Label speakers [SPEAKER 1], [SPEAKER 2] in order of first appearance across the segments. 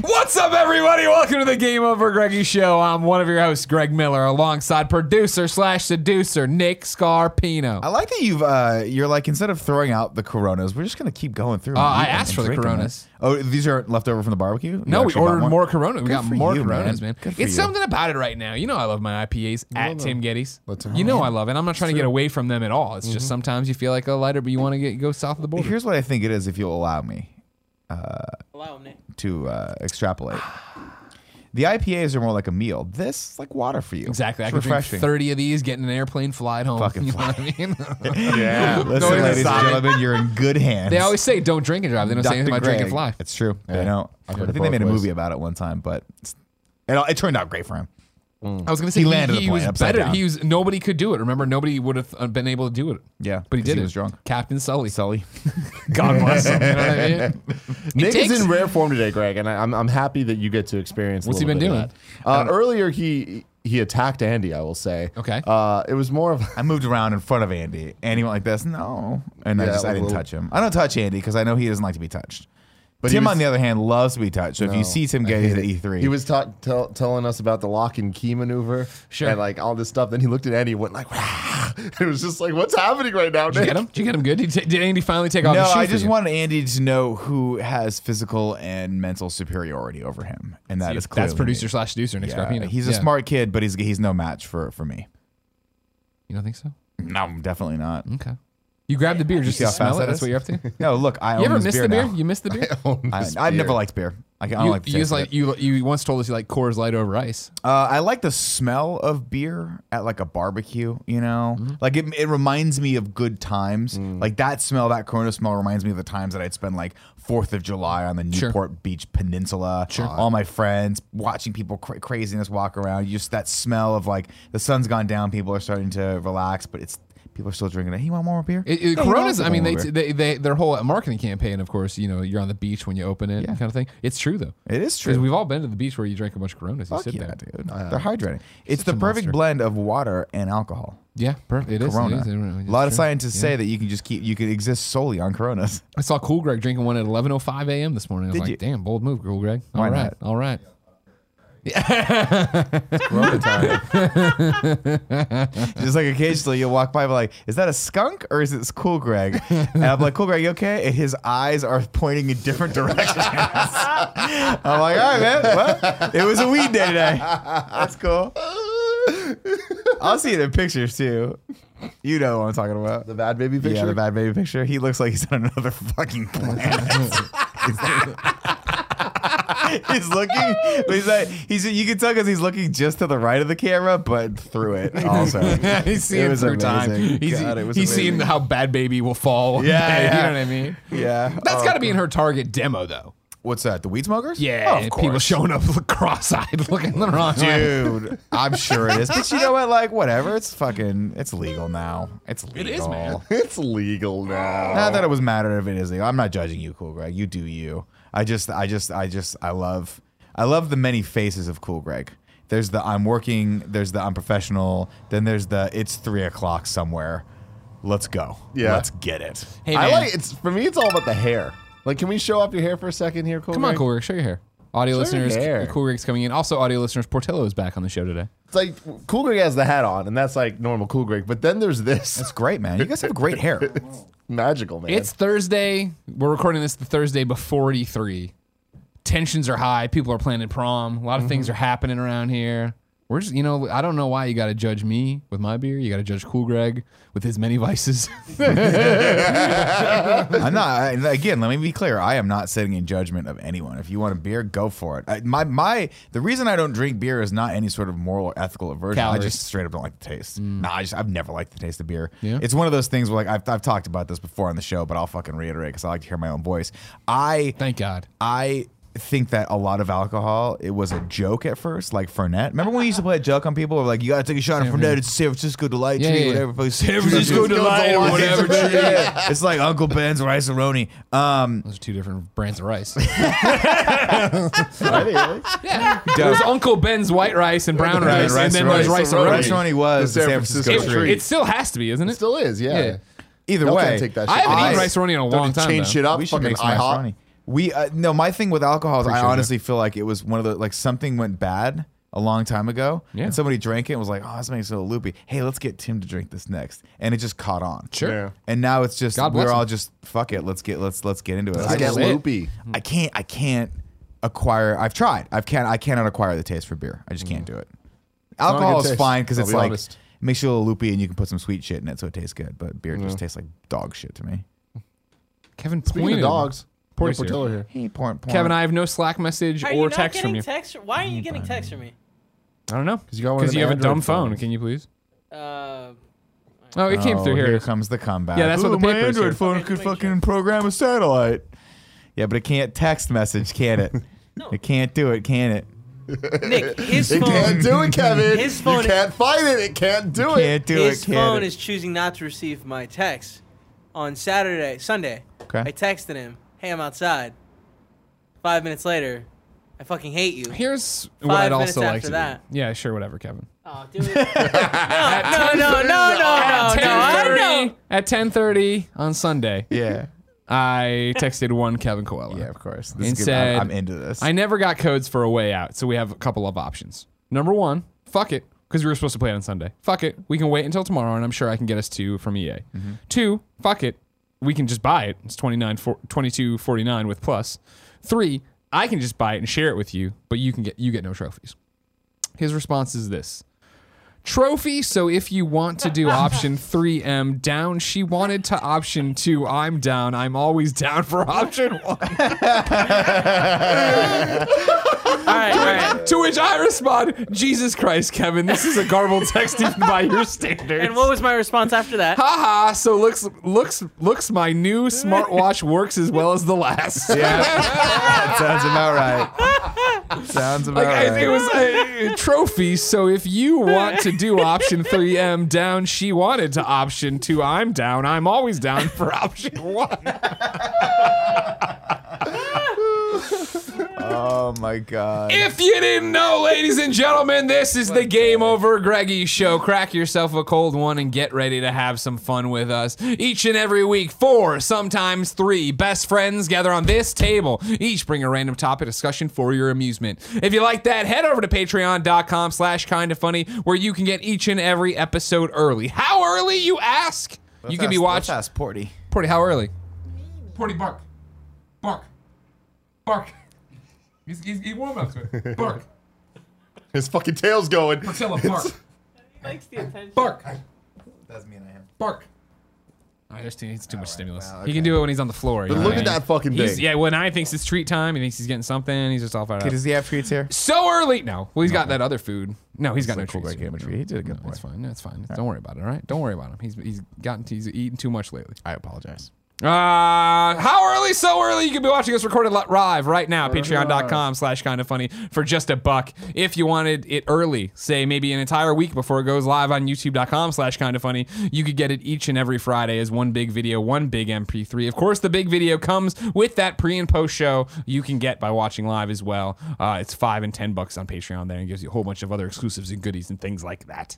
[SPEAKER 1] What's up, everybody? Welcome to the Game Over Greggy Show. I'm one of your hosts, Greg Miller, alongside producer slash seducer Nick Scarpino.
[SPEAKER 2] I like that you've uh, you're like instead of throwing out the Coronas, we're just gonna keep going through. and
[SPEAKER 1] Uh, I
[SPEAKER 2] eating
[SPEAKER 1] asked
[SPEAKER 2] and
[SPEAKER 1] for the
[SPEAKER 2] drinking
[SPEAKER 1] Coronas.
[SPEAKER 2] it. Oh, these are left over from the barbecue. You
[SPEAKER 1] No, we
[SPEAKER 2] actually bought
[SPEAKER 1] ordered
[SPEAKER 2] one?
[SPEAKER 1] more Corona. We
[SPEAKER 2] Good
[SPEAKER 1] got
[SPEAKER 2] for
[SPEAKER 1] more
[SPEAKER 2] you,
[SPEAKER 1] Coronas, man.
[SPEAKER 2] man. Good for
[SPEAKER 1] It's
[SPEAKER 2] you.
[SPEAKER 1] something about it right now. You know, I love my IPAs at Tim Gettys. You know, I love it. I'm not trying to get away from them at all. It's
[SPEAKER 2] Mm-hmm.
[SPEAKER 1] just sometimes you feel like a lighter, but you want to get go south of the border.
[SPEAKER 2] Here's what I think it is, if you'll allow me uh,
[SPEAKER 3] Allow him, Nick.
[SPEAKER 2] to uh, extrapolate. The IPAs are more like a meal. This is like water for you.
[SPEAKER 1] Exactly. I
[SPEAKER 2] It's
[SPEAKER 1] could drink
[SPEAKER 2] refreshing.
[SPEAKER 1] 30 of these, get in an airplane, fly home.
[SPEAKER 2] Fucking
[SPEAKER 1] you know what I mean?
[SPEAKER 2] yeah. Listen,
[SPEAKER 1] Going
[SPEAKER 2] ladies
[SPEAKER 1] inside.
[SPEAKER 2] and gentlemen, you're in good hands.
[SPEAKER 1] they always say don't drink and drive. They don't say
[SPEAKER 2] Dr.
[SPEAKER 1] anything about drink and fly.
[SPEAKER 2] Greg. It's true. I know. I
[SPEAKER 4] heard
[SPEAKER 2] think
[SPEAKER 4] it
[SPEAKER 2] they made a
[SPEAKER 4] both ways.
[SPEAKER 2] movie about it one time, but it's, it, all- it turned out great for him.
[SPEAKER 1] I was gonna say he,
[SPEAKER 2] landed
[SPEAKER 1] he,
[SPEAKER 2] the plane
[SPEAKER 1] was
[SPEAKER 2] upside
[SPEAKER 1] better.
[SPEAKER 2] down.
[SPEAKER 1] He was nobody could do it. Remember, nobody would have uh, been able to do it.
[SPEAKER 2] Yeah,
[SPEAKER 1] but he
[SPEAKER 2] 'cause
[SPEAKER 1] did
[SPEAKER 2] he
[SPEAKER 1] it.
[SPEAKER 2] was drunk.
[SPEAKER 1] Captain Sully.
[SPEAKER 2] Sully.
[SPEAKER 1] God bless him. You know what I mean? It
[SPEAKER 4] Nick
[SPEAKER 1] takes-
[SPEAKER 4] is in rare form today, Greg, and I, I'm I'm happy that you get to experience. a
[SPEAKER 1] What's he
[SPEAKER 4] little
[SPEAKER 1] been
[SPEAKER 4] bit of
[SPEAKER 1] doing? Um,
[SPEAKER 4] that. Uh, earlier, he he attacked Andy. I will say.
[SPEAKER 1] Okay.
[SPEAKER 4] Uh, it was more of
[SPEAKER 2] I moved around in front of Andy, and he went like this, no, and I
[SPEAKER 4] Yeah,
[SPEAKER 2] just I
[SPEAKER 4] a
[SPEAKER 2] didn't
[SPEAKER 4] little-
[SPEAKER 2] touch him. I don't touch Andy because I know he doesn't like to be touched. But
[SPEAKER 4] he
[SPEAKER 2] Tim,
[SPEAKER 4] was-
[SPEAKER 2] on the other hand, loves to be touched. So if you
[SPEAKER 4] No,
[SPEAKER 2] see Tim E
[SPEAKER 4] I
[SPEAKER 2] Getty
[SPEAKER 4] hate
[SPEAKER 2] at
[SPEAKER 1] E
[SPEAKER 4] it.
[SPEAKER 2] E3,
[SPEAKER 4] He was ta- tell telling us about the lock and key maneuver,
[SPEAKER 1] Sure.
[SPEAKER 4] and like all this stuff. Then he looked at Andy, and went like, it was just like, what's happening right now,
[SPEAKER 1] Did you
[SPEAKER 4] Nick?
[SPEAKER 1] get him? Did you get him good? Did, did Andy finally take off
[SPEAKER 2] no,
[SPEAKER 1] his shoe
[SPEAKER 2] I
[SPEAKER 1] for
[SPEAKER 2] just
[SPEAKER 1] you?
[SPEAKER 2] wanted Andy to know who has physical and mental superiority over him, and that is clearly
[SPEAKER 1] That's producer
[SPEAKER 2] me.
[SPEAKER 1] slash seducer Nick
[SPEAKER 2] Yeah,
[SPEAKER 1] Scarpino.
[SPEAKER 2] he's a
[SPEAKER 1] Yeah.
[SPEAKER 2] smart kid, but he's he's no match for for me.
[SPEAKER 1] You don't think so?
[SPEAKER 2] No, definitely not.
[SPEAKER 1] Okay. You grabbed the beer just
[SPEAKER 2] See
[SPEAKER 1] to
[SPEAKER 2] how fast
[SPEAKER 1] smell it.
[SPEAKER 2] that
[SPEAKER 1] That's
[SPEAKER 2] is?
[SPEAKER 1] what you're up to. You
[SPEAKER 2] No, look, I own
[SPEAKER 1] ever
[SPEAKER 2] this
[SPEAKER 1] miss
[SPEAKER 2] beer
[SPEAKER 1] the beer?
[SPEAKER 2] now.
[SPEAKER 1] You miss the beer?
[SPEAKER 2] I,
[SPEAKER 4] Oh, This
[SPEAKER 2] I've never
[SPEAKER 4] beer.
[SPEAKER 2] liked beer. I, I don't
[SPEAKER 1] You,
[SPEAKER 2] like. The
[SPEAKER 1] you
[SPEAKER 2] taste
[SPEAKER 1] just
[SPEAKER 2] of
[SPEAKER 1] like
[SPEAKER 2] it.
[SPEAKER 1] you you once told us you like Coors Light over ice.
[SPEAKER 2] Uh, I like the smell of beer at like a barbecue, you know?
[SPEAKER 1] Mm-hmm.
[SPEAKER 2] Like it, it reminds me of good times.
[SPEAKER 1] Mm.
[SPEAKER 2] Like that smell, that Corona smell reminds me of the times that I'd spend like 4th of July on the
[SPEAKER 1] Sure.
[SPEAKER 2] Newport Beach Peninsula. All my friends, watching people cra- craziness walk around. Just that smell of like the sun's gone down, people are starting to relax, but it's people are still drinking it. Hey, you want more beer?
[SPEAKER 1] It, it-
[SPEAKER 2] Yeah, you know,
[SPEAKER 1] Coronas.
[SPEAKER 2] I'll
[SPEAKER 1] I
[SPEAKER 2] take
[SPEAKER 1] mean,
[SPEAKER 2] one
[SPEAKER 1] they,
[SPEAKER 2] more beer.
[SPEAKER 1] they they their whole marketing campaign. Of course, you know you're on the beach when you open it, kind of thing. It's true though.
[SPEAKER 2] it is
[SPEAKER 1] Because
[SPEAKER 2] true.
[SPEAKER 1] we've all been to the beach where you drink a bunch of Coronas. You
[SPEAKER 2] Fuck
[SPEAKER 1] sit
[SPEAKER 2] yeah,
[SPEAKER 1] there.
[SPEAKER 2] dude. They're hydrating. It's the perfect blend of water and alcohol.
[SPEAKER 1] Yeah, perfect. It is.
[SPEAKER 2] Corona.
[SPEAKER 1] It is. It really
[SPEAKER 2] a
[SPEAKER 1] is
[SPEAKER 2] lot of
[SPEAKER 1] true.
[SPEAKER 2] scientists say that you can just keep you can exist solely on Coronas.
[SPEAKER 1] I saw Cool Greg drinking one at 11:05 a.m. this morning. I was
[SPEAKER 2] Did
[SPEAKER 1] like,
[SPEAKER 2] you?
[SPEAKER 1] "Damn, bold move, Cool Greg." All
[SPEAKER 2] Why
[SPEAKER 1] right,
[SPEAKER 2] not?
[SPEAKER 1] all right.
[SPEAKER 4] Corona time.
[SPEAKER 2] just like occasionally you'll walk by, and be like, is that a skunk or is it Cool Greg? And I'm like, Cool Greg, you okay? And his eyes are pointing in different directions. I'm like, all right, man. Well, it was a weed day today. That's cool. I'll see it in pictures too. You know what I'm talking about.
[SPEAKER 4] the bad baby picture.
[SPEAKER 2] Yeah, the bad baby picture. He looks like he's on another fucking planet. he's looking, but he's like, he's. You can tell because he's looking just to the right of the camera, but through it also.
[SPEAKER 1] he's seeing
[SPEAKER 2] was
[SPEAKER 1] through time.
[SPEAKER 2] amazing.
[SPEAKER 1] He's,
[SPEAKER 2] God, it was
[SPEAKER 1] he's seeing
[SPEAKER 2] amazing.
[SPEAKER 1] how bad baby will fall. one
[SPEAKER 2] Yeah,
[SPEAKER 1] day,
[SPEAKER 2] yeah. Oh,
[SPEAKER 1] you know what I mean.
[SPEAKER 2] yeah.
[SPEAKER 1] That's got to be in her target demo though.
[SPEAKER 2] What's that? The weed smokers?
[SPEAKER 1] Yeah,
[SPEAKER 2] Oh, of
[SPEAKER 1] people
[SPEAKER 2] course.
[SPEAKER 1] showing up cross-eyed, looking the wrong way.
[SPEAKER 2] Dude, I'm sure it is. But you know what? Like, whatever. It's fucking. It's legal now. It's legal.
[SPEAKER 1] is, man.
[SPEAKER 4] It's legal now.
[SPEAKER 2] Not that it was matter if it is legal. I'm not judging you, Cool Greg. You do you. I just, I just, I just, I love, I love the many faces of Cool Greg. There's the I'm working. There's the I'm professional. Then there's the it's three o'clock somewhere. Let's go.
[SPEAKER 4] Yeah.
[SPEAKER 2] Let's get it.
[SPEAKER 1] Hey
[SPEAKER 4] I
[SPEAKER 1] man,
[SPEAKER 4] like it's for me. It's all about the hair. Like, can we show off your hair for a second here? Cool
[SPEAKER 1] come on, Cool Greg, show your hair. Audio
[SPEAKER 4] Show your
[SPEAKER 1] listeners,
[SPEAKER 4] hair.
[SPEAKER 1] Cool Greg's coming in. Also, audio listeners, Portillo is back on the show today.
[SPEAKER 4] It's like Cool Greg has the hat on, and that's like normal Cool Greg. But then there's this
[SPEAKER 2] It's great, man. You guys have great hair.
[SPEAKER 4] magical man.
[SPEAKER 1] It's Thursday. We're recording this the Thursday before E3. Tensions are high. People are planning prom. A lot of
[SPEAKER 4] Mm-hmm.
[SPEAKER 1] things are happening around here. We're just, you know, I don't know why you got to judge me with my beer. You got to judge Cool Greg with his many vices.
[SPEAKER 2] I'm not. I, again, let me be clear. I am not sitting in judgment of anyone. If you want a beer, go for it. I, my my. The reason I don't drink beer is not any sort of moral or ethical aversion. I
[SPEAKER 1] Calories. Mm.
[SPEAKER 2] just straight up don't like the taste. Nah, I just I've never liked the taste of beer.
[SPEAKER 1] Yeah.
[SPEAKER 2] It's one of those things where like I've I've talked about this before on the show, but I'll fucking reiterate because I like to hear my own voice. I
[SPEAKER 1] Thank God.
[SPEAKER 2] I think that a lot of alcohol, it was a joke at first, like Fernet. Remember when we used to play a joke on people? We're like, you gotta take a shot of Fernet. It's San Francisco Delight
[SPEAKER 1] Yeah,
[SPEAKER 2] Tree,
[SPEAKER 1] yeah, yeah.
[SPEAKER 2] whatever. Place. San
[SPEAKER 1] Francisco
[SPEAKER 2] "Oh,
[SPEAKER 1] Delight or whatever
[SPEAKER 2] Tree. Yeah. It's like Uncle Ben's Rice Aroni. Um,
[SPEAKER 1] Those are two different brands of rice.
[SPEAKER 4] Right, really?
[SPEAKER 1] yeah. There's Uncle Ben's white rice and brown rice, and then there's rice
[SPEAKER 4] Aroni.
[SPEAKER 1] and
[SPEAKER 2] Rice
[SPEAKER 1] rice.
[SPEAKER 2] Aroni was the San Francisco,
[SPEAKER 1] It,
[SPEAKER 2] tree.
[SPEAKER 1] it still has to be, isn't it?
[SPEAKER 4] It still is, yeah.
[SPEAKER 1] Yeah.
[SPEAKER 2] Either
[SPEAKER 4] Y'all
[SPEAKER 2] way,
[SPEAKER 4] can't take that
[SPEAKER 1] I
[SPEAKER 4] shit.
[SPEAKER 1] haven't
[SPEAKER 2] eaten
[SPEAKER 4] Guys,
[SPEAKER 1] rice-a-roni in a
[SPEAKER 4] don't
[SPEAKER 1] long
[SPEAKER 4] need to
[SPEAKER 1] time,
[SPEAKER 4] Change
[SPEAKER 1] though.
[SPEAKER 4] shit up.
[SPEAKER 2] we should
[SPEAKER 4] fucking
[SPEAKER 2] make some Rice
[SPEAKER 4] IHOP.
[SPEAKER 2] Aroni. We uh, no, my thing with alcohol is I
[SPEAKER 1] Appreciate
[SPEAKER 2] honestly feel like it was one of the like something went bad a long time ago,
[SPEAKER 1] Yeah.
[SPEAKER 2] and somebody drank it and was like, "Oh, this makes me a little loopy." Hey, let's get Tim to drink this next, and it just caught on.
[SPEAKER 1] Sure.
[SPEAKER 4] Yeah.
[SPEAKER 2] And now it's just
[SPEAKER 1] God bless
[SPEAKER 2] we're all
[SPEAKER 1] him.
[SPEAKER 2] just fuck it. Let's get let's let's get into it.
[SPEAKER 4] Let's
[SPEAKER 2] I
[SPEAKER 4] get
[SPEAKER 2] just-
[SPEAKER 4] loopy.
[SPEAKER 2] I can't I can't acquire. I've tried. I've can't I cannot acquire the taste for beer. I just can't do it.
[SPEAKER 4] not a good
[SPEAKER 2] Alcohol is
[SPEAKER 4] taste,
[SPEAKER 2] fine because
[SPEAKER 4] I'll
[SPEAKER 2] it's
[SPEAKER 4] be
[SPEAKER 2] like
[SPEAKER 4] honest.
[SPEAKER 2] it makes you a little loopy and you can put some sweet shit in it so it tastes good. But beer just tastes like dog shit to me.
[SPEAKER 1] Kevin
[SPEAKER 4] Speaking
[SPEAKER 1] pointed.
[SPEAKER 4] of dogs,
[SPEAKER 1] Porty's
[SPEAKER 4] Portillo
[SPEAKER 1] here.
[SPEAKER 4] here.
[SPEAKER 2] Hey, porn, porn.
[SPEAKER 1] Kevin, I have no Slack message
[SPEAKER 3] Are you
[SPEAKER 1] or
[SPEAKER 3] not
[SPEAKER 1] text from
[SPEAKER 3] getting
[SPEAKER 1] you.
[SPEAKER 3] text? Why are you getting text from me?
[SPEAKER 1] I don't know.
[SPEAKER 4] 'Cause you got one of them
[SPEAKER 1] have a
[SPEAKER 4] Android
[SPEAKER 1] dumb phone.
[SPEAKER 4] phones.
[SPEAKER 1] Can you please?
[SPEAKER 3] Uh,
[SPEAKER 1] Oh, it came
[SPEAKER 2] Oh,
[SPEAKER 1] through here.
[SPEAKER 2] comes the comeback.
[SPEAKER 1] Yeah, that's what
[SPEAKER 2] Ooh,
[SPEAKER 1] the
[SPEAKER 2] my
[SPEAKER 1] paper is
[SPEAKER 2] Android
[SPEAKER 1] here.
[SPEAKER 2] phone
[SPEAKER 3] Okay,
[SPEAKER 2] could
[SPEAKER 3] just make
[SPEAKER 2] fucking
[SPEAKER 3] sure.
[SPEAKER 2] program a satellite. Yeah, but it can't text message, can it?
[SPEAKER 3] No.
[SPEAKER 2] It can't do it, can it?
[SPEAKER 3] Nick, his
[SPEAKER 4] It
[SPEAKER 3] phone,
[SPEAKER 4] can't do it, Kevin.
[SPEAKER 3] His phone-
[SPEAKER 4] you can't fight it. It can't do it.
[SPEAKER 2] Can't do
[SPEAKER 3] his
[SPEAKER 2] it, can
[SPEAKER 3] phone
[SPEAKER 2] it?
[SPEAKER 3] is choosing not to receive my text. On Saturday, Sunday,
[SPEAKER 2] Okay.
[SPEAKER 3] I texted him, "Hey, I'm outside." Five minutes later, I fucking hate you.
[SPEAKER 1] Here's what
[SPEAKER 3] Five
[SPEAKER 1] I'd
[SPEAKER 3] minutes
[SPEAKER 1] also like
[SPEAKER 3] after
[SPEAKER 1] to
[SPEAKER 3] that.
[SPEAKER 1] do. Yeah, sure, whatever, Kevin.
[SPEAKER 3] Oh, dude. no, no, no, Oh, no, no, no, no. I know.
[SPEAKER 1] At 10:30 on Sunday,
[SPEAKER 2] Yeah,
[SPEAKER 1] I texted one Kevin Coelho.
[SPEAKER 2] yeah, of course. This
[SPEAKER 1] And
[SPEAKER 2] is good. I'm,
[SPEAKER 1] said-
[SPEAKER 2] I'm into this.
[SPEAKER 1] I never got codes for a way out, so we have a couple of options. Number one, fuck it, because we were supposed to play it on Sunday. Fuck it, we can wait until tomorrow, and I'm sure I can get us two from EA. Two, fuck it, we can just buy it. It's 29, for, 22.49 with plus. Three, I can just buy it and share it with you, but you can get you get no trophies. His response is this. Trophy, so if you want to do option 3M down, she wanted to option 2, I'm down. I'm always down for option 1.
[SPEAKER 3] All right, all right.
[SPEAKER 1] To which I respond, Jesus Christ, Kevin, this is a garbled text even by your standards.
[SPEAKER 3] And what was my response after that?
[SPEAKER 1] Haha, so looks looks looks my new smartwatch works as well as the last. Yeah.
[SPEAKER 2] that sounds about right. sounds about
[SPEAKER 1] Like, I-
[SPEAKER 2] right.
[SPEAKER 1] It was a, a trophy, so if you want to do option 3M down, she wanted to option 2, I'm down. I'm always down for option 1.
[SPEAKER 2] oh my god.
[SPEAKER 1] If you didn't know, ladies and gentlemen, this is the Game Over Greggy Show. Crack yourself a cold one and get ready to have some fun with us. Each and every week, four, sometimes three best friends gather on this table. Each bring a random topic discussion for your amusement. If you like that, head over to patreon.com slash kinda funny where you can get each and every episode early. How early, you ask? you can be
[SPEAKER 2] Let's
[SPEAKER 1] watching.
[SPEAKER 2] ask Porty.
[SPEAKER 1] Porty, how early? Porty, bark. Bark. Bark. He's, he's, he's warm up to it. Bark.
[SPEAKER 4] His fucking tail's going.
[SPEAKER 1] Tell him bark.
[SPEAKER 3] Likes the attention.
[SPEAKER 1] Bark.
[SPEAKER 2] That's me and him.
[SPEAKER 1] Bark. I just think it's too much stimulus. He can do it when he's on the floor. But
[SPEAKER 4] look at that fucking
[SPEAKER 1] He's,
[SPEAKER 4] thing.
[SPEAKER 1] yeah, when I thinks it's treat time, he thinks he's getting something. He's just all fired up.
[SPEAKER 2] Does he have treats here?
[SPEAKER 1] So early. No. Well, he's got that other food. No, he's got no
[SPEAKER 2] Cool
[SPEAKER 1] treats.
[SPEAKER 2] great game of treat. He did a good boy.
[SPEAKER 1] It's fine. No, it's fine. Don't worry about it. All right. Don't worry about him. He's he's gotten he's eaten too much lately.
[SPEAKER 2] I apologize.
[SPEAKER 1] Uh, how early? So early? You can be watching us recorded li- live right now. Patreon.com slash kind of funny for just a buck. If you wanted it early, say maybe an entire week before it goes live on YouTube.com slash kind of funny, you could get it each and every Friday as one big video, one big MP3. Of course, the big video comes with that pre and post show you can get by watching live as well. Uh, it's five and ten bucks on Patreon there and gives you a whole bunch of other exclusives and goodies and things like that.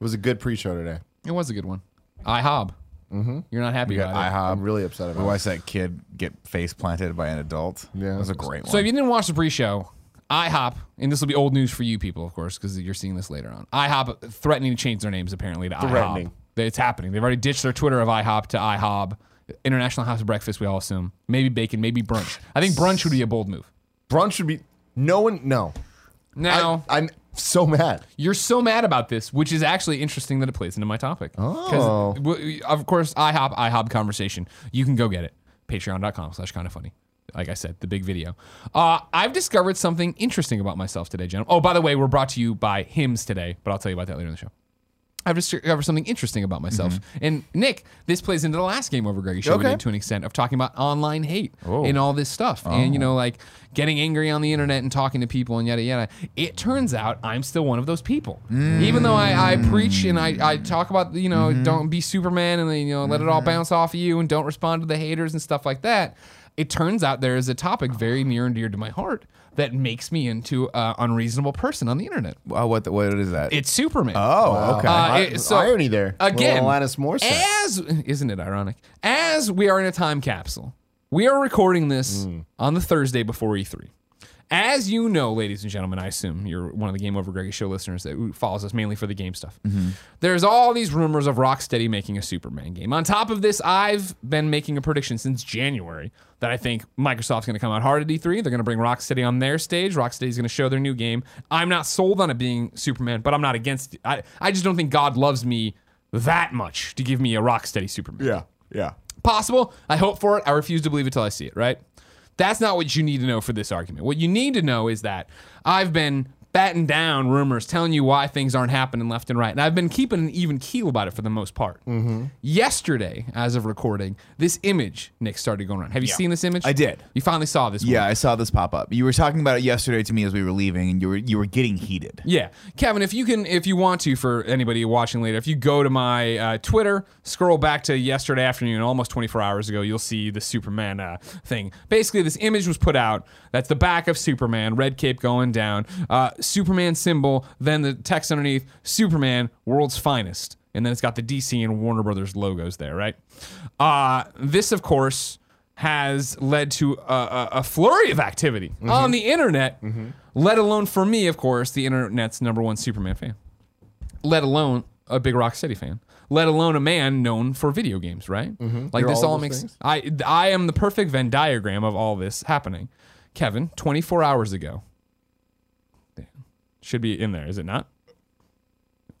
[SPEAKER 4] It was a good pre-show today.
[SPEAKER 1] It was a good one. IHOB. Mm-hmm. You're not happy about it.
[SPEAKER 4] Ah, I'm really upset
[SPEAKER 2] We
[SPEAKER 4] about it.
[SPEAKER 2] watched that kid get face planted by an adult.
[SPEAKER 4] Yeah.
[SPEAKER 2] that was a great one.
[SPEAKER 1] So if you didn't watch the pre-show, IHOP, and this will be old news for you people, of course, because you're seeing this later on. IHOP threatening to change their names apparently to
[SPEAKER 4] Threatening.
[SPEAKER 1] IHOP. It's happening. They've already ditched their Twitter of IHOP to IHOB. International House of Breakfast, we all assume. Maybe bacon, maybe brunch. I think brunch would be a bold move.
[SPEAKER 4] Brunch should be. No one. No.
[SPEAKER 1] Now,
[SPEAKER 4] I, am so mad.
[SPEAKER 1] you're so mad about this, which is actually interesting that it plays into my topic. Oh. Of course, IHOP, IHOP conversation. You can go get it. Patreon.com slash kind of funny. Like I said, the big video. Uh, I've discovered something interesting about myself today, gentlemen. Oh, by the way, we're brought to you by Hims today, but I'll tell you about that later in the show. I've discovered something interesting about myself. And Nick, this plays into the last game over Greggy show we
[SPEAKER 2] Mm-hmm. Okay. Oh.
[SPEAKER 1] did to an extent of talking about online hate and all this stuff. And you know, like getting angry on the internet and talking to people and yada yada. It turns out I'm still one of those people.
[SPEAKER 2] Mm.
[SPEAKER 1] Even though I, I preach and I, I talk about you know,
[SPEAKER 2] Mm-hmm.
[SPEAKER 1] don't be Superman and you know, let it all bounce off of you and don't respond to the haters and stuff like that. It turns out there is a topic very near and dear to my heart that makes me into an unreasonable person on the internet.
[SPEAKER 2] oh, what the, what is that?
[SPEAKER 1] It's Superman.
[SPEAKER 2] oh, okay.
[SPEAKER 1] Uh,
[SPEAKER 4] I-
[SPEAKER 1] it- so-
[SPEAKER 4] irony there.
[SPEAKER 1] Again,
[SPEAKER 4] Little Alanis Morissette.
[SPEAKER 1] as isn't it ironic? As we are in a time capsule, We are recording this on the Thursday before E3. As you know, ladies and gentlemen, I assume you're one of the Game Over Greggy Show listeners that follows us mainly for the game stuff. There's all these rumors of Rocksteady making a Superman game. On top of this, I've been making a prediction since January that I think Microsoft's going to come out hard at E3. They're going to bring Rocksteady on their stage. Rocksteady's going to show their new game. I'm not sold on it being Superman, but I'm not against it. I, I just don't think God loves me that much to give me a Rocksteady Superman
[SPEAKER 4] Yeah. Yeah.
[SPEAKER 1] possible. I hope for it. I refuse to believe it till I see it, right? That's not what you need to know for this argument. What you need to know is that I've been batting down rumors telling you why things aren't happening left and right. And I've been keeping an even keel about it for the most part.
[SPEAKER 2] Mm-hmm.
[SPEAKER 1] Yesterday, as of recording, this image, Nick, started going around. Have you seen this image?
[SPEAKER 2] I did.
[SPEAKER 1] You finally saw this one.
[SPEAKER 2] Yeah, I saw this pop up. You were talking about it yesterday to me as we were leaving, and you were you were getting heated.
[SPEAKER 1] Yeah, Kevin, if you can, if you want to, for anybody watching later, if you go to my uh, Twitter, scroll back to yesterday afternoon, almost 24 hours ago, you'll see the Superman uh, thing. Basically, this image was put out. That's the back of Superman, red cape going down, uh, Superman symbol, then the text underneath, Superman, world's finest, and then it's got the DC and Warner Brothers logos there, right? Uh, this, of course. Has led to a, a, a flurry of activity
[SPEAKER 4] Mm-hmm.
[SPEAKER 1] on the internet let alone for me, of course, the internet's number one Superman fan, let alone a big Rock City fan, let alone a man known for video games, right? Like
[SPEAKER 4] You're
[SPEAKER 1] this
[SPEAKER 4] Mm-hmm. all
[SPEAKER 1] all
[SPEAKER 4] those
[SPEAKER 1] makes.
[SPEAKER 4] things.
[SPEAKER 1] I I am the perfect Venn diagram of all this happening. Kevin, 24 hours ago, Damn. should be in there, is it not?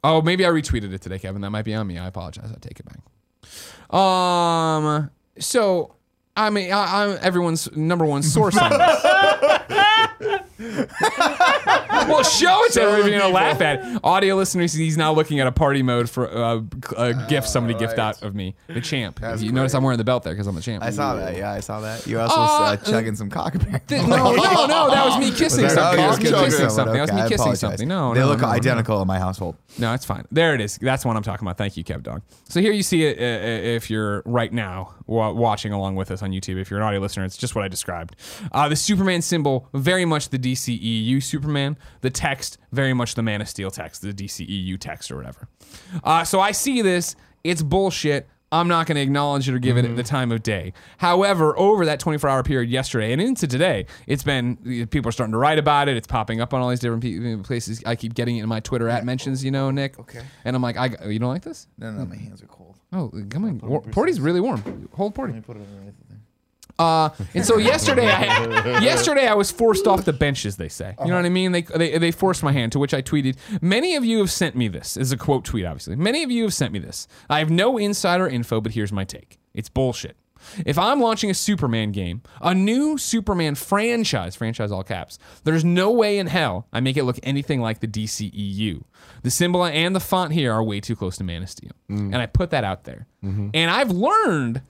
[SPEAKER 1] Oh, maybe I retweeted it today, Kevin. That might be on me. I apologize. I take it back. Um. So, I mean, I, I'm everyone's number one source on this. well, show it to everybody and laugh at. Audio listeners, he's now looking at a party mode for uh,
[SPEAKER 2] Ah,
[SPEAKER 1] a gift somebody gifted out of me, the champ. you notice I'm wearing the belt there because I'm the champ.
[SPEAKER 2] I saw that. Yeah, I saw that. You also
[SPEAKER 1] Uh,
[SPEAKER 2] uh, chugging some cock apparently.
[SPEAKER 1] no, no, no, that was me kissing
[SPEAKER 2] Was that-
[SPEAKER 1] something. That
[SPEAKER 2] oh, you
[SPEAKER 1] was me
[SPEAKER 2] were
[SPEAKER 1] kissing
[SPEAKER 2] kissing
[SPEAKER 1] something. That was
[SPEAKER 2] someone.
[SPEAKER 1] me
[SPEAKER 2] Okay, I
[SPEAKER 1] kissing
[SPEAKER 2] apologize.
[SPEAKER 1] something. No,
[SPEAKER 2] they
[SPEAKER 1] no,
[SPEAKER 2] look
[SPEAKER 1] no, no, no.
[SPEAKER 2] identical in my household.
[SPEAKER 1] No, it's fine. There it is. That's what I'm talking about. Thank you, Kev Dog. So here you see it uh, uh, if you're right now wa- watching along with us on YouTube. If you're an audio listener, it's just what I described. Uh, the Superman symbol, very much the DCEU Superman. The text, very much the Man of Steel text, the DCEU text or whatever. Uh, so I see this. It's bullshit. I'm not going to acknowledge it or give it the time of day. However, over that 24 hour period yesterday and into today, it's been people are starting to write about it. It's popping up on all these different pe- places. I keep getting it in my Twitter at mentions, you know, Nick. Okay. And I'm like, I, oh, you don't like this?
[SPEAKER 2] No, no, my hands are cold.
[SPEAKER 1] Oh, come on. Wa- Porty's really warm. Hold Porty.
[SPEAKER 2] Put it underneath the thing.
[SPEAKER 1] Uh, and so yesterday, I had, yesterday I was forced off the bench, as they say. You know what I mean? They, they they forced my hand. To which I tweeted, "Many of you have sent me this." Is a quote tweet, obviously. Many of you have sent me this. I have no insider info, but here's my take. It's bullshit. If I'm launching a Superman game, a new Superman franchise, franchise all caps, there's no way in hell I make it look anything like the DCEU. The symbol and the font here are way too close to Man of Steel. And I put that out there. And I've learned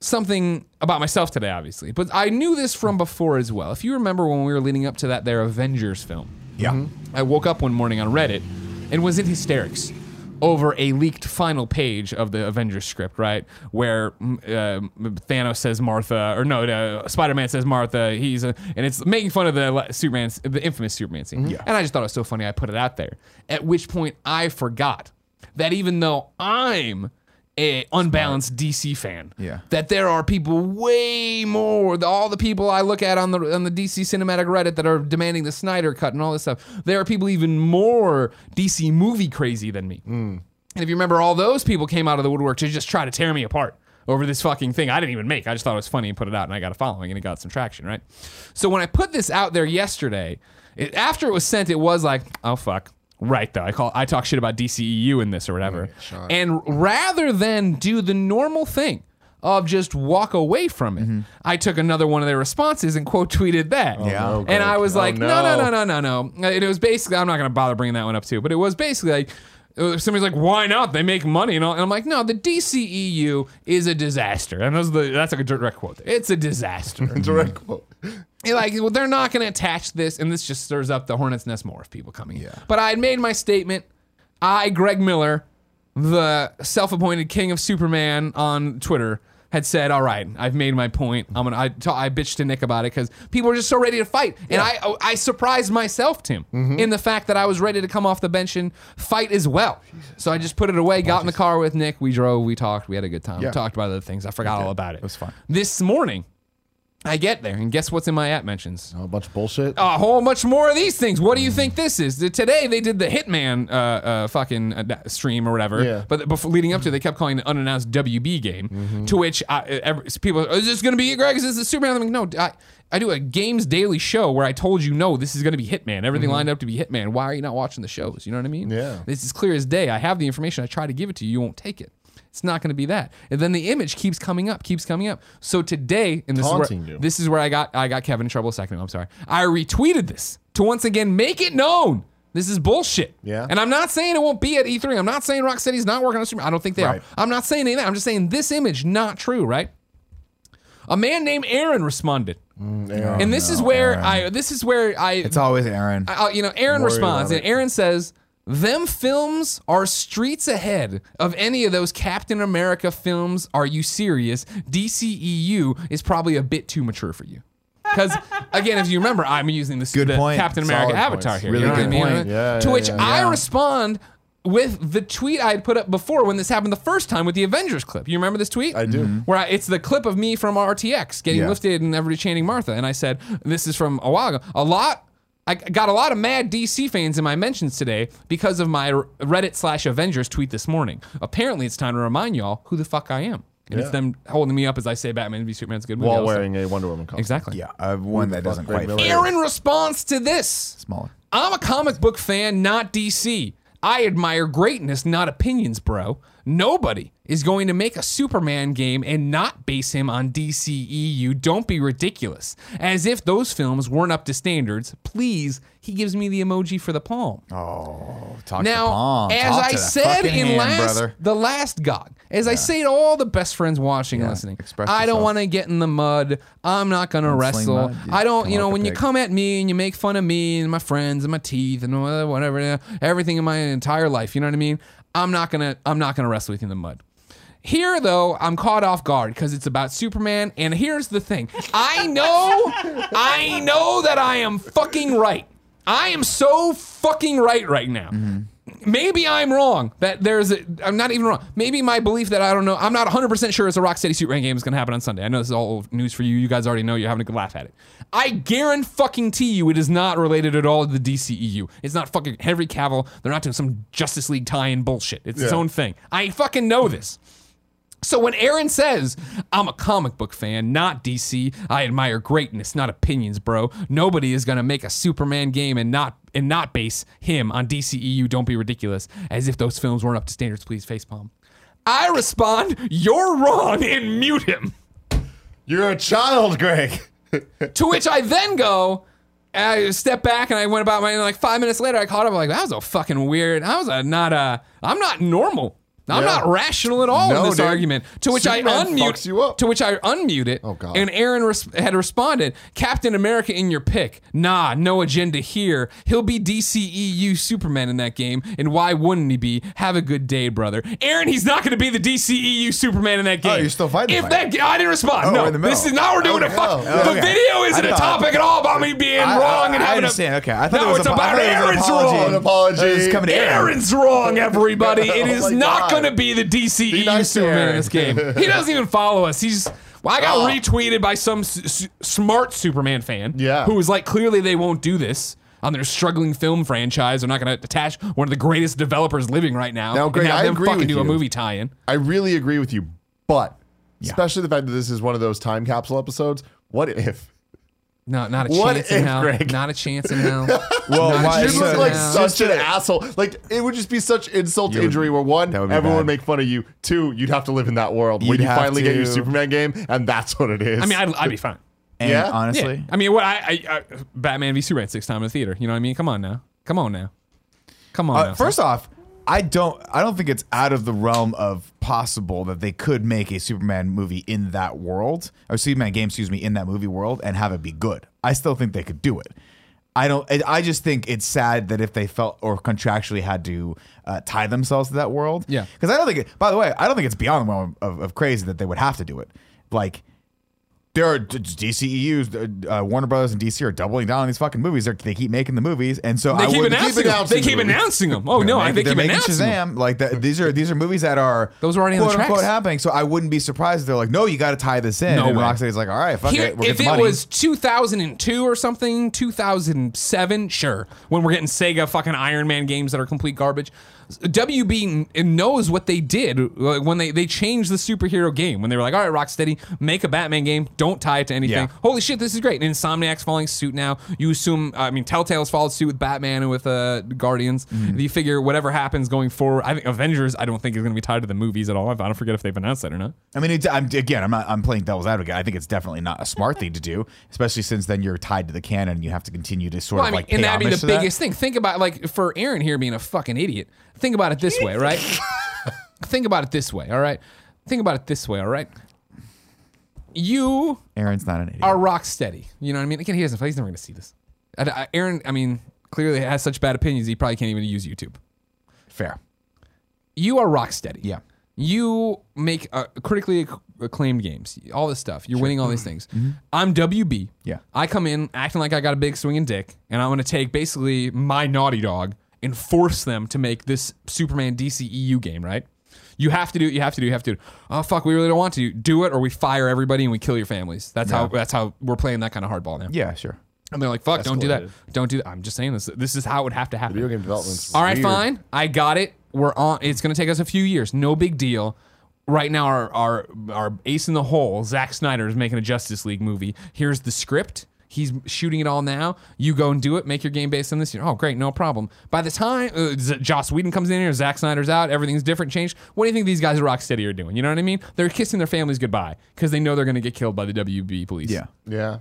[SPEAKER 1] something about myself today, obviously, but I knew this from before as well. If you remember when we were leading up to that their Avengers film,
[SPEAKER 2] Yeah.
[SPEAKER 1] I woke up one morning on Reddit and was in hysterics over a leaked final page of the Avengers script, right? Where mm, uh, Thanos says Martha, or no, uh, Spider Man says Martha. He's a, and it's making fun of the le- Superman, the infamous Superman scene. Yeah. And I just thought it was so funny. I put it out there. At which point, I forgot that even though I'm a unbalanced DC fan,
[SPEAKER 2] Yeah.
[SPEAKER 1] that there are people way more all the people I look at on the on the DC cinematic Reddit that are demanding the Snyder cut and all this stuff. There are people even more DC movie crazy than me. And if you remember, all those people came out of the woodwork to just try to tear me apart over this fucking thing I didn't even make. I just thought it was funny and put it out, and I got a following and it got some traction, right? So when I put this out there yesterday, it, after it was sent, it was like, oh fuck. Right though, I call I talk shit about DCEU in this or whatever, and rather than do the normal thing of just walk away from it, I took another one of their responses and quote tweeted that.
[SPEAKER 2] Yeah. no,
[SPEAKER 1] and I was
[SPEAKER 4] Oh,
[SPEAKER 1] like, no, no,
[SPEAKER 4] no.
[SPEAKER 1] no, no, no, no. And it was basically, I'm not going to bother bringing that one up too, but it was basically like, uh, somebody's like, why not? They make money. And, all, and I'm like, no, the DCEU is a disaster. And those are the, that's like a direct quote. It's a disaster.
[SPEAKER 4] Direct quote.
[SPEAKER 1] And, like well, they're not going to attach this, and this just stirs up the hornet's nest more of people coming in. But I had made my statement. I, Greg Miller, the self-appointed king of Superman on Twitter, had said, "All right, I've made my point. I'm gonna." I, ta- I bitched to Nick about it because people were just so ready to fight, and I I surprised myself, Tim, in the fact that I was ready to come off the bench and fight as well. So I just put it away, got in the car with Nick. We drove, we talked, we had a good time.
[SPEAKER 4] Yeah.
[SPEAKER 1] We talked about other things. I forgot all about it. It
[SPEAKER 2] was fun.
[SPEAKER 1] This morning, I get there, and guess what's in my app mentions?
[SPEAKER 4] A bunch of bullshit.
[SPEAKER 1] a whole much more of these things. What do you think this is? The- Today they did the Hitman uh, uh, fucking uh, da- stream or whatever.
[SPEAKER 4] Yeah. Mm-hmm.
[SPEAKER 1] But before, leading up to, it, they kept calling it an unannounced WB game. To which I, e, every, people, are, is this going to be it, Greg? Is this the Superman? I'm like, no. I, I do a games daily show where I told you no, this is going to be Hitman. Everything lined up to be Hitman. Why are you not watching the shows? You know what I mean?
[SPEAKER 4] Mm-hmm. Yeah.
[SPEAKER 1] This is clear as day. I have the information. I try to give it to you. You won't take it. It's not going to be that. And then the image keeps coming up, keeps coming up. So today, and this is
[SPEAKER 4] Taunting
[SPEAKER 1] where,
[SPEAKER 4] you.
[SPEAKER 1] this is where I got I got Kevin in trouble a second ago. I'm sorry. I retweeted this to once again make it known. This is bullshit.
[SPEAKER 4] Yeah.
[SPEAKER 1] And I'm not saying it won't be at E3. I'm not saying Rocksteady's not working on stream. I don't think they
[SPEAKER 4] Right.
[SPEAKER 1] are. I'm not saying any of that. I'm just saying this image not true, right? A man named Aaron responded.
[SPEAKER 4] Mm, Aaron.
[SPEAKER 1] and this is where I this is where I
[SPEAKER 2] It's always Aaron.
[SPEAKER 1] I, I- you know, Aaron
[SPEAKER 4] Worried
[SPEAKER 1] responds,
[SPEAKER 4] about
[SPEAKER 1] and Aaron says, "Them films are streets ahead of any of those Captain America films. Are you serious? DCEU is probably a bit too mature for you." Because again, if you remember, I'm using this
[SPEAKER 2] Good
[SPEAKER 1] the
[SPEAKER 2] point.
[SPEAKER 1] Captain America
[SPEAKER 4] Solid
[SPEAKER 1] avatar
[SPEAKER 4] points.
[SPEAKER 1] here.
[SPEAKER 2] Really
[SPEAKER 1] you know
[SPEAKER 2] good
[SPEAKER 1] what I mean?
[SPEAKER 2] point.
[SPEAKER 4] Yeah,
[SPEAKER 1] to
[SPEAKER 4] yeah,
[SPEAKER 1] which
[SPEAKER 4] yeah.
[SPEAKER 1] I
[SPEAKER 2] Yeah.
[SPEAKER 1] respond with the tweet I had put up before when this happened the first time with the Avengers clip. You remember this tweet?
[SPEAKER 4] I do.
[SPEAKER 1] where I, it's the clip of me from RTX getting
[SPEAKER 2] Yeah.
[SPEAKER 1] lifted and everybody chanting Martha. And I said, this is from a while ago. A lot, I got a lot of mad DC fans in my mentions today because of my Reddit slash Avengers tweet this morning. Apparently, it's time to remind y'all who the fuck I am. And it's
[SPEAKER 4] Yeah.
[SPEAKER 1] them holding me up as I say Batman v Superman's a good movie.
[SPEAKER 4] While
[SPEAKER 1] Also-
[SPEAKER 4] wearing a Wonder Woman costume.
[SPEAKER 1] Exactly.
[SPEAKER 2] yeah, uh, one that doesn't quite
[SPEAKER 4] Greg Miller.
[SPEAKER 2] fit.
[SPEAKER 1] Aaron responds to this.
[SPEAKER 2] Smaller.
[SPEAKER 1] I'm a comic book fan, not DC. I admire greatness, not opinions, bro. Nobody is going to make a Superman game and not base him on DCEU. Don't be ridiculous. As if those films weren't up to standards. Please, he gives me the emoji for the palm.
[SPEAKER 2] Oh, talk to
[SPEAKER 1] now,
[SPEAKER 2] Palm.
[SPEAKER 1] as
[SPEAKER 2] Talk
[SPEAKER 1] I
[SPEAKER 2] to the
[SPEAKER 1] said
[SPEAKER 2] fucking
[SPEAKER 1] in
[SPEAKER 2] hand,
[SPEAKER 1] last
[SPEAKER 2] brother.
[SPEAKER 1] the last GOG, as I say to all the best friends watching and listening,
[SPEAKER 2] express
[SPEAKER 1] I don't
[SPEAKER 2] yourself.
[SPEAKER 1] want to get in the mud. I'm not gonna wrestle.
[SPEAKER 2] mud, you
[SPEAKER 1] I don't,
[SPEAKER 2] come
[SPEAKER 1] you know,
[SPEAKER 2] like a
[SPEAKER 1] when you
[SPEAKER 2] pig.
[SPEAKER 1] come at me and you make fun of me and my friends and my teeth and whatever, whatever, everything in my entire life, you know what I mean? I'm not gonna, I'm not gonna wrestle with you in the mud. Here though, I'm caught off guard because it's about Superman. And here's the thing: I know, I know that I am fucking right. I am so fucking right right now
[SPEAKER 2] Mm-hmm.
[SPEAKER 1] maybe I'm wrong that there's a, I'm not even wrong. Maybe my belief that I don't know, I'm not 100% sure it's a Rock City Superman game is going to happen on Sunday. I know this is all old news for you. You guys already know you're having a good laugh at it. I guarantee fucking to you it is not related at all to the DCEU. It's not fucking Henry Cavill. They're not doing some Justice League tie-in bullshit. It's its
[SPEAKER 4] Yeah.
[SPEAKER 1] own thing. I fucking know this. So when Aaron says, I'm a comic book fan, not DC, I admire greatness, not opinions, bro. Nobody is gonna make a Superman game and not and not base him on DCEU, don't be ridiculous, as if those films weren't up to standards, please facepalm. I respond, you're wrong, and mute him.
[SPEAKER 4] You're a child, Greg.
[SPEAKER 1] To which I then go, I step back and I went about my and like five minutes later. I caught up. I'm like that was a fucking weird. I was a not a. I'm not normal. I'm
[SPEAKER 4] Yeah.
[SPEAKER 1] not rational at all
[SPEAKER 4] No,
[SPEAKER 1] in this
[SPEAKER 4] dude.
[SPEAKER 1] argument. To which I
[SPEAKER 4] Superman
[SPEAKER 1] unmute.
[SPEAKER 4] fucks you up.
[SPEAKER 1] To which I unmute it. Oh
[SPEAKER 4] God.
[SPEAKER 1] And Aaron res- had responded, Captain America in your pick. Nah, no agenda here. He'll be DCEU Superman in that game, and why wouldn't he be? Have a good day, brother. Aaron, he's not going to be the DCEU Superman in that game.
[SPEAKER 4] Oh, you're still fighting
[SPEAKER 1] If
[SPEAKER 4] him.
[SPEAKER 1] that, I didn't respond.
[SPEAKER 2] Oh,
[SPEAKER 1] no,
[SPEAKER 2] in the middle.
[SPEAKER 1] this is now we're doing
[SPEAKER 4] Oh,
[SPEAKER 1] a fuck.
[SPEAKER 4] no.
[SPEAKER 1] The
[SPEAKER 2] Okay.
[SPEAKER 1] video isn't
[SPEAKER 2] I
[SPEAKER 1] a
[SPEAKER 2] thought-
[SPEAKER 1] topic at all about me being
[SPEAKER 2] I-
[SPEAKER 1] wrong and
[SPEAKER 2] I
[SPEAKER 1] having
[SPEAKER 2] understand.
[SPEAKER 1] a.
[SPEAKER 2] Okay, I thought
[SPEAKER 1] no,
[SPEAKER 2] it was
[SPEAKER 1] it's
[SPEAKER 2] a- I
[SPEAKER 1] about
[SPEAKER 2] thought it was an
[SPEAKER 1] Aaron's
[SPEAKER 2] apology.
[SPEAKER 1] wrong.
[SPEAKER 4] An apology.
[SPEAKER 2] It's coming to Aaron.
[SPEAKER 1] Aaron's wrong, everybody. It
[SPEAKER 4] Oh
[SPEAKER 1] is
[SPEAKER 4] my
[SPEAKER 1] not
[SPEAKER 4] God.
[SPEAKER 1] going to be the DCEU
[SPEAKER 4] Be nice to
[SPEAKER 1] Superman in
[SPEAKER 4] Aaron.
[SPEAKER 1] this game. He doesn't even follow us. He's. Well, I got
[SPEAKER 4] Oh.
[SPEAKER 1] retweeted by some s- s- smart Superman fan
[SPEAKER 4] Yeah.
[SPEAKER 1] who was like, clearly they won't do this on their struggling film franchise. They're not going to attach one of the greatest developers living right now
[SPEAKER 4] Now, Greg,
[SPEAKER 1] and have
[SPEAKER 4] I
[SPEAKER 1] them
[SPEAKER 4] agree
[SPEAKER 1] fucking
[SPEAKER 4] with
[SPEAKER 1] do a
[SPEAKER 4] you.
[SPEAKER 1] movie tie-in.
[SPEAKER 4] I really agree with you, but especially the fact that this is one of those time capsule episodes. What if?
[SPEAKER 1] No, not a
[SPEAKER 4] What
[SPEAKER 1] chance in
[SPEAKER 4] if,
[SPEAKER 1] hell.
[SPEAKER 4] Greg?
[SPEAKER 1] Not a chance in hell.
[SPEAKER 2] Well,
[SPEAKER 1] Not
[SPEAKER 2] why-
[SPEAKER 1] I
[SPEAKER 4] You'd
[SPEAKER 1] so-
[SPEAKER 4] look like
[SPEAKER 1] Yeah.
[SPEAKER 4] such an asshole. Like it would just be such insult to
[SPEAKER 2] would-
[SPEAKER 4] injury. Where one,
[SPEAKER 2] that would be
[SPEAKER 4] everyone
[SPEAKER 2] bad.
[SPEAKER 4] would make fun of you. Two, you'd have to live in that world when
[SPEAKER 2] You'd
[SPEAKER 4] you
[SPEAKER 2] have
[SPEAKER 4] finally get your
[SPEAKER 2] to.
[SPEAKER 4] Superman game, and that's what it is.
[SPEAKER 1] I mean, I'd, I'd be fine.
[SPEAKER 2] and
[SPEAKER 4] Yeah?
[SPEAKER 2] honestly,
[SPEAKER 1] Yeah. I mean, what I, I, I Batman v Superman six time in the theater. You know what I mean? Come on now. Come on now. Come on.
[SPEAKER 2] Uh,
[SPEAKER 1] now.
[SPEAKER 2] first off, I don't I don't think it's out of the realm of possible that they could make a Superman movie in that world or Superman game, excuse me, in that movie world and have it be good. I still think they could do it. I don't. I I just think it's sad that if they felt or contractually had to uh, tie themselves to that world.
[SPEAKER 1] Yeah.
[SPEAKER 2] Because I don't think. It, by the way, I don't think it's beyond the realm of, of crazy that they would have to do it. Like there are d- d- DCEUs, uh, Warner Brothers and DC are doubling down on these fucking movies. They're, they keep making the movies, and so
[SPEAKER 1] They
[SPEAKER 2] I
[SPEAKER 1] keep
[SPEAKER 2] would
[SPEAKER 1] announcing them. They
[SPEAKER 4] announcing
[SPEAKER 1] keep
[SPEAKER 4] the movies.
[SPEAKER 1] announcing them. Oh no, I
[SPEAKER 2] They're
[SPEAKER 1] think keep
[SPEAKER 2] making
[SPEAKER 1] announcing them.
[SPEAKER 2] Shazam. Like that, these are these are movies that are
[SPEAKER 1] Those are already on the
[SPEAKER 2] quote unquote
[SPEAKER 1] tracks.
[SPEAKER 2] happening. So I wouldn't be surprised if they're like, no, you got to tie this in.
[SPEAKER 1] No
[SPEAKER 2] and
[SPEAKER 1] way.
[SPEAKER 2] Rocksteady's like, all right, fuck
[SPEAKER 1] Here,
[SPEAKER 2] it, we'll get
[SPEAKER 1] if
[SPEAKER 2] the
[SPEAKER 1] it
[SPEAKER 2] money.
[SPEAKER 1] was 2002 or something, 2007, sure. When we're getting Sega fucking Iron Man games that are complete garbage, WB kn- knows what they did like, when they they changed the superhero game. When they were like, "All right, Rocksteady, make a Batman game. Don't tie it to anything."
[SPEAKER 2] Yeah.
[SPEAKER 1] Holy shit, this is great. And Insomniac's following suit now. You assume, uh, I mean, Telltale's followed suit with Batman and with uh, Guardians.
[SPEAKER 2] Mm-hmm.
[SPEAKER 1] You figure whatever happens going forward. I think Avengers. I don't think is going to be tied to the movies at all. I don't forget if they've announced that or not.
[SPEAKER 2] I mean, it's, I'm, again, I'm not. I'm playing devil's advocate. I think it's definitely not a smart thing to do, especially since then you're tied to the canon. and You have to continue to sort
[SPEAKER 1] Well, I
[SPEAKER 2] of
[SPEAKER 1] mean,
[SPEAKER 2] like.
[SPEAKER 1] and
[SPEAKER 2] pay
[SPEAKER 1] that'd be
[SPEAKER 2] homage
[SPEAKER 1] the
[SPEAKER 2] to that.
[SPEAKER 1] biggest thing. Think about like for Aaron here being a fucking idiot. Think about it this way, right? think about it this way, all right. Think about it this way, all right. You
[SPEAKER 2] Aaron's not an idiot.
[SPEAKER 1] are rock steady. You know what I mean? Again, he doesn't. He's never going to see this. I, I, Aaron, I mean, clearly has such bad opinions. He probably can't even use YouTube.
[SPEAKER 2] Fair.
[SPEAKER 1] You are rock steady.
[SPEAKER 2] Yeah.
[SPEAKER 1] You make uh, critically acc- acclaimed games, all this stuff. You're winning all these things. I'm WB.
[SPEAKER 2] Mm-hmm. Yeah.
[SPEAKER 1] I come in acting like I got a big swinging dick, and I'm going to take basically my Naughty Dog and force them to make this Superman DCEU game, right? You have to do it. You have to do. it, You have to. Do it. Oh fuck, we really don't want to do it, or we fire everybody and we kill your families. That's how. That's how we're playing that kind of hardball now.
[SPEAKER 2] Yeah, sure.
[SPEAKER 1] And they're like, fuck, don't do that. Don't do that. I'm just saying this. This is how it would have to happen.
[SPEAKER 4] Video game development's
[SPEAKER 1] All right,
[SPEAKER 4] weird.
[SPEAKER 1] fine. I got it. We're on. It's going to take us a few years. No big deal. Right now, our our our ace in the hole, Zack Snyder, is making a Justice League movie. Here's the script. He's shooting it all now. You go and do it. Make your game based on this. You know, oh, great, no problem. By the time uh, Z- Joss Whedon comes in here, Zack Snyder's out. Everything's different, changed. What do you think these guys at Rocksteady are doing? You know what I mean? They're kissing their families goodbye because they know they're going to get killed by the WB police.
[SPEAKER 2] Yeah.
[SPEAKER 4] Yeah.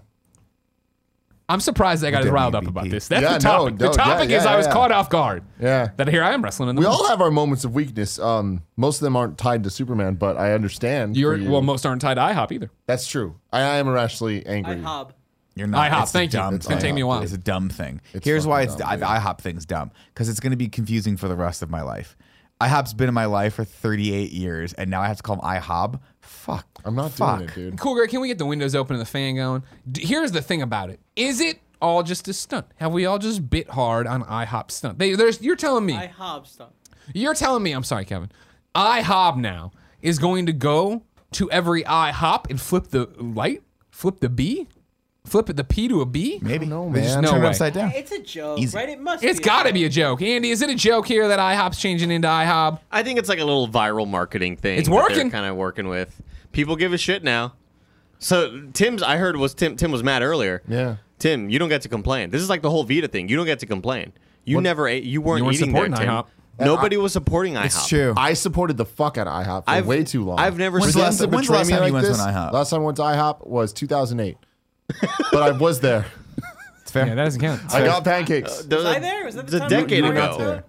[SPEAKER 1] I'm surprised that I got as riled up
[SPEAKER 2] WBP.
[SPEAKER 1] about this. That's
[SPEAKER 4] Yeah,
[SPEAKER 1] the topic.
[SPEAKER 4] no, no,
[SPEAKER 1] the topic
[SPEAKER 4] yeah,
[SPEAKER 1] is
[SPEAKER 4] yeah,
[SPEAKER 1] I was
[SPEAKER 4] yeah.
[SPEAKER 1] caught off guard.
[SPEAKER 4] Yeah.
[SPEAKER 1] That here I am wrestling in the
[SPEAKER 4] We
[SPEAKER 1] mud.
[SPEAKER 4] all have our moments of weakness. Um, most of them aren't tied to Superman, but I understand.
[SPEAKER 1] You're
[SPEAKER 4] for you.
[SPEAKER 1] well, most aren't tied to IHOP either.
[SPEAKER 4] That's true. I, I am irrationally
[SPEAKER 3] I
[SPEAKER 4] angry.
[SPEAKER 3] hob.
[SPEAKER 2] You're not.
[SPEAKER 1] IHOP,
[SPEAKER 2] it's a
[SPEAKER 1] thank you.
[SPEAKER 2] dumb
[SPEAKER 1] It's gonna
[SPEAKER 2] thing.
[SPEAKER 1] take me a while.
[SPEAKER 2] It's a dumb thing. Here's
[SPEAKER 4] fucking
[SPEAKER 2] why it's
[SPEAKER 4] dumb,
[SPEAKER 2] I, IHOP thing's dumb because it's going to be confusing for the rest of my life. IHOP's been in my life for 38 years, and now I have to call him IHOB. Fuck.
[SPEAKER 4] I'm not
[SPEAKER 2] Fuck.
[SPEAKER 4] doing it, dude.
[SPEAKER 1] Cool, Greg. Can we get the windows open and the fan going? D- Here's the thing about it: is it all just a stunt? Have we all just bit hard on IHOP stunt? They, there's, you're telling me.
[SPEAKER 3] I hob stuff.
[SPEAKER 1] You're telling me, I'm sorry, Kevin. IHOP now is going to go to every IHOP and flip the light, flip the B, flip it the P to a B.
[SPEAKER 2] Maybe.
[SPEAKER 4] No,
[SPEAKER 2] They just
[SPEAKER 4] man.
[SPEAKER 1] No
[SPEAKER 2] turn
[SPEAKER 1] way.
[SPEAKER 2] it upside down.
[SPEAKER 3] It's a joke,
[SPEAKER 2] Easy.
[SPEAKER 3] right? It must.
[SPEAKER 1] It's
[SPEAKER 3] be
[SPEAKER 1] got to
[SPEAKER 3] a joke.
[SPEAKER 1] be a joke, Andy. Is it a joke here that IHOP's changing into IHOP?
[SPEAKER 5] I think it's like a little viral marketing thing.
[SPEAKER 1] It's working.
[SPEAKER 5] Kind of working with people give a shit now. So Tim's, I heard was Tim. Tim was mad earlier.
[SPEAKER 4] Yeah.
[SPEAKER 5] Tim, you don't get to complain. This is like the whole Vita thing. You don't get to complain. You never ate. You weren't,
[SPEAKER 1] You weren't
[SPEAKER 5] eating there,
[SPEAKER 1] supporting
[SPEAKER 5] Tim.
[SPEAKER 1] IHOP.
[SPEAKER 5] Nobody was supporting IHOP.
[SPEAKER 2] It's true.
[SPEAKER 4] I supported the fuck out of IHOP for
[SPEAKER 5] I've-
[SPEAKER 4] way too long.
[SPEAKER 5] I've never
[SPEAKER 2] When's
[SPEAKER 5] seen
[SPEAKER 2] the last-
[SPEAKER 4] Them
[SPEAKER 2] when's the
[SPEAKER 4] betray
[SPEAKER 2] last
[SPEAKER 4] me
[SPEAKER 2] time you
[SPEAKER 4] like
[SPEAKER 2] went to
[SPEAKER 4] this.
[SPEAKER 2] an IHOP?
[SPEAKER 4] Last time I went to IHOP was 2008, but I was there.
[SPEAKER 2] It's fair.
[SPEAKER 1] Yeah, that doesn't count.
[SPEAKER 4] I got pancakes.
[SPEAKER 5] The-
[SPEAKER 3] Was I there? Was that the
[SPEAKER 5] it's
[SPEAKER 3] time
[SPEAKER 5] a decade
[SPEAKER 3] I went
[SPEAKER 5] ago.
[SPEAKER 3] to-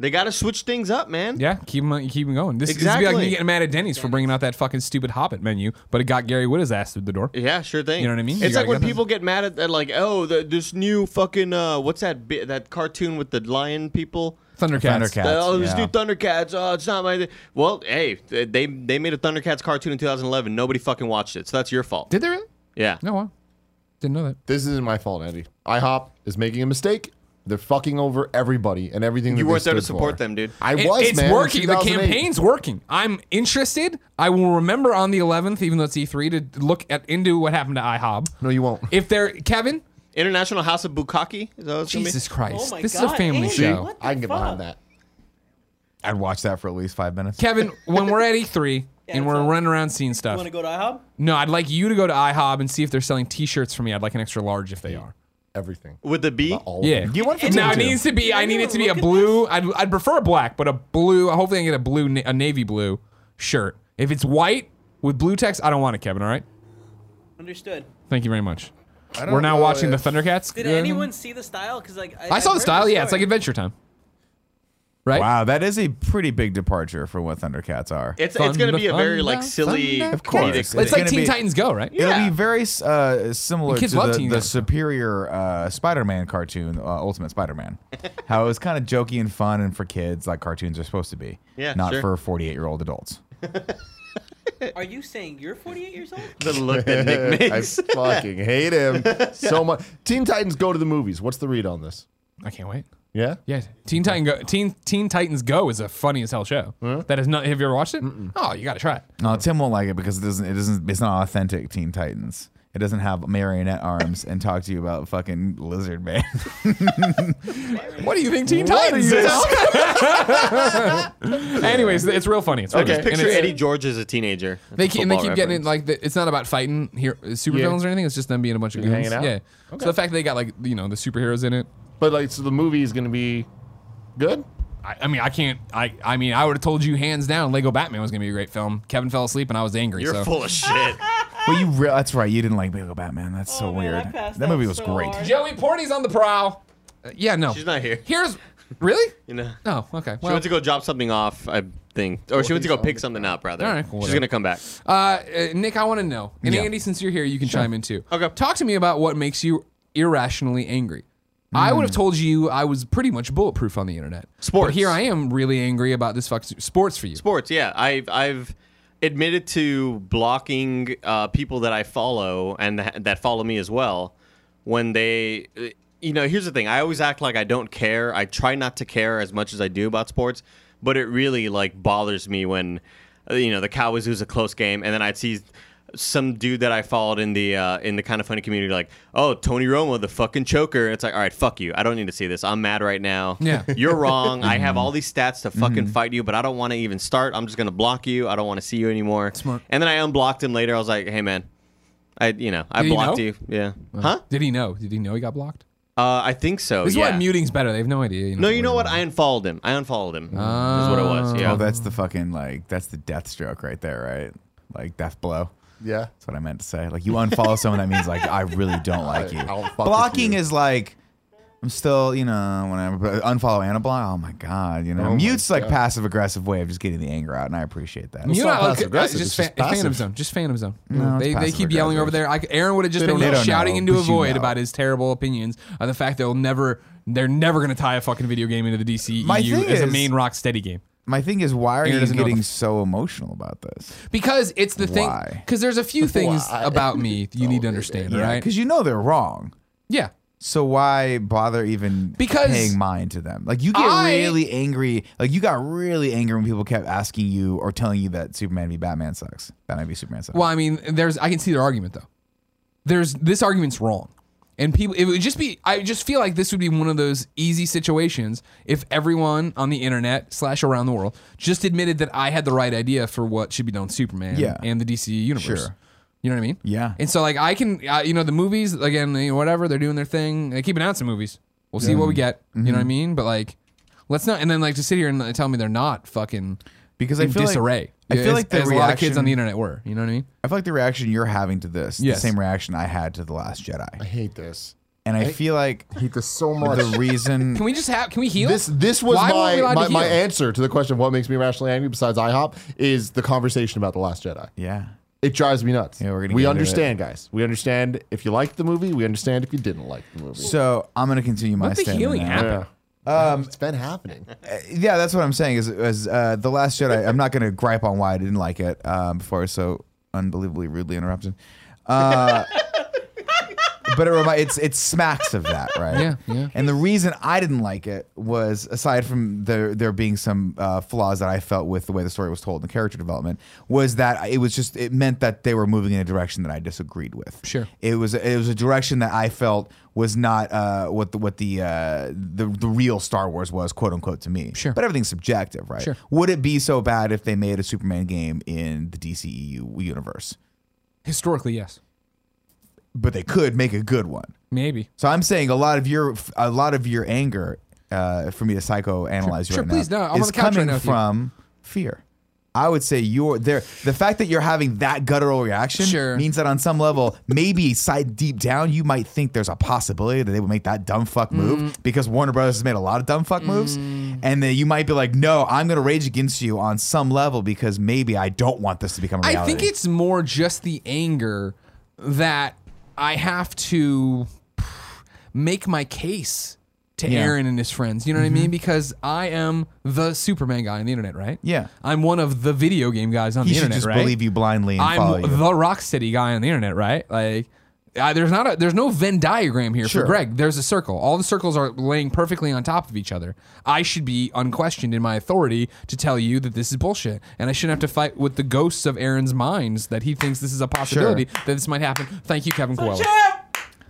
[SPEAKER 5] They got to switch things up, man.
[SPEAKER 1] Yeah, keep him, keep him going. This exactly. is like me
[SPEAKER 5] Exactly.
[SPEAKER 1] getting mad at Denny's for bringing out that fucking stupid Hobbit menu, but it got Gary Witta's ass through the door.
[SPEAKER 5] Yeah, sure thing.
[SPEAKER 1] You know what I mean? You
[SPEAKER 5] It's like
[SPEAKER 1] gotta
[SPEAKER 5] when
[SPEAKER 1] get
[SPEAKER 5] people get mad at, at like, oh, the, this new fucking uh, what's that bi- that cartoon with the lion people?
[SPEAKER 1] Thundercats.
[SPEAKER 2] Thundercats.
[SPEAKER 5] The, oh, this
[SPEAKER 2] yeah.
[SPEAKER 5] new Thundercats. Oh, it's not my. Th-. Well, hey, th- they they made a Thundercats cartoon in 2011. Nobody fucking watched it, so that's your fault.
[SPEAKER 1] Did they really?
[SPEAKER 5] yeah.
[SPEAKER 1] No, wow. Didn't know that.
[SPEAKER 4] This isn't my fault, Eddie. IHOP is making a mistake. They're fucking over everybody and everything. that
[SPEAKER 5] you
[SPEAKER 4] they
[SPEAKER 5] weren't there to
[SPEAKER 4] stood
[SPEAKER 5] support
[SPEAKER 4] for.
[SPEAKER 5] them, dude.
[SPEAKER 4] I
[SPEAKER 1] It-
[SPEAKER 4] was.
[SPEAKER 1] it's
[SPEAKER 4] man, in
[SPEAKER 1] working. The
[SPEAKER 4] 2008.
[SPEAKER 1] campaign's working. I'm interested. I will remember on the 11th, even though it's E3, to look at into what happened to IHOB.
[SPEAKER 4] No, you won't.
[SPEAKER 1] If they're Kevin,
[SPEAKER 5] International House of Bukaki. Is that what it's gonna be?
[SPEAKER 1] Jesus
[SPEAKER 3] Oh
[SPEAKER 1] Christ,
[SPEAKER 3] my
[SPEAKER 1] this
[SPEAKER 3] God,
[SPEAKER 1] is a family
[SPEAKER 3] Andy,
[SPEAKER 1] show.
[SPEAKER 3] what the
[SPEAKER 4] I can get behind
[SPEAKER 3] fuck?
[SPEAKER 4] that.
[SPEAKER 2] I'd watch that for at least five minutes.
[SPEAKER 1] Kevin, when we're at E3 and
[SPEAKER 3] that's
[SPEAKER 1] we're
[SPEAKER 3] all.
[SPEAKER 1] running around seeing
[SPEAKER 3] You
[SPEAKER 1] stuff,
[SPEAKER 3] want to go to IHOB?
[SPEAKER 1] no, I'd like you to go to IHOB and see if they're selling T-shirts for me. I'd like an extra large if they are.
[SPEAKER 4] Everything.
[SPEAKER 5] With the B.
[SPEAKER 4] All of
[SPEAKER 1] Yeah.
[SPEAKER 4] them.
[SPEAKER 2] You want it to
[SPEAKER 1] now it
[SPEAKER 2] do.
[SPEAKER 1] needs to be. I need it to be a
[SPEAKER 3] Look at
[SPEAKER 1] blue. I'd, I'd prefer a black, but a blue. Hopefully, I can get a blue, na- a navy blue shirt. If it's white with blue text, I don't want it, Kevin. All right.
[SPEAKER 3] Understood.
[SPEAKER 1] Thank you very much.
[SPEAKER 4] don't
[SPEAKER 1] We're now
[SPEAKER 4] know
[SPEAKER 1] watching
[SPEAKER 4] if-
[SPEAKER 1] the Thundercats.
[SPEAKER 3] Did
[SPEAKER 1] uh,
[SPEAKER 3] anyone see the style? Because like
[SPEAKER 1] I saw the
[SPEAKER 3] heard
[SPEAKER 1] style. Yeah, it's like
[SPEAKER 3] story.
[SPEAKER 1] Adventure Time. right?
[SPEAKER 2] Wow, that is a pretty big departure from what Thundercats are.
[SPEAKER 5] It's it's gonna be a very like
[SPEAKER 1] Thunder,
[SPEAKER 5] silly,
[SPEAKER 1] thunder. Of
[SPEAKER 2] course.
[SPEAKER 5] comedic
[SPEAKER 1] It's,
[SPEAKER 2] It's
[SPEAKER 1] like
[SPEAKER 2] gonna
[SPEAKER 1] Teen
[SPEAKER 2] be-
[SPEAKER 1] Titans Go, right?
[SPEAKER 2] It'll
[SPEAKER 5] Yeah.
[SPEAKER 2] be very uh, similar
[SPEAKER 1] The
[SPEAKER 2] to
[SPEAKER 1] kids love
[SPEAKER 2] the,
[SPEAKER 1] Teen
[SPEAKER 2] the
[SPEAKER 1] Titans.
[SPEAKER 2] superior uh, Spider-Man cartoon, uh, Ultimate Spider-Man. how it was kind of jokey and fun and for kids, like cartoons are supposed to be.
[SPEAKER 5] Yeah,
[SPEAKER 2] not
[SPEAKER 5] sure.
[SPEAKER 2] for 48-year-old adults.
[SPEAKER 3] Are you saying you're 48 years old?
[SPEAKER 5] the look that Nick
[SPEAKER 4] I
[SPEAKER 5] makes.
[SPEAKER 4] fucking hate him so much. Teen Titans go to the movies. What's the read on this?
[SPEAKER 1] I can't wait.
[SPEAKER 4] Yeah?
[SPEAKER 1] Yeah, Teen Titan Go, Teen Teen Titans Go is a funny as hell show. That is not. Have you ever watched it? Oh, you got to try it.
[SPEAKER 2] No, Tim won't like it because it doesn't. It doesn't. It's not authentic Teen Titans. It doesn't have marionette arms and talk to you about fucking lizard man.
[SPEAKER 1] What do you think Teen Titans is? Anyways, it's real funny. It's real
[SPEAKER 5] Just
[SPEAKER 1] good. And
[SPEAKER 5] picture
[SPEAKER 1] it's-
[SPEAKER 5] Eddie George as a teenager. That's
[SPEAKER 1] They
[SPEAKER 5] a
[SPEAKER 1] keep, and they
[SPEAKER 5] football
[SPEAKER 1] keep getting it
[SPEAKER 5] reference.
[SPEAKER 1] like the, it's not about fighting here supervillains or anything. It's just them being a bunch of goons.
[SPEAKER 4] hanging out?
[SPEAKER 1] Yeah. So the fact they got like you know the superheroes in it.
[SPEAKER 4] But like, so the movie is going to be good?
[SPEAKER 1] I, I mean, I can't. I I mean, I would have told you hands down, Lego Batman was gonna be a great film. Kevin fell asleep and I was angry.
[SPEAKER 5] You're
[SPEAKER 1] so
[SPEAKER 5] full of shit.
[SPEAKER 2] well, you. Re- that's right. You didn't like Lego Batman. That's so
[SPEAKER 3] Oh, man, I
[SPEAKER 2] weird.
[SPEAKER 3] passed
[SPEAKER 2] that
[SPEAKER 3] out
[SPEAKER 2] movie was
[SPEAKER 3] so
[SPEAKER 2] great.
[SPEAKER 3] hard.
[SPEAKER 1] Joey Porty's on the prowl. Uh, yeah, no.
[SPEAKER 5] She's not here.
[SPEAKER 1] Here's really.
[SPEAKER 5] You know.
[SPEAKER 1] Oh, okay.
[SPEAKER 5] She
[SPEAKER 1] Well,
[SPEAKER 5] went to go drop something off, I think, or she went to go pick something up rather.
[SPEAKER 1] All right, cool,
[SPEAKER 5] She's
[SPEAKER 1] whatever.
[SPEAKER 5] gonna come back.
[SPEAKER 1] uh, uh, Nick, I want to know, and
[SPEAKER 2] Yeah.
[SPEAKER 1] Andy, since you're here, you can chime in too.
[SPEAKER 5] Okay.
[SPEAKER 1] Talk to me about what makes you irrationally angry. I
[SPEAKER 2] Hmm.
[SPEAKER 1] would have told you I was pretty much bulletproof on the internet. But
[SPEAKER 5] Sports.
[SPEAKER 1] here I am, really angry about this. Fuck sports for you.
[SPEAKER 5] Sports, yeah. I've I've admitted to blocking uh, people that I follow and th- that follow me as well when they. uh, You know, here's the thing. I always act like I don't care. I try not to care as much as I do about sports, but it really like bothers me when, uh, you know, the Cowboys lose a close game, and then I'd see some dude that I followed in the uh, in the kind of funny community like, oh, Tony Romo, the fucking choker. And it's like, all right, fuck you. I don't need to see this. I'm mad right now.
[SPEAKER 1] Yeah.
[SPEAKER 5] You're wrong. I have all these stats to fucking fight you, but I don't want to even start. I'm just gonna block you. I don't want to see you anymore.
[SPEAKER 1] Smart.
[SPEAKER 5] And then I unblocked him later. I was like, hey man, I you know I
[SPEAKER 1] Did he
[SPEAKER 5] blocked
[SPEAKER 1] know?
[SPEAKER 5] you. Yeah. Huh?
[SPEAKER 1] Did he know? Did he know he got blocked?
[SPEAKER 5] Uh, I think so.
[SPEAKER 1] This is
[SPEAKER 5] yeah.
[SPEAKER 1] why muting's better. They have no idea.
[SPEAKER 5] No, you know what? I unfollowed him. I unfollowed him. is what it was. Yeah.
[SPEAKER 2] Oh, that's the fucking like that's the death stroke right there, right? Like death blow.
[SPEAKER 4] Yeah.
[SPEAKER 2] That's what I meant to say. Like you unfollow someone, that means like I really don't like you.
[SPEAKER 4] I don't fuck with
[SPEAKER 2] Blocking
[SPEAKER 4] you.
[SPEAKER 2] is like I'm still, you know, whatever. But unfollow and unblock. Oh my god, you know,
[SPEAKER 4] my
[SPEAKER 2] mute's like passive aggressive way of just getting the anger out, and I appreciate that.
[SPEAKER 1] You
[SPEAKER 4] It's
[SPEAKER 1] know,
[SPEAKER 4] not
[SPEAKER 1] like,
[SPEAKER 4] passive aggressive,
[SPEAKER 1] uh,
[SPEAKER 4] it's
[SPEAKER 1] just,
[SPEAKER 4] just
[SPEAKER 1] fa- Phantom
[SPEAKER 4] passive.
[SPEAKER 1] Zone. Just Phantom Zone.
[SPEAKER 2] No, it's
[SPEAKER 1] they, they keep
[SPEAKER 2] passive
[SPEAKER 1] yelling over
[SPEAKER 2] aggressive.
[SPEAKER 1] there. I, Aaron would have just
[SPEAKER 2] They
[SPEAKER 1] been
[SPEAKER 2] don't- they don't
[SPEAKER 1] shouting
[SPEAKER 2] know,
[SPEAKER 1] into a
[SPEAKER 2] but you
[SPEAKER 1] void
[SPEAKER 2] know.
[SPEAKER 1] about his terrible opinions on the fact they'll never, they're never going to tie a fucking video game into the DC
[SPEAKER 2] My
[SPEAKER 1] EU
[SPEAKER 2] thing
[SPEAKER 1] as a
[SPEAKER 2] is-
[SPEAKER 1] main rock steady game
[SPEAKER 2] My thing is, why are
[SPEAKER 1] Aaron
[SPEAKER 2] you
[SPEAKER 1] doesn't know
[SPEAKER 2] getting
[SPEAKER 1] the-
[SPEAKER 2] so emotional about this?
[SPEAKER 1] because it's the thing.
[SPEAKER 2] Why?
[SPEAKER 1] Because there's a few things
[SPEAKER 4] Why?
[SPEAKER 1] about me that you need to understand, right?
[SPEAKER 2] because you know they're wrong.
[SPEAKER 1] Yeah.
[SPEAKER 2] So why bother even
[SPEAKER 1] Because
[SPEAKER 2] paying mind to them? Like you get
[SPEAKER 1] I-
[SPEAKER 2] really angry. Like you got really angry when people kept asking you or telling you that Superman v Batman sucks. Batman v Superman sucks.
[SPEAKER 1] Well, I mean, there's I can see their argument though. There's this argument's wrong. And people it would just be I just feel like this would be one of those easy situations if everyone on the internet slash around the world just admitted that I had the right idea for what should be done with Superman
[SPEAKER 2] Yeah.
[SPEAKER 1] and the DC universe.
[SPEAKER 2] Sure.
[SPEAKER 1] You know what I mean?
[SPEAKER 2] Yeah.
[SPEAKER 1] And so like I can uh, you know the movies again you know, whatever they're doing their thing they keep announcing movies. We'll see
[SPEAKER 2] Mm-hmm.
[SPEAKER 1] what we get. You know what I mean? But like let's not and then like to sit here and uh, tell me they're not fucking
[SPEAKER 2] because I
[SPEAKER 1] in
[SPEAKER 2] feel
[SPEAKER 1] disarray.
[SPEAKER 2] Like, I feel
[SPEAKER 1] As-
[SPEAKER 2] like the
[SPEAKER 1] as
[SPEAKER 2] reaction,
[SPEAKER 1] a lot of kids on the internet were. You know what I mean?
[SPEAKER 2] I feel like the reaction you're having to this,
[SPEAKER 1] Yes.
[SPEAKER 2] the same reaction I had to the Last
[SPEAKER 4] I
[SPEAKER 2] Jedi,
[SPEAKER 4] hate this.
[SPEAKER 2] and I, feel like
[SPEAKER 4] I hate this so much.
[SPEAKER 2] the reason.
[SPEAKER 1] Can we just have? Can we heal?
[SPEAKER 4] This this was
[SPEAKER 1] Why weren't we allowed
[SPEAKER 4] my,
[SPEAKER 1] to
[SPEAKER 4] my, my
[SPEAKER 1] heal?
[SPEAKER 4] answer to the question of what makes me rationally angry besides IHOP is the conversation about The Last Jedi.
[SPEAKER 2] yeah,
[SPEAKER 4] It drives me nuts.
[SPEAKER 2] Yeah, we're gonna
[SPEAKER 4] we
[SPEAKER 2] get into
[SPEAKER 4] understand, guys. We understand if you liked the movie, we understand if you didn't like the movie.
[SPEAKER 2] so I'm gonna continue my
[SPEAKER 1] Let the
[SPEAKER 2] statement
[SPEAKER 1] healing
[SPEAKER 2] now. Uh,
[SPEAKER 1] happen.
[SPEAKER 4] yeah. it's been happening.
[SPEAKER 2] yeah, that's what I'm saying. Is, is uh, the Last Jedi? I'm not going to gripe on why I didn't like it um, before I was so unbelievably rudely interrupted. Uh, but it remi- it's it smacks of that, right?
[SPEAKER 1] Yeah, yeah.
[SPEAKER 2] And the reason I didn't like it was, aside from there there being some uh, flaws that I felt with the way the story was told and character development, was that it was just it meant that they were moving in a direction that I disagreed with.
[SPEAKER 1] Sure.
[SPEAKER 2] it was it was a direction that I felt was not uh, what the what the, uh, the the real Star Wars was, quote unquote, to me.
[SPEAKER 1] Sure.
[SPEAKER 2] but everything's subjective, right?
[SPEAKER 1] Sure.
[SPEAKER 2] Would it be so bad if they made a Superman game in the DCEU universe?
[SPEAKER 1] Historically, yes,
[SPEAKER 2] But they could make a good one.
[SPEAKER 1] maybe.
[SPEAKER 2] So I'm saying a lot of your a lot of your anger uh, for me to psychoanalyze
[SPEAKER 1] Sure,
[SPEAKER 2] you
[SPEAKER 1] sure,
[SPEAKER 2] right
[SPEAKER 1] please, no,
[SPEAKER 2] now
[SPEAKER 1] I'm on
[SPEAKER 2] is
[SPEAKER 1] the couch right
[SPEAKER 2] coming
[SPEAKER 1] now with you.
[SPEAKER 2] from fear. I would say you're there. The fact that you're having that guttural reaction
[SPEAKER 1] Sure.
[SPEAKER 2] means that on some level, maybe side deep down, you
[SPEAKER 1] Mm.
[SPEAKER 2] might think there's a possibility that they would make that dumb fuck move because Warner Brothers has made a lot of dumb fuck moves, and then you might be like, "No, I'm going to rage against you on some level because maybe I don't want this to become a reality."
[SPEAKER 1] I think it's more just the anger that I have to make my case to
[SPEAKER 2] Yeah. Mm-hmm.
[SPEAKER 1] Aaron and his friends. You know what I mean? Because I am the Superman guy on the internet, right?
[SPEAKER 2] Yeah.
[SPEAKER 1] I'm one of the video game guys on
[SPEAKER 2] he
[SPEAKER 1] the
[SPEAKER 2] should
[SPEAKER 1] internet,
[SPEAKER 2] just
[SPEAKER 1] right?
[SPEAKER 2] believe you blindly and follow
[SPEAKER 1] I'm
[SPEAKER 2] you.
[SPEAKER 1] the Rock City guy on the internet, right? Like, I, there's not a there's no Venn diagram here
[SPEAKER 4] Sure.
[SPEAKER 1] for Greg. There's a circle. All the circles are laying perfectly on top of each other. I should be unquestioned in my authority to tell you that this is bullshit, and I shouldn't have to fight with the ghosts of Aaron's minds that he thinks this is a possibility that this might happen. Thank you, Kevin Coelho.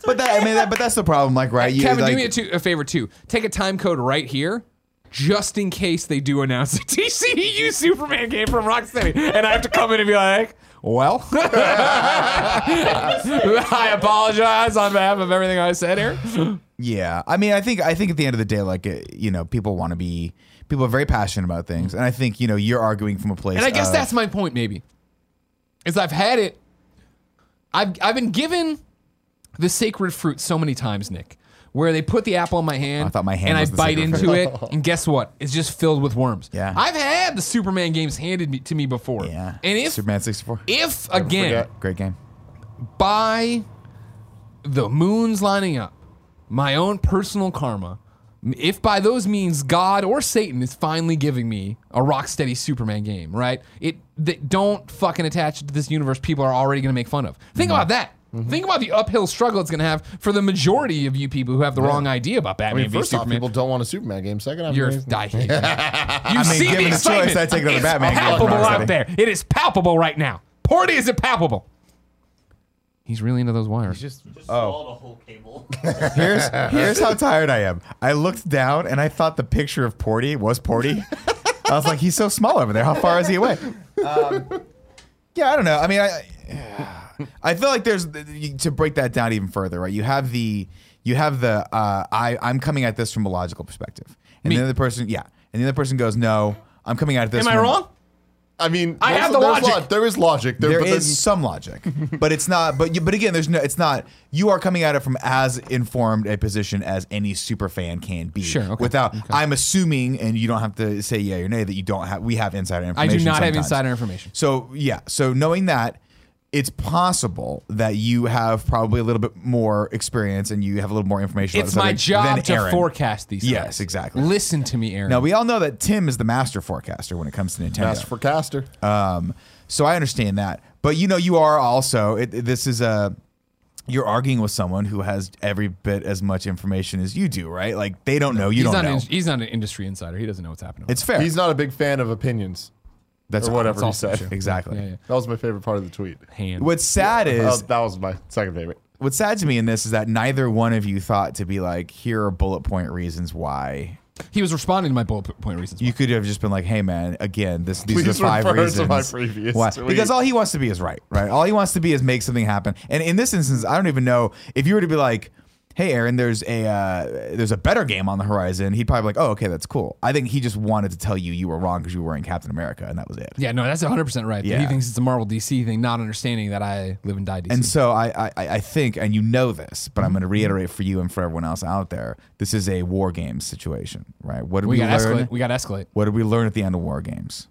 [SPEAKER 2] but that, I mean, that, but that's the problem. Like, right? You,
[SPEAKER 1] Kevin,
[SPEAKER 2] like,
[SPEAKER 1] do me a, two, a favor too. Take a time code right here. Just in case they do announce a TCU E Superman game from Rocksteady, and I have to come in and be like, "Well, I apologize on behalf of everything I said here."
[SPEAKER 2] Yeah, I mean, I think I think at the end of the day, like uh, you know, people want to be people are very passionate about things, and I think you know you're arguing from a place.
[SPEAKER 1] And I guess
[SPEAKER 2] of-
[SPEAKER 1] that's my point, maybe, is I've had it. I've I've been given the sacred fruit so many times, Nick, where they put the apple in my hand.
[SPEAKER 2] I thought my hand
[SPEAKER 1] and
[SPEAKER 2] was
[SPEAKER 1] I
[SPEAKER 2] the
[SPEAKER 1] bite
[SPEAKER 2] sacred
[SPEAKER 1] into
[SPEAKER 2] fruit.
[SPEAKER 1] it, and guess what? It's just filled with worms.
[SPEAKER 2] Yeah.
[SPEAKER 1] I've had the Superman games handed me, to me before.
[SPEAKER 2] yeah.
[SPEAKER 1] and if
[SPEAKER 2] Superman sixty four,
[SPEAKER 1] if again
[SPEAKER 4] forget.
[SPEAKER 2] great game.
[SPEAKER 1] by the moon's lining up, my own personal karma, if by those means God or Satan is finally giving me a Rocksteady Superman game, right? It th- don't fucking attach it to this universe people are already going to make fun of.
[SPEAKER 4] Mm-hmm.
[SPEAKER 1] Think about that. Think about the uphill struggle it's going to have for the majority of you people who have the wrong idea about Batman
[SPEAKER 4] I mean,
[SPEAKER 1] v
[SPEAKER 4] first off,
[SPEAKER 1] Superman.
[SPEAKER 4] people don't want a Superman game. Second off,
[SPEAKER 1] You're
[SPEAKER 4] I mean,
[SPEAKER 1] dying. you see
[SPEAKER 2] given
[SPEAKER 1] the
[SPEAKER 2] a choice,
[SPEAKER 1] excitement.
[SPEAKER 2] I'd take another
[SPEAKER 1] it's
[SPEAKER 2] Batman game,
[SPEAKER 1] palpable
[SPEAKER 2] Rocksteady.
[SPEAKER 1] out there. It is palpable right now. Porty is it palpable? He's really into those wires.
[SPEAKER 2] Just
[SPEAKER 5] Oh. the whole cable.
[SPEAKER 2] here's here's how tired I am. I looked down and I thought the picture of Porty was Porty. I was like, he's so small over there. How far is he away? Um, Yeah, I don't know. I mean, I I feel like there's to break that down even further, right? You have the you have the uh, I I'm coming at this from a logical perspective, and the other person, yeah, and the other person goes, no, I'm coming at this.
[SPEAKER 1] Am I
[SPEAKER 2] from-
[SPEAKER 1] wrong?
[SPEAKER 4] I mean,
[SPEAKER 1] I
[SPEAKER 4] there's-
[SPEAKER 1] have the
[SPEAKER 4] there's
[SPEAKER 1] logic.
[SPEAKER 4] There is logic. There,
[SPEAKER 2] There
[SPEAKER 4] but then-
[SPEAKER 2] is some logic, but it's not. But you, but again, there's no. It's not. You are coming at it from as informed a position as any super fan can be.
[SPEAKER 1] Sure, okay,
[SPEAKER 2] Without, I'm assuming, and you don't have to say yeah or nay that you don't have. We have insider
[SPEAKER 1] I
[SPEAKER 2] information.
[SPEAKER 1] do not have
[SPEAKER 2] sometimes.
[SPEAKER 1] insider information.
[SPEAKER 2] So yeah, so knowing that, it's possible that you have probably a little bit more experience and you have a little more information.
[SPEAKER 1] It's
[SPEAKER 2] about
[SPEAKER 1] my
[SPEAKER 2] this other
[SPEAKER 1] job
[SPEAKER 2] than
[SPEAKER 1] to
[SPEAKER 2] Aaron.
[SPEAKER 1] forecast these.
[SPEAKER 2] Yes,
[SPEAKER 1] things.
[SPEAKER 2] exactly.
[SPEAKER 1] Listen to me, Aaron.
[SPEAKER 2] Now we all know that Tim is the master forecaster when it comes to Nintendo.
[SPEAKER 4] Master Forecaster.
[SPEAKER 2] Um, so I understand that, but you know, you are also it, it- this is a you're arguing with someone who has every bit as much information as you do, right? Like they don't know, you
[SPEAKER 1] he's
[SPEAKER 2] don't
[SPEAKER 1] not.
[SPEAKER 2] know.
[SPEAKER 1] An, he's not an industry insider. He doesn't know what's happening.
[SPEAKER 2] it's fair.
[SPEAKER 4] He's not a big fan of opinions.
[SPEAKER 2] That's
[SPEAKER 4] or whatever
[SPEAKER 1] That's
[SPEAKER 4] he
[SPEAKER 1] also
[SPEAKER 4] said.
[SPEAKER 1] true.
[SPEAKER 2] exactly.
[SPEAKER 1] Yeah, yeah.
[SPEAKER 4] That was my favorite part of the tweet.
[SPEAKER 1] hand.
[SPEAKER 2] What's sad
[SPEAKER 4] That
[SPEAKER 2] is
[SPEAKER 4] was, that was my second favorite.
[SPEAKER 2] what's sad to me in this is that neither one of you thought to be like, here are bullet point reasons why.
[SPEAKER 1] he was responding to my bullet point reasons.
[SPEAKER 2] You could have just been like, hey man, again, this these
[SPEAKER 4] Please
[SPEAKER 2] are the five
[SPEAKER 4] refer to
[SPEAKER 2] reasons.
[SPEAKER 4] my previous
[SPEAKER 2] why.
[SPEAKER 4] tweet.
[SPEAKER 2] Because all he wants to be is right, right? All he wants to be is make something happen. And in this instance, I don't even know if you were to be like, Hey Aaron, there's a uh, there's a better game on the horizon. He'd probably be like, oh okay, that's cool. I think he just wanted to tell you you were wrong because you were wearing Captain America, and that was it.
[SPEAKER 1] yeah, no, that's 100 percent right.
[SPEAKER 2] Yeah.
[SPEAKER 1] He thinks it's a Marvel DC thing, not understanding that I live and die DC.
[SPEAKER 2] And so I, I, I think, and you know this, but I'm
[SPEAKER 4] Mm-hmm.
[SPEAKER 2] going to reiterate for you and for everyone else out there, this is a war games situation, right? What did
[SPEAKER 1] we
[SPEAKER 2] we,
[SPEAKER 1] got
[SPEAKER 2] learn?
[SPEAKER 1] escalate. We got escalate.
[SPEAKER 2] what did we learn at the end of war games?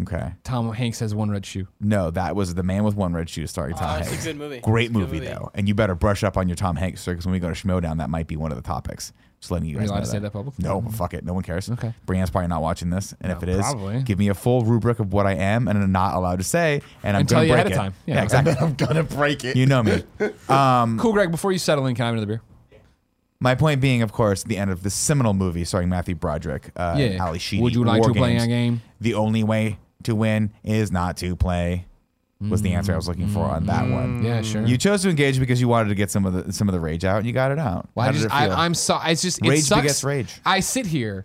[SPEAKER 2] Okay,
[SPEAKER 1] Tom Hanks has one red shoe.
[SPEAKER 2] no, that was the man with one red shoe starring Tom
[SPEAKER 3] Oh,
[SPEAKER 2] Hanks.
[SPEAKER 3] it's a good movie.
[SPEAKER 2] Great
[SPEAKER 3] It's a good
[SPEAKER 2] movie,
[SPEAKER 3] movie.
[SPEAKER 2] though, and you better brush up on your Tom Hanks, sir, because when we go to Schmodown, that might be one of the topics. Just letting you guys
[SPEAKER 1] allowed
[SPEAKER 2] know
[SPEAKER 1] to say that publicly?
[SPEAKER 2] No, fuck it, no one cares.
[SPEAKER 1] Okay.
[SPEAKER 2] Brianne's probably not watching this, and if it is,
[SPEAKER 1] probably.
[SPEAKER 2] give me a full rubric of what I am and am not allowed to say, and I'm
[SPEAKER 1] And tell
[SPEAKER 2] gonna
[SPEAKER 1] you ahead
[SPEAKER 2] break
[SPEAKER 1] of
[SPEAKER 2] it.
[SPEAKER 1] time.
[SPEAKER 2] Yeah,
[SPEAKER 1] Yeah, okay.
[SPEAKER 2] exactly.
[SPEAKER 4] I'm gonna break it.
[SPEAKER 2] you know me. Mm.
[SPEAKER 1] cool, Greg. Before you settle in, can I have another beer?
[SPEAKER 2] My point being, of course, the end of the seminal movie starring Matthew Broderick, uh,
[SPEAKER 1] Yeah.
[SPEAKER 2] and Ali Sheedy.
[SPEAKER 1] Would you like
[SPEAKER 2] War
[SPEAKER 1] to play
[SPEAKER 2] Games.
[SPEAKER 1] a game?
[SPEAKER 2] The only way to win is not to play. Was the answer I was looking for on that
[SPEAKER 4] Mm.
[SPEAKER 2] one.
[SPEAKER 1] Yeah, sure.
[SPEAKER 2] You chose to engage because you wanted to get some of the some of the rage out, and you got it out.
[SPEAKER 1] Well,
[SPEAKER 2] How
[SPEAKER 1] I
[SPEAKER 2] did
[SPEAKER 1] just,
[SPEAKER 2] it
[SPEAKER 1] I,
[SPEAKER 2] feel?
[SPEAKER 1] I'm so. It's just it
[SPEAKER 2] Rage
[SPEAKER 1] sucks.
[SPEAKER 2] begets rage.
[SPEAKER 1] I sit here.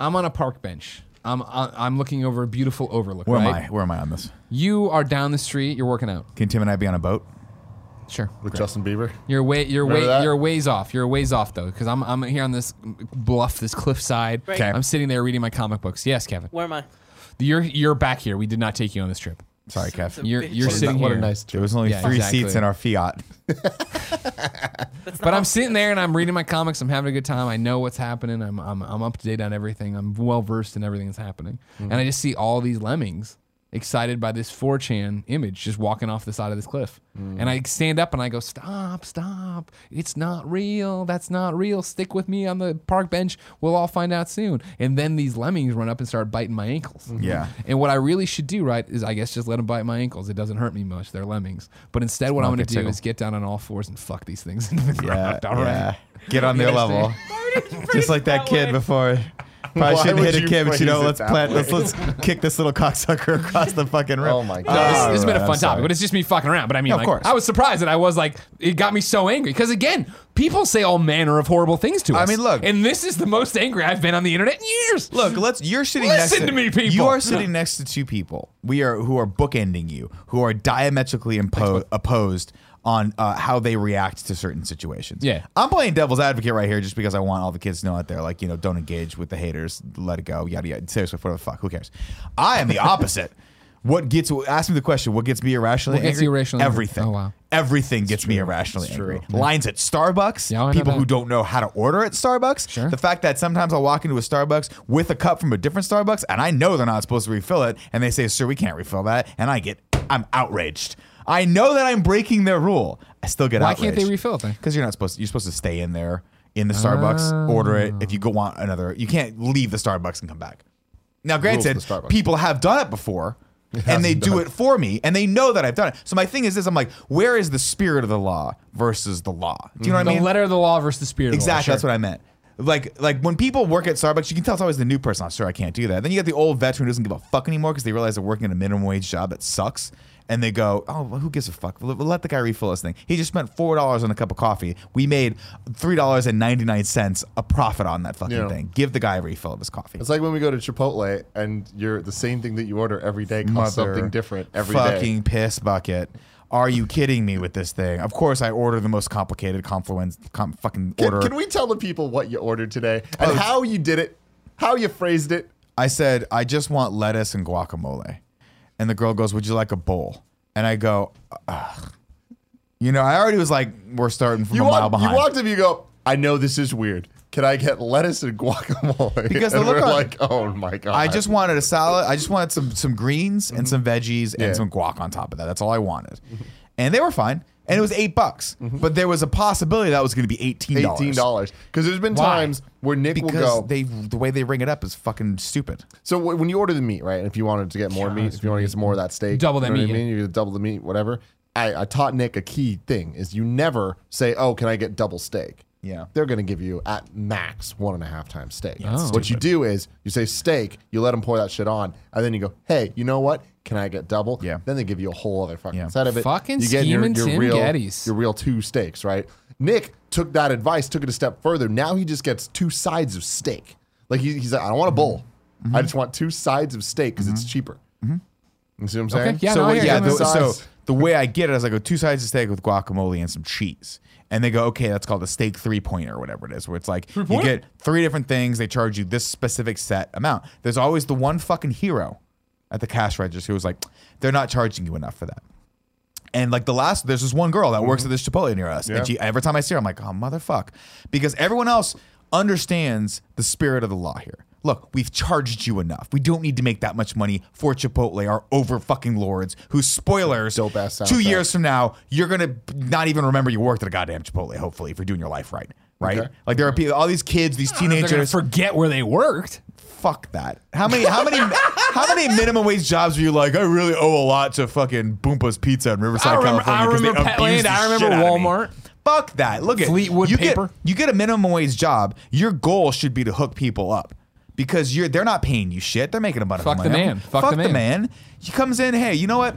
[SPEAKER 1] I'm on a park bench. I'm I- I'm looking over a beautiful overlook.
[SPEAKER 2] Where
[SPEAKER 1] right?
[SPEAKER 2] am I? Where am I on this?
[SPEAKER 1] You are down the street. You're working out.
[SPEAKER 2] Can Tim and I be on a boat?
[SPEAKER 1] Sure.
[SPEAKER 4] With Justin Bieber.
[SPEAKER 1] You're way. You're
[SPEAKER 4] Remember that?
[SPEAKER 1] way. You're a ways off. You're a ways off though, because I'm I'm here on this bluff, this cliffside.
[SPEAKER 3] Right.
[SPEAKER 2] 'Kay.
[SPEAKER 1] I'm sitting there reading my comic books. Yes, Kevin.
[SPEAKER 3] Where am I?
[SPEAKER 1] You're you're back here. We did not take you on this trip.
[SPEAKER 2] Sorry, Kev.
[SPEAKER 3] a-
[SPEAKER 1] You're
[SPEAKER 3] Bitch.
[SPEAKER 1] you're
[SPEAKER 3] What a
[SPEAKER 1] sitting
[SPEAKER 4] what a
[SPEAKER 1] here.
[SPEAKER 4] nice
[SPEAKER 2] There was only
[SPEAKER 1] Yeah,
[SPEAKER 2] three
[SPEAKER 1] exactly.
[SPEAKER 2] seats in our Fiat.
[SPEAKER 1] But I'm sitting there and I'm reading my comics. I'm having a good time. I know what's happening. I'm I'm, I'm up to date on everything. I'm well versed in everything that's happening. And I just see all these lemmings excited by this 4chan image just walking off the side of this cliff. And I stand up and I go, "Stop, stop. It's not real. That's not real. Stick with me on the park bench. We'll all find out soon." And then these lemmings run up and start biting my ankles.
[SPEAKER 2] Yeah.
[SPEAKER 1] And what I really should do, right, is I guess just let them bite my ankles. It doesn't hurt me much. They're lemmings. But instead, what I'm going
[SPEAKER 2] not good
[SPEAKER 1] to do
[SPEAKER 2] tickle.
[SPEAKER 1] is get down on all fours and fuck these things into the
[SPEAKER 2] Yeah,
[SPEAKER 1] ground. All right.
[SPEAKER 2] yeah. Get on their level. Just like that kid before. Probably
[SPEAKER 4] Why
[SPEAKER 2] shouldn't hit
[SPEAKER 4] would
[SPEAKER 2] a
[SPEAKER 4] you
[SPEAKER 2] kid, but you
[SPEAKER 4] phrase
[SPEAKER 2] know,
[SPEAKER 4] it
[SPEAKER 2] let's
[SPEAKER 4] that
[SPEAKER 2] plant,
[SPEAKER 4] way?
[SPEAKER 2] let's let's kick this little cocksucker across the fucking Ah, room.
[SPEAKER 4] Oh my
[SPEAKER 1] No,
[SPEAKER 4] God.
[SPEAKER 1] this, this has been a
[SPEAKER 2] Alright,
[SPEAKER 1] fun topic,
[SPEAKER 2] I'm sorry.
[SPEAKER 1] but it's just me fucking around. But I mean,
[SPEAKER 2] Yeah, of
[SPEAKER 1] like,
[SPEAKER 2] course.
[SPEAKER 1] I was surprised that I was like, it got me so angry. Because again, people say all manner of horrible things to
[SPEAKER 2] I
[SPEAKER 1] us.
[SPEAKER 2] mean, look.
[SPEAKER 1] And this is the most angry I've been on the internet in years.
[SPEAKER 2] Look, let's. You're sitting
[SPEAKER 1] Listen
[SPEAKER 2] next
[SPEAKER 1] to me, people.
[SPEAKER 2] You are sitting next to two people. We are who are bookending you, who are diametrically impo- opposed on uh, how they react to certain situations.
[SPEAKER 1] Yeah.
[SPEAKER 2] I'm playing devil's advocate right here, just because I want all the kids to know out there, like you know, don't engage with the haters, let it go, yada yada. Seriously, whatever the fuck, who cares? I am the opposite. What gets? Ask me the question. What gets me irrationally
[SPEAKER 1] What gets
[SPEAKER 2] angry?
[SPEAKER 1] you irrationally angry?
[SPEAKER 2] Everything.
[SPEAKER 1] Oh, wow.
[SPEAKER 2] Everything gets me irrationally angry.
[SPEAKER 4] true.
[SPEAKER 2] Lines at Starbucks.
[SPEAKER 1] Yeah, I know
[SPEAKER 2] people who
[SPEAKER 1] that.
[SPEAKER 2] don't know how to order at Starbucks.
[SPEAKER 1] Sure.
[SPEAKER 2] The fact that sometimes I'll walk into a Starbucks with a cup from a different Starbucks and I know they're not supposed to refill it and they say, sir, we can't refill that. And I get, I'm outraged. I know that I'm breaking their rule. I still get
[SPEAKER 1] Why
[SPEAKER 2] outraged.
[SPEAKER 1] can't they refill it then?
[SPEAKER 2] Because you're not supposed to, you're supposed to stay in there in the Starbucks, order it. If you go want another, you can't leave the Starbucks and come back. Now, granted,
[SPEAKER 4] Rules of the Starbucks.
[SPEAKER 2] people have done it before and they do it for me and they know that I've done it. So my thing is this I'm like, where is the spirit of the law versus the law? Do you know what
[SPEAKER 1] The
[SPEAKER 2] I mean?
[SPEAKER 1] letter of the law versus the spirit of the law.
[SPEAKER 2] Exactly. That's what I meant. Like, like when people work at Starbucks, you can tell it's always the new person. Oh, sure, I can't do that. Then you got the old veteran who doesn't give a fuck anymore because they realize they're working at a minimum wage job that sucks. And they go, oh, well, who gives a fuck? Let let the guy refill his thing. He just spent four dollars on a cup of coffee. We made three dollars and ninety nine cents a profit on that fucking
[SPEAKER 4] Yeah.
[SPEAKER 2] thing. Give the guy a refill of his coffee.
[SPEAKER 4] It's like when we go to Chipotle and you're the same thing that you order every day costs something different every day.
[SPEAKER 2] fucking piss bucket. Are you kidding me with this thing? Of course, I order the most complicated confluence com- fucking
[SPEAKER 4] Can,
[SPEAKER 2] order. Oh.
[SPEAKER 4] can we tell the people what you ordered today and how you did it, how you phrased it?
[SPEAKER 2] I said, I just want lettuce and guacamole. And the girl goes, Would you like a bowl? And I go, Ugh. You know, I already was like, We're starting from
[SPEAKER 4] You,
[SPEAKER 2] a mile
[SPEAKER 4] walk, you
[SPEAKER 2] behind.
[SPEAKER 4] walked up, you go, I know this is weird. Can I get lettuce and guacamole?
[SPEAKER 2] Because the
[SPEAKER 4] and
[SPEAKER 2] look
[SPEAKER 4] we're
[SPEAKER 2] on-
[SPEAKER 4] like, oh my god.
[SPEAKER 2] I just wanted a salad. I just wanted some some greens and some veggies
[SPEAKER 4] Mm-hmm. Yeah. Mm-hmm.
[SPEAKER 2] and some guac on top of that. That's all I wanted. And they were fine. And it was eight bucks. But there was a possibility that was going to be eighteen dollars.
[SPEAKER 4] eighteen dollars. Because there's been times where Nick will
[SPEAKER 2] Because
[SPEAKER 4] go.
[SPEAKER 2] they the way they ring it up is fucking stupid.
[SPEAKER 4] So w- when you order the meat, right, and if you wanted to get more meat, if you want to get some more of that steak,
[SPEAKER 1] Double
[SPEAKER 4] you
[SPEAKER 1] that
[SPEAKER 4] know what
[SPEAKER 1] meat,
[SPEAKER 4] I
[SPEAKER 1] yeah.
[SPEAKER 4] mean, you double the meat, whatever. I, I taught Nick a key thing is you never say, "Oh, can I get double steak?"
[SPEAKER 2] Yeah.
[SPEAKER 4] they're going to give you at max one and a half times steak.
[SPEAKER 1] it's
[SPEAKER 4] What you do is you say steak, you let them pour that shit on, and then you go, "Hey, you know what? Can I get double?"
[SPEAKER 2] Yeah.
[SPEAKER 4] Then they give you a whole other fucking
[SPEAKER 2] Yeah.
[SPEAKER 4] set of it.
[SPEAKER 1] Fucking
[SPEAKER 4] you get your,
[SPEAKER 1] scheming
[SPEAKER 4] your
[SPEAKER 1] Tim
[SPEAKER 4] real
[SPEAKER 1] Gettys.
[SPEAKER 4] your real two steaks, right? Nick took that advice, took it a step further. Now he just gets two sides of steak. Like he, he's like, I don't want a bowl. I just want two sides of steak because it's cheaper. You see what I'm saying?
[SPEAKER 1] Okay, yeah,
[SPEAKER 2] so
[SPEAKER 1] no, I hear
[SPEAKER 2] yeah,
[SPEAKER 1] you.
[SPEAKER 2] the, so
[SPEAKER 4] Size.
[SPEAKER 2] the way I get it is I go two sides of steak with guacamole and some cheese, and they go, okay, that's called a steak three pointer or whatever it is, where it's like you get three different things. They charge you this specific set amount. There's always the one fucking hero at the cash register who's like, they're not charging you enough for that. And like the last, there's this one girl that works at this Chipotle near us.
[SPEAKER 4] Yeah.
[SPEAKER 2] And she, every time I see her, I'm like, oh, motherfuck. Because everyone else understands the spirit of the law here. Look, we've charged you enough. We don't need to make that much money for Chipotle, our over fucking lords, who, spoilers,
[SPEAKER 4] Dope-ass sound
[SPEAKER 2] two
[SPEAKER 4] effect.
[SPEAKER 2] years from now, you're going to not even remember you worked at a goddamn Chipotle, hopefully, if you're doing your life right. Right? Like there are people, all these kids, these
[SPEAKER 1] They're going to
[SPEAKER 2] teenagers.
[SPEAKER 1] forget where they worked.
[SPEAKER 2] fuck that. How many, how many, how many minimum wage jobs are you like? I really owe a lot to fucking Boompa's Pizza in Riverside,
[SPEAKER 1] I remember-
[SPEAKER 2] California.
[SPEAKER 1] I
[SPEAKER 2] 'cause they
[SPEAKER 1] remember
[SPEAKER 2] abused
[SPEAKER 1] Petland,
[SPEAKER 2] the
[SPEAKER 1] I remember
[SPEAKER 2] shit out of me.
[SPEAKER 1] Walmart.
[SPEAKER 2] Fuck that. Look at
[SPEAKER 1] Fleetwood
[SPEAKER 2] you
[SPEAKER 1] paper.
[SPEAKER 2] Get, you get a minimum wage job. Your goal should be to hook people up. Because you're, they're not paying you shit. They're making a bunch
[SPEAKER 1] Fuck
[SPEAKER 2] of
[SPEAKER 1] the
[SPEAKER 2] money.
[SPEAKER 1] man. Fuck the
[SPEAKER 2] the
[SPEAKER 1] man.
[SPEAKER 2] man. He comes in. Hey, you know what?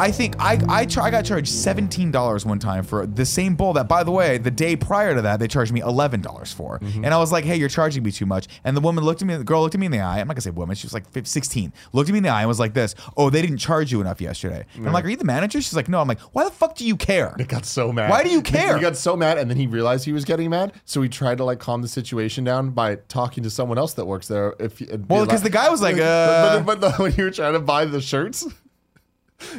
[SPEAKER 2] I think I I, try, I got charged seventeen dollars one time for the same bowl that, by the way, the day prior to that they charged me eleven dollars for,
[SPEAKER 1] Mm-hmm.
[SPEAKER 2] and I was like, "Hey, you're charging me too much." And the woman looked at me, the girl looked at me in the eye. I'm not gonna say woman. She was like fif- sixteen. Looked at me in the eye and was like, "This. Oh, they didn't charge you enough yesterday." And I'm like, "Are you the manager?" She's like, "No." I'm like, "Why the fuck do you care?"
[SPEAKER 4] Nick got so mad.
[SPEAKER 2] Why do you care?
[SPEAKER 4] He got so mad, and then he realized he was getting mad, so he tried to like calm the situation down by talking to someone else that works there. If you- and be
[SPEAKER 2] Well, 'cause
[SPEAKER 4] like-
[SPEAKER 2] the guy was like,
[SPEAKER 4] but, but-
[SPEAKER 2] uh,
[SPEAKER 4] but the- when you were trying to buy the shirts,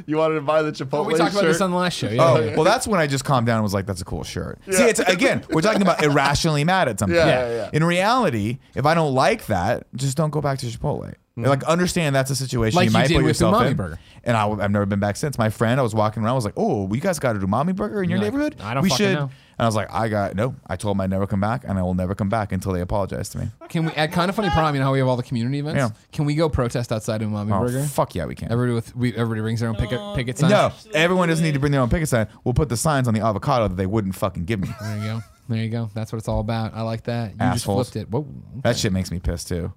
[SPEAKER 4] You wanted to buy the Chipotle
[SPEAKER 1] we talked about this
[SPEAKER 4] shirt?
[SPEAKER 1] on the last show. Yeah.
[SPEAKER 2] Oh, well, that's when I just calmed down and was like, that's a cool shirt. See, it's again, we're talking about irrationally mad at something.
[SPEAKER 4] Yeah, yeah, yeah.
[SPEAKER 2] In reality, if I don't like that, just don't go back to Chipotle.
[SPEAKER 4] Mm-hmm.
[SPEAKER 2] Like, understand that's a situation
[SPEAKER 1] Like
[SPEAKER 2] you
[SPEAKER 1] you
[SPEAKER 2] might
[SPEAKER 1] did
[SPEAKER 2] put
[SPEAKER 1] with
[SPEAKER 2] yourself
[SPEAKER 1] Umami
[SPEAKER 2] in.
[SPEAKER 1] Burger.
[SPEAKER 2] And I, have never been back since. My friend, I was walking around, I was like, oh, you guys got to do mommy burger in your
[SPEAKER 1] like,
[SPEAKER 2] neighborhood?
[SPEAKER 1] "I don't
[SPEAKER 2] we
[SPEAKER 1] fucking
[SPEAKER 2] should.
[SPEAKER 1] know."
[SPEAKER 2] And I was like, I got, no. I told them I'd never come back, and I will never come back until they apologize to me.
[SPEAKER 1] Can we at kind of funny prom? You know how we have all the community events.
[SPEAKER 2] Yeah.
[SPEAKER 1] Can we go protest outside of Mommy
[SPEAKER 2] Oh,
[SPEAKER 1] Burger?
[SPEAKER 2] fuck yeah, we can.
[SPEAKER 1] Everybody with we, everybody brings their own picket picket signs.
[SPEAKER 2] no, everyone doesn't need to bring their own picket sign. We'll put the signs on the avocado that they wouldn't fucking give me.
[SPEAKER 1] There you go. There you go. That's what it's all about. I like that. You
[SPEAKER 2] Assholes.
[SPEAKER 1] just flipped it. Whoa.
[SPEAKER 2] That shit makes me pissed too.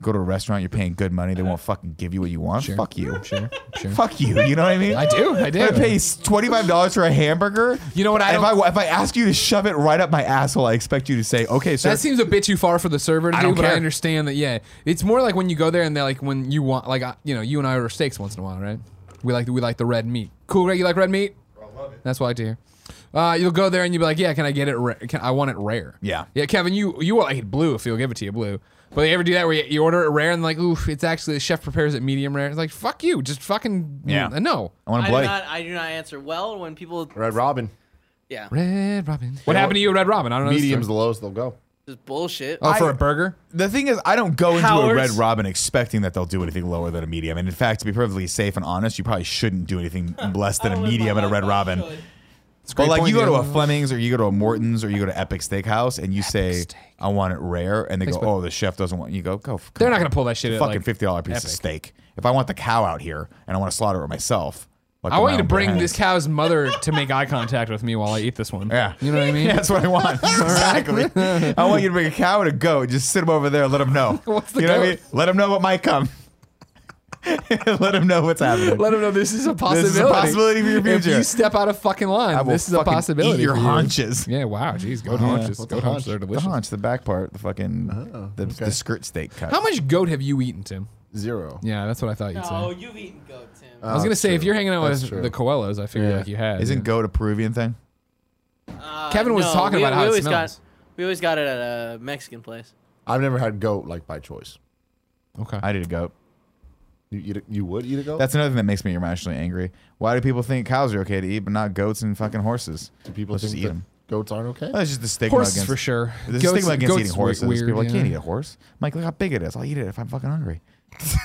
[SPEAKER 2] Go to a restaurant, you're paying good money, they won't fucking give you what you want. Fuck you.
[SPEAKER 1] Sure. Sure.
[SPEAKER 2] Fuck you. You know what I mean?
[SPEAKER 1] I do. I do.
[SPEAKER 2] If I pay twenty five dollars for a hamburger.
[SPEAKER 1] You know what, I
[SPEAKER 2] if
[SPEAKER 1] don't-
[SPEAKER 2] I if I ask you to shove it right up my asshole, I expect you to say, "Okay, sir."
[SPEAKER 1] That seems a bit too far for the server to
[SPEAKER 2] I
[SPEAKER 1] do,
[SPEAKER 2] don't
[SPEAKER 1] but I
[SPEAKER 2] care.
[SPEAKER 1] understand that. Yeah, it's more like when you go there and they're like, when you want, like, I- you know, you and I order steaks once in a while, right? We like we like the red meat. Cool, Greg. You like red meat? That's what I like to hear. Uh, you'll go there and you'll be like, yeah, can I get it? Ra- can, I want it rare.
[SPEAKER 2] Yeah.
[SPEAKER 1] Yeah, Kevin, you you want like it blue if you'll give it to you blue. But they ever do that where you, you order it rare and like, oof, it's actually the chef prepares it medium rare. It's like, fuck you, just fucking uh,
[SPEAKER 2] Yeah.
[SPEAKER 1] no.
[SPEAKER 2] I want
[SPEAKER 3] I
[SPEAKER 2] a
[SPEAKER 3] do
[SPEAKER 2] bloody.
[SPEAKER 3] not. I do not answer well when people
[SPEAKER 4] Red Robin.
[SPEAKER 3] yeah
[SPEAKER 1] Red Robin. What happened to you, at Red Robin? I don't know. this
[SPEAKER 4] Medium's the
[SPEAKER 1] story.
[SPEAKER 4] lowest they'll go.
[SPEAKER 3] just bullshit.
[SPEAKER 1] Oh, for
[SPEAKER 2] I-
[SPEAKER 1] a burger.
[SPEAKER 2] The thing is, I don't go into a
[SPEAKER 3] Howard's-
[SPEAKER 2] Red Robin expecting that they'll do anything lower than a medium. And in fact, to be perfectly safe and honest, you probably shouldn't do anything less
[SPEAKER 3] Oh,
[SPEAKER 2] than a medium at a Red Robin.
[SPEAKER 1] It's a
[SPEAKER 2] But
[SPEAKER 1] great
[SPEAKER 2] like
[SPEAKER 1] point,
[SPEAKER 2] you go to
[SPEAKER 1] dude.
[SPEAKER 2] a Fleming's or you go to a Morton's or you go to Epic Steakhouse and you say,
[SPEAKER 1] Steak.
[SPEAKER 2] "I want it rare," and they
[SPEAKER 1] Thanks,
[SPEAKER 2] go,
[SPEAKER 1] bud.
[SPEAKER 2] "Oh, the chef doesn't want." You go, "Go." f-
[SPEAKER 1] They're
[SPEAKER 2] come
[SPEAKER 1] not
[SPEAKER 2] on.
[SPEAKER 1] gonna pull that shit
[SPEAKER 2] It's a
[SPEAKER 1] at,
[SPEAKER 2] fucking
[SPEAKER 1] like,
[SPEAKER 2] fifty dollar piece
[SPEAKER 1] Epic.
[SPEAKER 2] of steak. If I want the cow out here and I want to slaughter it myself, like
[SPEAKER 1] I
[SPEAKER 2] with
[SPEAKER 1] want
[SPEAKER 2] my
[SPEAKER 1] you to
[SPEAKER 2] own
[SPEAKER 1] bring
[SPEAKER 2] bare
[SPEAKER 1] this
[SPEAKER 2] hands.
[SPEAKER 1] cow's mother to make eye contact with me while I eat this one.
[SPEAKER 2] Yeah.
[SPEAKER 1] You know what I mean?
[SPEAKER 2] Yeah, that's what I want. exactly. I want you to bring a cow and a goat. Just sit them over there. and Let them know.
[SPEAKER 1] What's the
[SPEAKER 2] you know what I mean?
[SPEAKER 1] goat?
[SPEAKER 2] Let them know what might come. let them know what's happening.
[SPEAKER 1] Let him know this is a possibility.
[SPEAKER 2] This is a possibility for your
[SPEAKER 1] If
[SPEAKER 2] future.
[SPEAKER 1] you step out of fucking line,
[SPEAKER 2] I will
[SPEAKER 1] this is a
[SPEAKER 2] fucking
[SPEAKER 1] possibility.
[SPEAKER 2] Eat your
[SPEAKER 1] for you.
[SPEAKER 2] haunches.
[SPEAKER 1] Yeah, wow. Jeez, goat haunches. Goat haunches are
[SPEAKER 2] The
[SPEAKER 1] delicious.
[SPEAKER 2] haunch, the back part, the fucking
[SPEAKER 4] Oh,
[SPEAKER 2] the, the skirt steak cut.
[SPEAKER 1] How much goat have you eaten, Tim?
[SPEAKER 4] Zero. Uh,
[SPEAKER 1] Yeah, that's what I thought you'd say.
[SPEAKER 3] No, you've eaten goat, Tim.
[SPEAKER 1] I was gonna say if you're hanging out
[SPEAKER 4] That's
[SPEAKER 1] with
[SPEAKER 4] true.
[SPEAKER 1] the Coelhos, I figured like you had.
[SPEAKER 2] Isn't
[SPEAKER 1] yeah.
[SPEAKER 2] goat a Peruvian thing?
[SPEAKER 3] Uh,
[SPEAKER 1] Kevin was talking about how it
[SPEAKER 3] always
[SPEAKER 1] smells.
[SPEAKER 3] Got, we always got it at a Mexican place.
[SPEAKER 4] I've never had goat like by choice.
[SPEAKER 1] okay?
[SPEAKER 2] I did a goat.
[SPEAKER 4] You eat a, you would eat a goat?
[SPEAKER 2] That's another thing that makes me irrationally angry. Why do people think cows are okay to eat, but not goats and fucking horses?
[SPEAKER 4] Do people
[SPEAKER 2] Let's
[SPEAKER 4] think
[SPEAKER 2] just eat
[SPEAKER 4] that
[SPEAKER 2] them.
[SPEAKER 4] goats aren't okay?
[SPEAKER 2] That's just the stigma
[SPEAKER 1] Horses
[SPEAKER 2] against
[SPEAKER 1] for sure.
[SPEAKER 2] There's a
[SPEAKER 1] Goats-
[SPEAKER 2] stigma against
[SPEAKER 1] goats
[SPEAKER 2] eating
[SPEAKER 1] we-
[SPEAKER 2] horses.
[SPEAKER 1] weird,
[SPEAKER 2] people are like,
[SPEAKER 1] yeah.
[SPEAKER 2] can't eat a horse. I'm like, look how big it is. I'll eat it if I'm fucking hungry.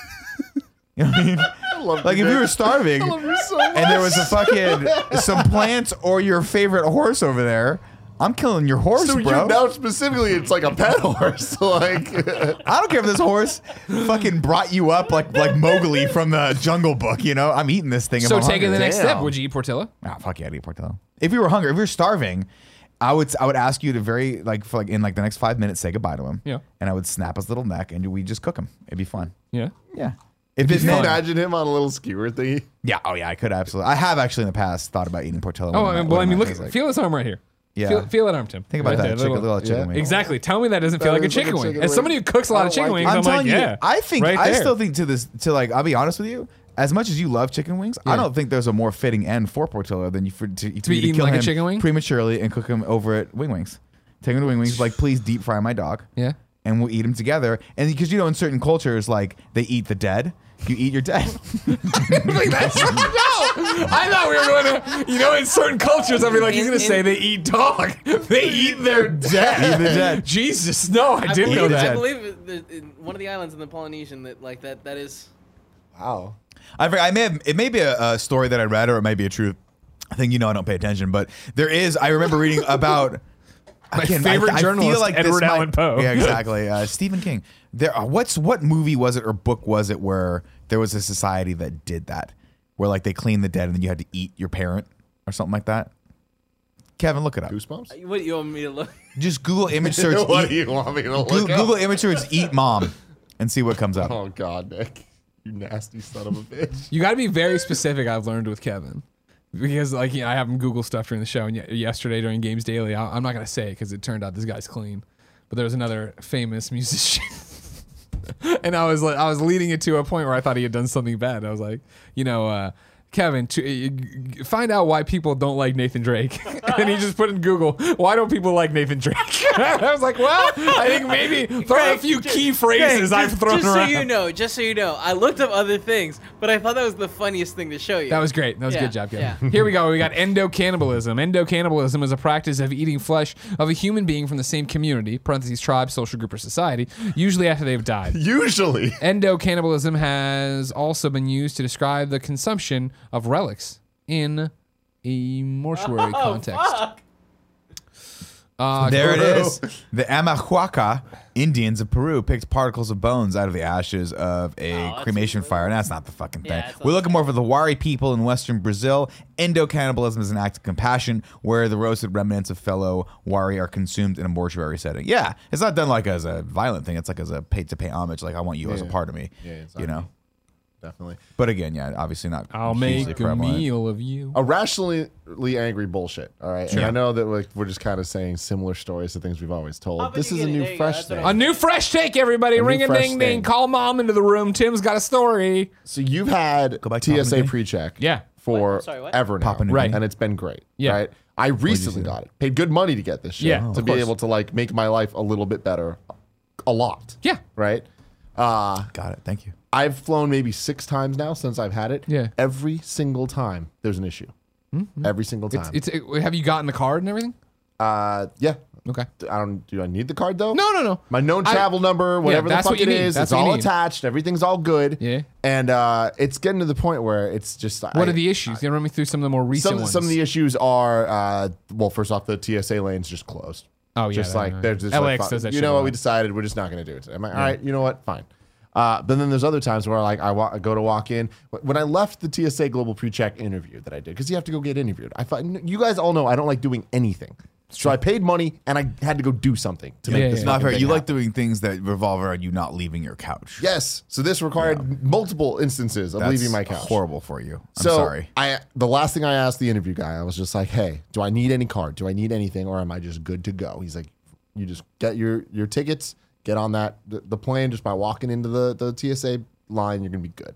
[SPEAKER 2] you know what I mean?
[SPEAKER 4] love
[SPEAKER 2] Like
[SPEAKER 4] you,
[SPEAKER 2] if you
[SPEAKER 4] Nick.
[SPEAKER 2] were starving and there was a fucking some plants or your favorite horse over there, I'm killing your horse,
[SPEAKER 4] So
[SPEAKER 2] bro.
[SPEAKER 4] you now specifically, it's like a pet horse. like
[SPEAKER 2] I don't care if this horse fucking brought you up like like Mowgli from the Jungle Book. You know, I'm eating this thing. if
[SPEAKER 1] So
[SPEAKER 2] I'm
[SPEAKER 1] taking the
[SPEAKER 2] hungry.
[SPEAKER 1] next step, would you eat Portilla?
[SPEAKER 2] Ah, fuck yeah, I'd eat portobello. If you were hungry, if you were starving, I would I would ask you to very like for like in like the next five minutes say goodbye to him.
[SPEAKER 1] Yeah.
[SPEAKER 2] And I would snap his little neck and we would just cook him. It'd be fun.
[SPEAKER 1] Yeah. Oh,
[SPEAKER 2] Yeah. If
[SPEAKER 4] Can
[SPEAKER 2] it's
[SPEAKER 4] you
[SPEAKER 2] fun.
[SPEAKER 4] imagine him on a little skewer thingy?
[SPEAKER 2] Yeah. Oh yeah, I could absolutely. I have actually in the past thought about eating portobello.
[SPEAKER 1] Oh,
[SPEAKER 2] What
[SPEAKER 1] I mean,
[SPEAKER 2] am
[SPEAKER 1] well,
[SPEAKER 2] what
[SPEAKER 1] I
[SPEAKER 2] am
[SPEAKER 1] mean, look,
[SPEAKER 2] it's like-
[SPEAKER 1] feel his arm right here.
[SPEAKER 2] Yeah.
[SPEAKER 1] Feel, feel that arm, Tim.
[SPEAKER 2] Think about
[SPEAKER 1] Right
[SPEAKER 2] that
[SPEAKER 1] there,
[SPEAKER 2] chicken, little chicken
[SPEAKER 4] yeah.
[SPEAKER 2] wing.
[SPEAKER 1] Exactly. Tell me that doesn't feel like
[SPEAKER 4] That
[SPEAKER 1] a
[SPEAKER 4] is like a
[SPEAKER 1] chicken wing.
[SPEAKER 4] chicken
[SPEAKER 1] As
[SPEAKER 4] wing.
[SPEAKER 1] somebody who cooks a lot
[SPEAKER 4] I
[SPEAKER 1] of chicken
[SPEAKER 4] like it.
[SPEAKER 1] wings, I'm, like,
[SPEAKER 2] telling you,
[SPEAKER 1] yeah.
[SPEAKER 2] I think
[SPEAKER 1] right
[SPEAKER 2] I
[SPEAKER 1] there.
[SPEAKER 2] still think to this to like I'll be honest with you. As much as you love chicken wings, I don't think there's a more fitting end for Portillo than you for to, to,
[SPEAKER 1] be
[SPEAKER 2] you to
[SPEAKER 1] eaten
[SPEAKER 2] kill
[SPEAKER 1] like a
[SPEAKER 2] him
[SPEAKER 1] chicken wing?
[SPEAKER 2] prematurely and cook him over at Wing Wings. Take him to Wing Wings, like please deep fry my dog.
[SPEAKER 1] Yeah.
[SPEAKER 2] and we'll eat them together. And because you know, in certain cultures, like they eat the dead, you eat your dead.
[SPEAKER 1] Like, that's- no, I thought we were going to. You know, in certain cultures, I'd be like, he's going to say they eat dog. They eat their dead.
[SPEAKER 2] Eat the dead.
[SPEAKER 1] Jesus, no, I didn't
[SPEAKER 3] believe,
[SPEAKER 1] know
[SPEAKER 2] it.
[SPEAKER 1] that.
[SPEAKER 2] Dead.
[SPEAKER 3] I believe that in one of the islands in the Polynesian that like that that is.
[SPEAKER 4] Wow.
[SPEAKER 2] I, forget- I may have, it may be a, a story that I read or it may be a true thing. You know, I don't pay attention, but there is. I remember reading about. My
[SPEAKER 1] favorite journalist, Edward Allan Poe.
[SPEAKER 2] Yeah, exactly. Uh, Stephen King. There, uh, what's what movie was it or book was it where there was a society that did that, where like they cleaned the dead and then you had to eat your parent or something like that. Kevin, look it up.
[SPEAKER 4] Goosebumps?
[SPEAKER 3] What do you want me to look?
[SPEAKER 2] Just Google image search.
[SPEAKER 4] what
[SPEAKER 2] eat-
[SPEAKER 4] do you want me to look
[SPEAKER 2] Google,
[SPEAKER 4] up?
[SPEAKER 2] Google image search "eat mom" and see what comes up.
[SPEAKER 4] Oh God, Nick, you nasty son of a bitch.
[SPEAKER 1] You got to be very specific. I've learned with Kevin because like you know, I have him Google stuff during the show, and ye- yesterday during Games Daily, I- I'm not gonna say because it turned out this guy's clean. But there was another famous musician, and I was like, I was leading it to a point where I thought he had done something bad. I was like, you know. uh Kevin, to, uh, find out why people don't like Nathan Drake. and he just put in Google, why don't people like Nathan Drake? I was like, well, I think maybe throw a few key phrases I've thrown
[SPEAKER 3] just
[SPEAKER 1] around.
[SPEAKER 3] so you know, just so you know, I looked up other things, but I thought that was the funniest thing to show you.
[SPEAKER 1] That was great. That was a
[SPEAKER 3] Yeah,
[SPEAKER 1] good job, Kevin.
[SPEAKER 3] yeah.
[SPEAKER 1] Here we go. We got endo cannibalism. Endo cannibalism is a practice of eating flesh of a human being from the same community (parentheses tribe, social group, or society), usually after they've died.
[SPEAKER 4] Usually.
[SPEAKER 1] Endo cannibalism has also been used to describe the consumption of relics in a mortuary context.
[SPEAKER 3] Oh, Fuck.
[SPEAKER 1] Uh,
[SPEAKER 2] There it
[SPEAKER 1] Goro-
[SPEAKER 2] is. The Amahuaca Indians of Peru picked particles of bones out of the ashes of a cremation fire. And that's not the fucking thing.
[SPEAKER 3] Yeah, it's not
[SPEAKER 2] We're
[SPEAKER 3] the
[SPEAKER 2] looking more for the Wari people in western Brazil. Indo cannibalism is an act of compassion where the roasted remnants of fellow Wari are consumed in a mortuary setting. Yeah, it's not done like as a violent thing. It's like as a pay to pay homage. Like I want you as a
[SPEAKER 4] Yeah.
[SPEAKER 2] part of me.
[SPEAKER 4] Yeah, it's
[SPEAKER 2] you
[SPEAKER 4] not-
[SPEAKER 2] know.
[SPEAKER 4] Definitely.
[SPEAKER 2] But again, yeah, obviously not.
[SPEAKER 1] I'll
[SPEAKER 2] hugely
[SPEAKER 1] make a
[SPEAKER 2] prevalent.
[SPEAKER 1] meal of you.
[SPEAKER 4] Irrationally angry bullshit. All right. And I know that like we're just kind of saying similar stories to things we've always
[SPEAKER 3] Oh,
[SPEAKER 4] told.
[SPEAKER 3] but
[SPEAKER 4] This
[SPEAKER 3] you
[SPEAKER 4] is a
[SPEAKER 3] get it.
[SPEAKER 4] new
[SPEAKER 3] There you go.
[SPEAKER 4] fresh
[SPEAKER 3] That's what I
[SPEAKER 4] thing.
[SPEAKER 1] A new fresh take, everybody.
[SPEAKER 4] new
[SPEAKER 1] Ring a
[SPEAKER 4] fresh
[SPEAKER 1] ding ding.
[SPEAKER 4] thing.
[SPEAKER 1] Call mom into the room. Tim's got a story.
[SPEAKER 4] So you've had
[SPEAKER 2] back to Papua New
[SPEAKER 4] TSA
[SPEAKER 2] Guinea?
[SPEAKER 4] pre-check,
[SPEAKER 1] Yeah.
[SPEAKER 4] for
[SPEAKER 3] What? I'm sorry, what?
[SPEAKER 4] ever now,
[SPEAKER 2] Papua New
[SPEAKER 1] Right. Guinea.
[SPEAKER 4] And it's been great,
[SPEAKER 1] Yeah.
[SPEAKER 4] right? I recently got it, paid good money to get this shit,
[SPEAKER 1] Yeah, Oh.
[SPEAKER 4] to
[SPEAKER 1] of
[SPEAKER 4] be
[SPEAKER 1] course.
[SPEAKER 4] able to like make my life a little bit better, a lot,
[SPEAKER 1] Yeah.
[SPEAKER 4] right? Uh,
[SPEAKER 2] Got it. Thank you.
[SPEAKER 4] I've flown maybe six times now since I've had it.
[SPEAKER 1] Yeah. Mm-hmm.
[SPEAKER 4] every single time there's an issue, every single time.
[SPEAKER 1] It's, it, have you gotten the card and everything?
[SPEAKER 4] uh, yeah,
[SPEAKER 1] Okay.
[SPEAKER 4] I don't. Do I need the card though?
[SPEAKER 1] No, no, no.
[SPEAKER 4] My known
[SPEAKER 1] I-
[SPEAKER 4] travel number, whatever the
[SPEAKER 1] that's
[SPEAKER 4] fuck
[SPEAKER 1] what you
[SPEAKER 4] it
[SPEAKER 1] need.
[SPEAKER 4] is,
[SPEAKER 1] That's
[SPEAKER 4] it's
[SPEAKER 1] what you
[SPEAKER 4] all
[SPEAKER 1] need.
[SPEAKER 4] attached. Everything's all good.
[SPEAKER 1] Yeah.
[SPEAKER 4] And uh, it's getting to the point where it's just.
[SPEAKER 1] What
[SPEAKER 4] I-
[SPEAKER 1] are the issues? You run me through some of the more recent
[SPEAKER 4] some,
[SPEAKER 1] ones.
[SPEAKER 4] some of the issues are uh, well, first off, the TSA lane's just closed.
[SPEAKER 1] Oh, yeah,
[SPEAKER 4] just
[SPEAKER 1] that-
[SPEAKER 4] like there's just
[SPEAKER 1] LAX
[SPEAKER 4] like,
[SPEAKER 1] does that
[SPEAKER 4] You
[SPEAKER 1] shit
[SPEAKER 4] know
[SPEAKER 1] a
[SPEAKER 4] what?
[SPEAKER 1] lot.
[SPEAKER 4] We decided we're just not gonna do it today. I'm like, all right, you know what? Fine. Uh, but then there's other times where like I, wa- I go to walk in. Wh- When I left the TSA Global Pre-Check interview that I did, because you have to go get interviewed. I find you guys all know I don't like doing anything, so I paid money and I had to go do something to
[SPEAKER 1] Yeah,
[SPEAKER 4] make
[SPEAKER 1] yeah,
[SPEAKER 4] this.
[SPEAKER 1] yeah.
[SPEAKER 2] Not
[SPEAKER 4] fucking
[SPEAKER 2] fair.
[SPEAKER 4] thing
[SPEAKER 2] You like
[SPEAKER 4] happen.
[SPEAKER 2] doing things that revolve around you not leaving your couch.
[SPEAKER 4] yes. So this required multiple instances of
[SPEAKER 2] That's
[SPEAKER 4] leaving my couch.
[SPEAKER 2] Horrible for you. I'm
[SPEAKER 4] so
[SPEAKER 2] sorry.
[SPEAKER 4] I the last thing I asked the interview guy, I was just like, "Hey, do I need any card? Do I need anything, or am I just good to go?" He's like, "You just get your your tickets, get on that the, the plane just by walking into the the TSA line, you're gonna be good."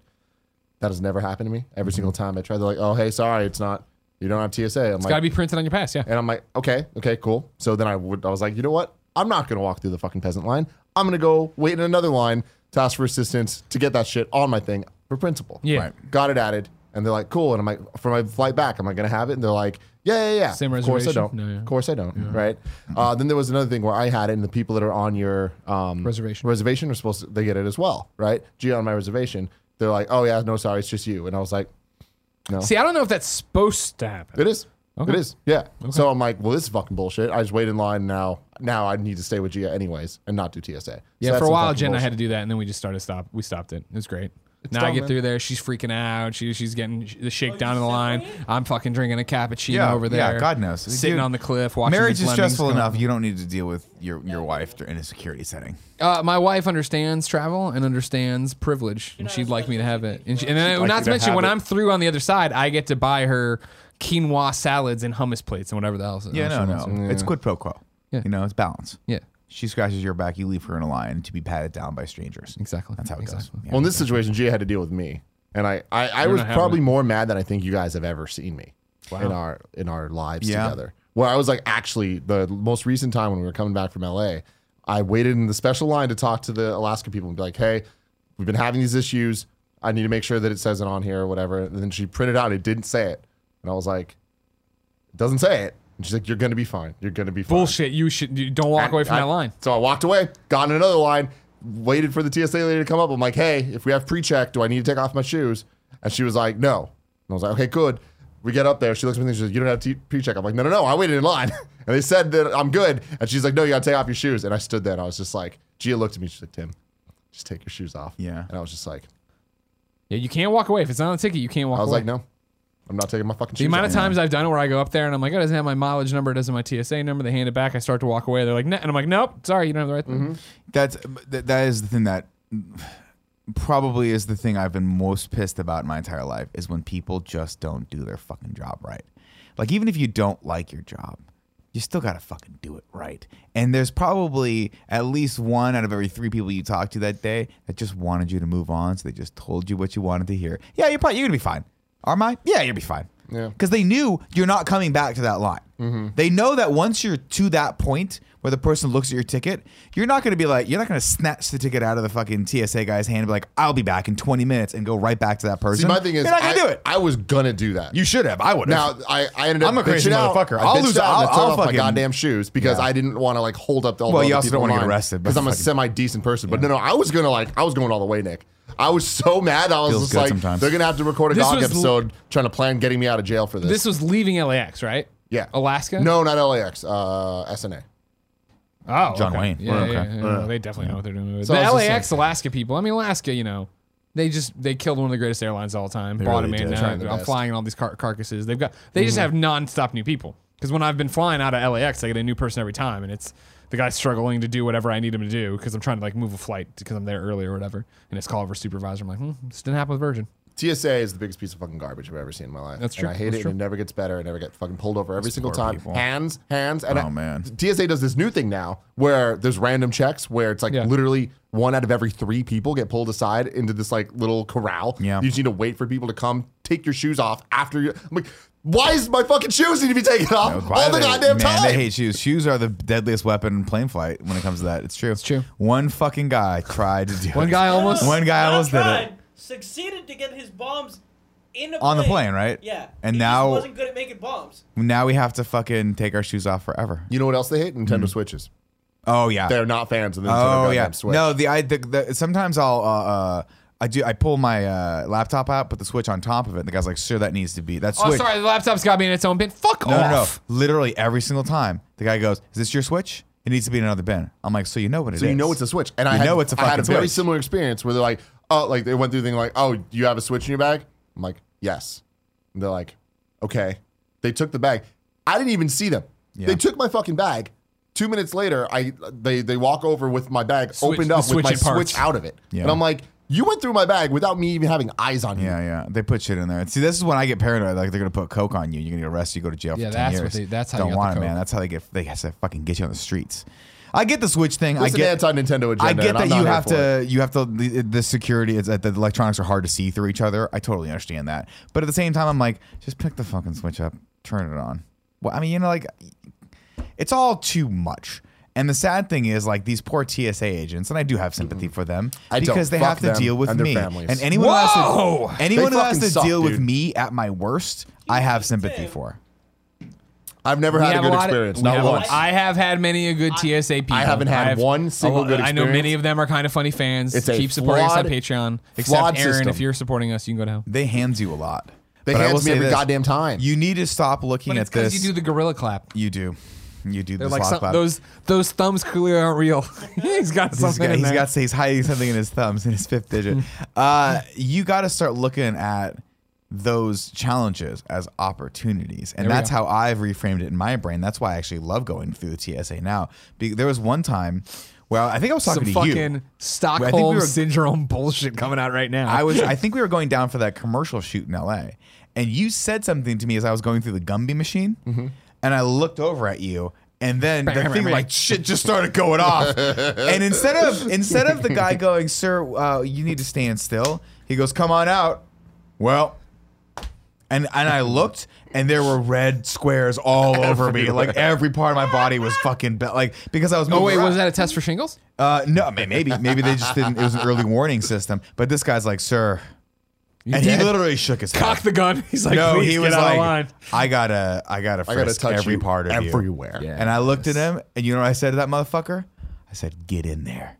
[SPEAKER 4] That has never happened to me. Every single time I try, they're like, "Oh, hey, sorry, it's not. You don't have TSA." I'm
[SPEAKER 1] Mm-hmm. It's
[SPEAKER 4] like,
[SPEAKER 1] got to be printed on your pass, yeah.
[SPEAKER 4] and I'm like, okay, okay, cool. So then I would, I was like, you know what? I'm not gonna walk through the fucking peasant line. I'm gonna go wait in another line to ask for assistance to get that shit on my thing for principal.
[SPEAKER 1] Yeah. Right.
[SPEAKER 4] Got it added, and they're like, cool. And I'm like, for my flight back, am I gonna have it? And they're like, yeah, yeah, yeah.
[SPEAKER 1] Same
[SPEAKER 4] of course I
[SPEAKER 1] reservation?
[SPEAKER 4] don't.
[SPEAKER 1] No, yeah.
[SPEAKER 4] Of course I don't. Right. Uh, then there was another thing where I had it, and the people that are on your um,
[SPEAKER 1] Reservation.
[SPEAKER 4] reservation are supposed to they get it as well, right? G on my reservation. They're like, oh yeah, no, sorry, it's just you. And I was like,
[SPEAKER 1] See, I don't know if that's supposed to happen.
[SPEAKER 4] it is. It is. Yeah. So I'm like, well, this is fucking bullshit. I just wait in line now. Now I need to stay with Gia anyways and not do TSA. So
[SPEAKER 1] Yeah,
[SPEAKER 4] that's
[SPEAKER 1] for a
[SPEAKER 4] some
[SPEAKER 1] while,
[SPEAKER 4] fucking
[SPEAKER 1] Jen, I
[SPEAKER 4] bullshit.
[SPEAKER 1] had to do that, and then we just started stop. We stopped it. It was great. now I
[SPEAKER 4] dumb,
[SPEAKER 1] get
[SPEAKER 4] man.
[SPEAKER 1] through there, she's freaking out. She, she's getting sh- the shakedown in the line. I'm fucking drinking a cappuccino
[SPEAKER 2] Yeah,
[SPEAKER 1] over there.
[SPEAKER 2] yeah, God knows.
[SPEAKER 1] Sitting
[SPEAKER 2] Dude,
[SPEAKER 1] on the cliff, watching
[SPEAKER 2] Marriage
[SPEAKER 1] the
[SPEAKER 2] is
[SPEAKER 1] Flemings
[SPEAKER 2] stressful
[SPEAKER 1] go-
[SPEAKER 2] enough. You don't need to deal with your, your wife dur- in a security setting.
[SPEAKER 1] Uh, my wife understands travel and understands privilege, and she'd like me to have it. And, she, and then,
[SPEAKER 4] like
[SPEAKER 1] not
[SPEAKER 4] you
[SPEAKER 1] to
[SPEAKER 4] to
[SPEAKER 1] mention,
[SPEAKER 4] have
[SPEAKER 1] when
[SPEAKER 4] it.
[SPEAKER 1] I'm through on the other side, I get to buy her quinoa salads and hummus plates and whatever the hell.
[SPEAKER 2] Yeah,
[SPEAKER 1] else
[SPEAKER 2] no,
[SPEAKER 1] she wants.
[SPEAKER 2] no. It's quid pro quo.
[SPEAKER 1] Yeah.
[SPEAKER 2] You know, it's balance.
[SPEAKER 1] Yeah,
[SPEAKER 2] She scratches your back, you leave her in a line to be patted down by strangers.
[SPEAKER 1] exactly.
[SPEAKER 2] That's how it
[SPEAKER 1] exactly.
[SPEAKER 2] goes. Yeah.
[SPEAKER 4] Well, in this situation, Gia had to deal with me, and I, I, I was
[SPEAKER 1] not having
[SPEAKER 4] probably
[SPEAKER 1] it.
[SPEAKER 4] more mad than I think you guys have ever seen me in our in our lives
[SPEAKER 2] Yeah.
[SPEAKER 4] together. Where I was like, actually, the most recent time when we were coming back from LA, I waited in the special line to talk to the Alaska people and be like, hey, we've been having these issues. I need to make sure that it says it on here or whatever. And then she printed out, it didn't say it, and I was like, it doesn't say it. And she's like, you're gonna be fine. You're gonna be fine.
[SPEAKER 1] Bullshit. You should you don't walk away from
[SPEAKER 4] I-
[SPEAKER 1] that line.
[SPEAKER 4] So I walked away, got in another line, waited for the TSA lady to come up. I'm like, hey, if we have pre-check, do I need to take off my shoes? And she was like, no. And I was like, okay, good. We get up there. She looks at me and she says, you don't have t- pre-check. I'm like, no, no, no. I waited in line. And they said that I'm good. And she's like, no, you got to take off your shoes. And I stood there and I was just like, Gia looked at me. She's like, Tim, just take your shoes off.
[SPEAKER 2] Yeah.
[SPEAKER 4] And I was just like,
[SPEAKER 1] Yeah, you can't walk away if it's not on the ticket. You can't walk.
[SPEAKER 4] I was
[SPEAKER 1] away.
[SPEAKER 4] like, no, I'm not taking my fucking
[SPEAKER 1] The
[SPEAKER 4] shoes
[SPEAKER 1] amount
[SPEAKER 4] off.
[SPEAKER 1] of times I've done it where I go up there and I'm like, oh, it doesn't have my mileage number, it doesn't have my TSA number. They hand it back. I start to walk away. They're like, no. And I'm like, nope, sorry, you don't have the right
[SPEAKER 4] Mm-hmm.
[SPEAKER 1] thing.
[SPEAKER 2] That's that, that is the thing that probably is the thing I've been most pissed about in my entire life is when people just don't do their fucking job right. Like even if you don't like your job, you still gotta fucking do it right. And there's probably at least one out of every three people you talked to that day that just wanted you to move on, so they just told you what you wanted to hear. Yeah, you're probably you're gonna be fine. Are my? Yeah, you'll be fine.
[SPEAKER 4] Yeah. Mm-hmm.
[SPEAKER 2] Because they knew you're not coming back to that line. They know that once you're to that point where the person looks at your ticket, you're not going to be like, you're not going to snatch the ticket out of the fucking TSA guy's hand and be like, I'll be back in 20 minutes and go right back to that person.
[SPEAKER 4] See, my thing is,
[SPEAKER 2] you're not going
[SPEAKER 4] I,
[SPEAKER 2] to do it.
[SPEAKER 4] I was gonna do that.
[SPEAKER 2] you should have. I would have.
[SPEAKER 4] Now I, I ended up.
[SPEAKER 2] I'm a crazy
[SPEAKER 4] bitching out.
[SPEAKER 2] motherfucker.
[SPEAKER 4] I
[SPEAKER 2] I'll
[SPEAKER 4] bitched
[SPEAKER 2] lose-
[SPEAKER 4] out and
[SPEAKER 2] I'll-
[SPEAKER 4] I took
[SPEAKER 2] I'll
[SPEAKER 4] off my
[SPEAKER 2] fucking-
[SPEAKER 4] goddamn shoes because
[SPEAKER 2] Yeah.
[SPEAKER 4] I didn't want to like hold up all.
[SPEAKER 2] Well,
[SPEAKER 4] the
[SPEAKER 2] you
[SPEAKER 4] other
[SPEAKER 2] also
[SPEAKER 4] people
[SPEAKER 2] don't wanna
[SPEAKER 4] want
[SPEAKER 2] get arrested by
[SPEAKER 4] because I'm a
[SPEAKER 2] fucking-
[SPEAKER 4] semi decent person. But no, no, I was gonna like I was going all the way, Nick. I was so mad. I was
[SPEAKER 2] Feels
[SPEAKER 4] just
[SPEAKER 2] good
[SPEAKER 4] like,
[SPEAKER 2] sometimes.
[SPEAKER 4] they're gonna have to record a
[SPEAKER 1] This
[SPEAKER 4] GOG
[SPEAKER 1] was l-
[SPEAKER 4] episode trying to plan getting me out of jail for this.
[SPEAKER 1] This was leaving LAX, right?
[SPEAKER 4] yeah,
[SPEAKER 1] Alaska?
[SPEAKER 4] No, not LAX. Uh, SNA.
[SPEAKER 1] Oh,
[SPEAKER 2] John
[SPEAKER 1] okay.
[SPEAKER 2] Wayne.
[SPEAKER 1] Yeah,
[SPEAKER 2] We're
[SPEAKER 1] yeah,
[SPEAKER 2] okay.
[SPEAKER 1] yeah, yeah. they definitely know what they're doing.
[SPEAKER 4] So I
[SPEAKER 1] the
[SPEAKER 4] was just
[SPEAKER 1] LAX, Alaska people. I mean, Alaska, you know, they just they killed one of the greatest airlines of all time. Bought
[SPEAKER 2] really
[SPEAKER 1] them
[SPEAKER 2] did.
[SPEAKER 1] in.
[SPEAKER 4] Trying their
[SPEAKER 1] Now, I'm
[SPEAKER 4] best.
[SPEAKER 1] flying all these car- carcasses. They've got they just
[SPEAKER 2] Mm-hmm.
[SPEAKER 1] have nonstop new people. Because when I've been flying out of LAX, I get a new person every time, and it's the guy struggling to do whatever I need him to do because I'm trying to like move a flight because I'm there early or whatever, and it's called over supervisor. I'm like, hmm, this didn't happen with Virgin.
[SPEAKER 4] TSA is the biggest piece of fucking garbage I've ever seen in my life.
[SPEAKER 1] That's
[SPEAKER 4] And
[SPEAKER 1] true.
[SPEAKER 4] I hate
[SPEAKER 1] That's
[SPEAKER 4] it,
[SPEAKER 1] true.
[SPEAKER 4] and it never gets better. I never get fucking pulled over every single
[SPEAKER 2] poor
[SPEAKER 4] time.
[SPEAKER 2] people.
[SPEAKER 4] Hands, hands, and
[SPEAKER 2] Oh,
[SPEAKER 4] I-
[SPEAKER 2] man.
[SPEAKER 4] TSA does this new thing now where there's random checks where it's like
[SPEAKER 1] Yeah.
[SPEAKER 4] literally one out of every three people get pulled aside into this like little corral.
[SPEAKER 2] Yeah.
[SPEAKER 4] you just need to wait for people to come, take your shoes off after you. I'm like, why is my fucking shoes need to be taken off
[SPEAKER 2] Why
[SPEAKER 4] all the
[SPEAKER 2] they- man,
[SPEAKER 4] goddamn time?
[SPEAKER 2] They hate shoes. Shoes are the deadliest weapon in plane flight when it comes to that. It's true. It's
[SPEAKER 1] true.
[SPEAKER 2] One fucking guy tried to do
[SPEAKER 1] One
[SPEAKER 2] it.
[SPEAKER 1] guy almost.
[SPEAKER 2] One guy almost did it.
[SPEAKER 3] Succeeded to get his bombs in a
[SPEAKER 2] On the plane, right?
[SPEAKER 3] Yeah.
[SPEAKER 2] And
[SPEAKER 3] He just
[SPEAKER 2] now-
[SPEAKER 3] wasn't good at making bombs.
[SPEAKER 2] Now we have to fucking take our shoes off forever.
[SPEAKER 4] You know what else they hate? Nintendo Switches.
[SPEAKER 2] Oh yeah.
[SPEAKER 4] They're not fans of the Nintendo
[SPEAKER 2] Hmm. oh
[SPEAKER 4] goddamn
[SPEAKER 2] yeah.
[SPEAKER 4] Switch.
[SPEAKER 2] No, the I the, the sometimes I'll uh, uh I do I pull my uh, laptop out, put the switch on top of it. And the guy's like, "Sure, that needs to be that
[SPEAKER 1] Oh,
[SPEAKER 2] switch."
[SPEAKER 1] sorry, the laptop's got me in its own bin. Fuck
[SPEAKER 2] No, no, no.
[SPEAKER 1] off.
[SPEAKER 2] Literally every single time, the guy goes, "Is this your switch? It needs to be in another bin." I'm like, "So you know what it is?
[SPEAKER 4] So you know it's a Switch. And I
[SPEAKER 2] You
[SPEAKER 4] had,
[SPEAKER 2] know it's a
[SPEAKER 4] I had a
[SPEAKER 2] fucking
[SPEAKER 4] very
[SPEAKER 2] Switch.
[SPEAKER 4] similar experience where they're like, oh, like they went through the thing like, oh, you have a Switch in your bag? I'm like, yes. And they're like, okay. They took the bag. I didn't even see them.
[SPEAKER 2] Yeah.
[SPEAKER 4] They took my fucking bag. Two minutes later, I they they walk over with my bag
[SPEAKER 1] Switch-
[SPEAKER 4] opened
[SPEAKER 1] the
[SPEAKER 4] up with
[SPEAKER 1] Switch
[SPEAKER 4] my
[SPEAKER 1] and parts.
[SPEAKER 4] Switch out of it,
[SPEAKER 2] Yeah.
[SPEAKER 4] and I'm like, you went through my bag without me even having eyes on you.
[SPEAKER 2] Yeah, yeah. They put shit in there. See, this is when I get paranoid. Like they're gonna put coke on you. You're gonna get arrested. You go to jail
[SPEAKER 1] Yeah,
[SPEAKER 2] for ten
[SPEAKER 1] that's
[SPEAKER 2] years.
[SPEAKER 1] what they- that's how you
[SPEAKER 2] Don't
[SPEAKER 1] got the
[SPEAKER 2] want it, man.
[SPEAKER 1] coke.
[SPEAKER 2] That's how they get. They have to fucking get you on the streets. I get the switch thing.
[SPEAKER 4] That's
[SPEAKER 2] I
[SPEAKER 4] an
[SPEAKER 2] get
[SPEAKER 4] anti-Nintendo agenda.
[SPEAKER 2] I get
[SPEAKER 4] and
[SPEAKER 2] that
[SPEAKER 4] I'm not
[SPEAKER 2] you
[SPEAKER 4] here
[SPEAKER 2] have
[SPEAKER 4] for it.
[SPEAKER 2] to you have to the, the security is that the electronics are hard to see through each other. I totally understand that, but at the same time, I'm like, just pick the fucking switch up, turn it on. Well, I mean, you know, like it's all too much. And the sad thing is, like these poor TSA agents, and I do have sympathy for them
[SPEAKER 4] Mm-hmm. I don't.
[SPEAKER 2] because they
[SPEAKER 4] Fuck
[SPEAKER 2] have to
[SPEAKER 4] them
[SPEAKER 2] deal with
[SPEAKER 4] and their
[SPEAKER 2] me
[SPEAKER 4] families.
[SPEAKER 2] and anyone who
[SPEAKER 1] Whoa!
[SPEAKER 2] has to anyone
[SPEAKER 4] They
[SPEAKER 2] who has
[SPEAKER 4] fucking
[SPEAKER 2] to
[SPEAKER 4] suck,
[SPEAKER 2] deal with
[SPEAKER 4] dude.
[SPEAKER 2] me at my worst. I have sympathy
[SPEAKER 3] Dude.
[SPEAKER 2] for.
[SPEAKER 4] I've never had a
[SPEAKER 1] have
[SPEAKER 4] good
[SPEAKER 1] lot of-
[SPEAKER 4] experience.
[SPEAKER 1] we
[SPEAKER 4] not
[SPEAKER 1] have a lot-
[SPEAKER 4] once.
[SPEAKER 1] I have had many a good TSA people.
[SPEAKER 4] I haven't had
[SPEAKER 1] I've-
[SPEAKER 4] one single
[SPEAKER 1] a lot-
[SPEAKER 4] good
[SPEAKER 1] I know many
[SPEAKER 4] experience.
[SPEAKER 1] of them are kind of funny fans.
[SPEAKER 4] It's a
[SPEAKER 1] Keep supporting us on
[SPEAKER 4] flawed-
[SPEAKER 1] Patreon.
[SPEAKER 4] flawed
[SPEAKER 1] Except Aaron,
[SPEAKER 4] system.
[SPEAKER 1] if you're supporting us, you can go to hell.
[SPEAKER 2] They hands you a lot.
[SPEAKER 4] They
[SPEAKER 2] But I
[SPEAKER 4] hands
[SPEAKER 2] will
[SPEAKER 4] me
[SPEAKER 2] say
[SPEAKER 4] every
[SPEAKER 2] this,
[SPEAKER 4] goddamn time.
[SPEAKER 2] You need to stop looking
[SPEAKER 1] But
[SPEAKER 2] at
[SPEAKER 1] it's because
[SPEAKER 2] this.
[SPEAKER 1] you do the gorilla clap.
[SPEAKER 2] You do. You do.
[SPEAKER 1] They're
[SPEAKER 2] this
[SPEAKER 1] like
[SPEAKER 2] lock
[SPEAKER 1] some,
[SPEAKER 2] clap.
[SPEAKER 1] those those thumbs clearly aren't real. he's got
[SPEAKER 2] He's
[SPEAKER 1] something.
[SPEAKER 2] got,
[SPEAKER 1] in
[SPEAKER 2] he's
[SPEAKER 1] there.
[SPEAKER 2] got. He's hiding something in his thumbs in his fifth digit. uh, you got to start looking at those challenges as opportunities, and
[SPEAKER 1] There we
[SPEAKER 2] that's
[SPEAKER 1] go.
[SPEAKER 2] how I've reframed it in my brain. That's why I actually love going through the TSA now. Be- there was one time where I think I was
[SPEAKER 1] some
[SPEAKER 2] talking to
[SPEAKER 1] fucking
[SPEAKER 2] you.
[SPEAKER 1] Stockholm
[SPEAKER 2] we were-
[SPEAKER 1] syndrome bullshit coming out right now.
[SPEAKER 2] I was. I think we were going down for that commercial shoot in LA, and you said something to me as I was going through the Gumby machine,
[SPEAKER 1] Mm-hmm.
[SPEAKER 2] and I looked over at you, and then the thing like shit just started going off, and instead of instead of the guy going, "Sir, uh, you need to stand still," he goes, "Come on out." Well. And, and I looked, and there were red squares all over me. Like every part of my body was fucking be- like because I was.
[SPEAKER 1] oh
[SPEAKER 2] moving
[SPEAKER 1] wait,
[SPEAKER 2] around.
[SPEAKER 1] was that a test for shingles?
[SPEAKER 2] Uh, no, may- maybe maybe they just didn't. It was an early warning system. But this guy's like, sir, and
[SPEAKER 1] dead?
[SPEAKER 2] he literally shook his
[SPEAKER 1] Cock
[SPEAKER 2] head.
[SPEAKER 1] the gun. He's like,
[SPEAKER 2] no,
[SPEAKER 1] please
[SPEAKER 2] he was
[SPEAKER 1] get out
[SPEAKER 2] like,
[SPEAKER 1] of line.
[SPEAKER 2] I gotta, I gotta,
[SPEAKER 4] I gotta
[SPEAKER 2] frisk
[SPEAKER 4] touch
[SPEAKER 2] every
[SPEAKER 4] you
[SPEAKER 2] part of you
[SPEAKER 4] everywhere.
[SPEAKER 2] And I looked at him, and you know what I said to that motherfucker? I said, get in there.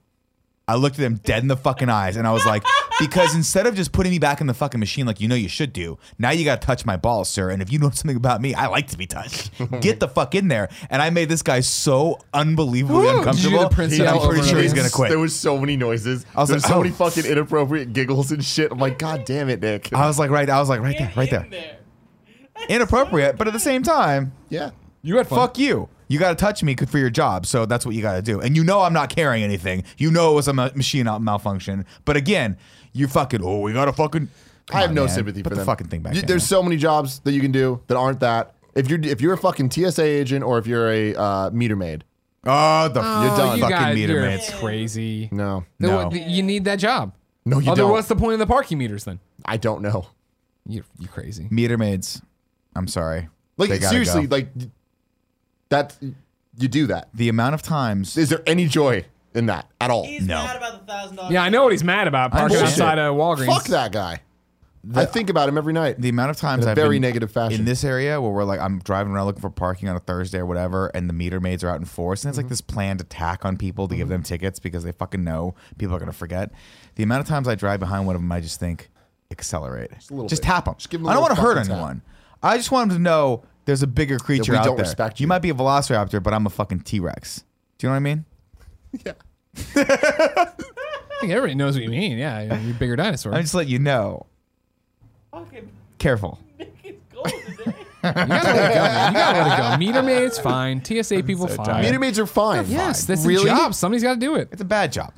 [SPEAKER 2] I looked at him dead in the fucking eyes, and I was like, because instead of just putting me back in the fucking machine like you know you should do, now you gotta touch my balls, sir. And if you know something about me, I like to be touched. Get the fuck in there. And I made this guy so unbelievably
[SPEAKER 1] Woo! Did you do the
[SPEAKER 2] uncomfortable.
[SPEAKER 1] Prince
[SPEAKER 2] that I'm
[SPEAKER 1] yell
[SPEAKER 2] pretty
[SPEAKER 1] over
[SPEAKER 2] sure
[SPEAKER 1] and
[SPEAKER 2] he's
[SPEAKER 1] over?
[SPEAKER 2] gonna quit.
[SPEAKER 4] There was so many noises.
[SPEAKER 2] I was
[SPEAKER 4] There's
[SPEAKER 2] like,
[SPEAKER 4] so
[SPEAKER 2] oh.
[SPEAKER 4] many fucking inappropriate giggles and shit. I'm like, God damn it, Nick.
[SPEAKER 2] I was like, right, I was like, right there, right
[SPEAKER 3] Get in
[SPEAKER 2] there. Inappropriate, but at the same time,
[SPEAKER 4] yeah.
[SPEAKER 1] You had fun.
[SPEAKER 2] fuck you. You got to touch me for your job, so that's what you got to do. And you know I'm not carrying anything. You know it was a ma- machine out- malfunction. But again, you fucking oh, we got to fucking. Come
[SPEAKER 4] I have
[SPEAKER 2] on,
[SPEAKER 4] no
[SPEAKER 2] man.
[SPEAKER 4] sympathy
[SPEAKER 2] Put
[SPEAKER 4] for
[SPEAKER 2] the
[SPEAKER 4] them.
[SPEAKER 2] fucking thing back.
[SPEAKER 4] You-
[SPEAKER 2] in.
[SPEAKER 4] There's so many jobs that you can do that aren't that. If you're if you're a fucking TSA agent or if you're a uh, meter maid,
[SPEAKER 2] oh the
[SPEAKER 1] Oh,
[SPEAKER 2] fucking
[SPEAKER 1] you guys-
[SPEAKER 2] meter
[SPEAKER 1] you're
[SPEAKER 2] man.
[SPEAKER 1] Crazy.
[SPEAKER 4] no,
[SPEAKER 1] No,
[SPEAKER 2] No.
[SPEAKER 1] th- you need that job.
[SPEAKER 4] no, you
[SPEAKER 1] Other,
[SPEAKER 4] don't.
[SPEAKER 1] what's the point of the parking meters then?
[SPEAKER 4] I don't know.
[SPEAKER 1] You you crazy?
[SPEAKER 2] Meter maids. I'm sorry.
[SPEAKER 4] Like
[SPEAKER 2] They gotta
[SPEAKER 4] seriously,
[SPEAKER 2] go.
[SPEAKER 4] like that you do that.
[SPEAKER 2] the amount of times
[SPEAKER 4] Is there any joy in that at all?
[SPEAKER 3] He's
[SPEAKER 2] No.
[SPEAKER 3] mad about the thousand dollars.
[SPEAKER 1] Yeah, I know what he's mad about. Parking
[SPEAKER 2] Bullshit.
[SPEAKER 1] outside of Walgreens.
[SPEAKER 4] Fuck that guy. I think about him every night.
[SPEAKER 2] the amount of times
[SPEAKER 4] in a
[SPEAKER 2] I've
[SPEAKER 4] very
[SPEAKER 2] been
[SPEAKER 4] negative fashion.
[SPEAKER 2] in this area where we're like I'm driving around looking for parking on a Thursday or whatever, and the meter maids are out in force, and it's
[SPEAKER 4] Mm-hmm.
[SPEAKER 2] like this planned attack on people to give them tickets because they fucking know people are gonna forget. The amount of times I drive behind one of them, I just think accelerate, just,
[SPEAKER 4] a little bit.
[SPEAKER 2] tap them.
[SPEAKER 4] Just give 'em a
[SPEAKER 2] I don't
[SPEAKER 4] little
[SPEAKER 2] want to hurt
[SPEAKER 4] fucking tap.
[SPEAKER 2] anyone. I just want them to know there's a bigger creature out
[SPEAKER 4] don't
[SPEAKER 2] there.
[SPEAKER 4] respect
[SPEAKER 2] you
[SPEAKER 4] you.
[SPEAKER 2] might be a Velociraptor, but I'm a fucking T Rex. Do you know what I mean?
[SPEAKER 4] yeah.
[SPEAKER 1] I think everybody knows what you mean. Yeah, you're a bigger dinosaur.
[SPEAKER 2] I just let you know.
[SPEAKER 3] Fucking
[SPEAKER 2] Careful.
[SPEAKER 3] Nick is gold today.
[SPEAKER 1] You gotta let it go, man. You gotta let it go. Meter maids, fine. TSA people, fine.
[SPEAKER 2] tired.
[SPEAKER 4] Meter maids are fine.
[SPEAKER 1] yes,
[SPEAKER 4] Fine.
[SPEAKER 1] that's the job. Somebody's got to do it.
[SPEAKER 2] It's a bad job.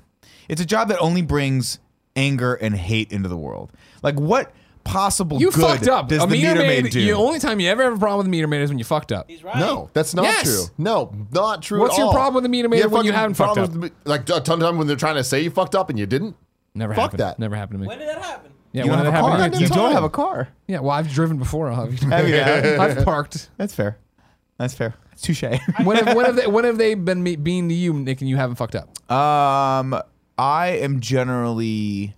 [SPEAKER 2] It's a job that only brings anger and hate into the world. Like what possible
[SPEAKER 1] You
[SPEAKER 2] good
[SPEAKER 1] fucked up.
[SPEAKER 2] does
[SPEAKER 1] a
[SPEAKER 2] the
[SPEAKER 1] meter, maid.
[SPEAKER 2] do?
[SPEAKER 1] The only time you ever have a problem with a meter maid is when you fucked up.
[SPEAKER 3] He's right.
[SPEAKER 4] No, that's not
[SPEAKER 1] Yes.
[SPEAKER 4] true. No, not true.
[SPEAKER 1] What's
[SPEAKER 4] at
[SPEAKER 1] your
[SPEAKER 4] all.
[SPEAKER 1] problem with the meter maid
[SPEAKER 4] have
[SPEAKER 1] when you
[SPEAKER 4] fucking
[SPEAKER 1] haven't fucked
[SPEAKER 4] problems with the- Like a ton of time when they're trying to say you fucked up and you didn't.
[SPEAKER 1] Never
[SPEAKER 4] Fuck
[SPEAKER 1] happened.
[SPEAKER 4] that.
[SPEAKER 1] Never happened to me.
[SPEAKER 3] When did that happen?
[SPEAKER 1] yeah,
[SPEAKER 2] you
[SPEAKER 1] when
[SPEAKER 2] don't
[SPEAKER 1] did
[SPEAKER 2] have
[SPEAKER 1] it
[SPEAKER 2] a
[SPEAKER 1] happen
[SPEAKER 2] car.
[SPEAKER 1] to
[SPEAKER 2] You
[SPEAKER 1] you?
[SPEAKER 2] don't have a car.
[SPEAKER 1] Yeah, well, I've driven before. I'll have
[SPEAKER 2] I mean, yeah,
[SPEAKER 1] I've parked.
[SPEAKER 2] that's fair. That's fair. That's touche.
[SPEAKER 1] When have, when have they, when have they been me, being to you, Nick, and you haven't fucked up?
[SPEAKER 2] um, I am generally.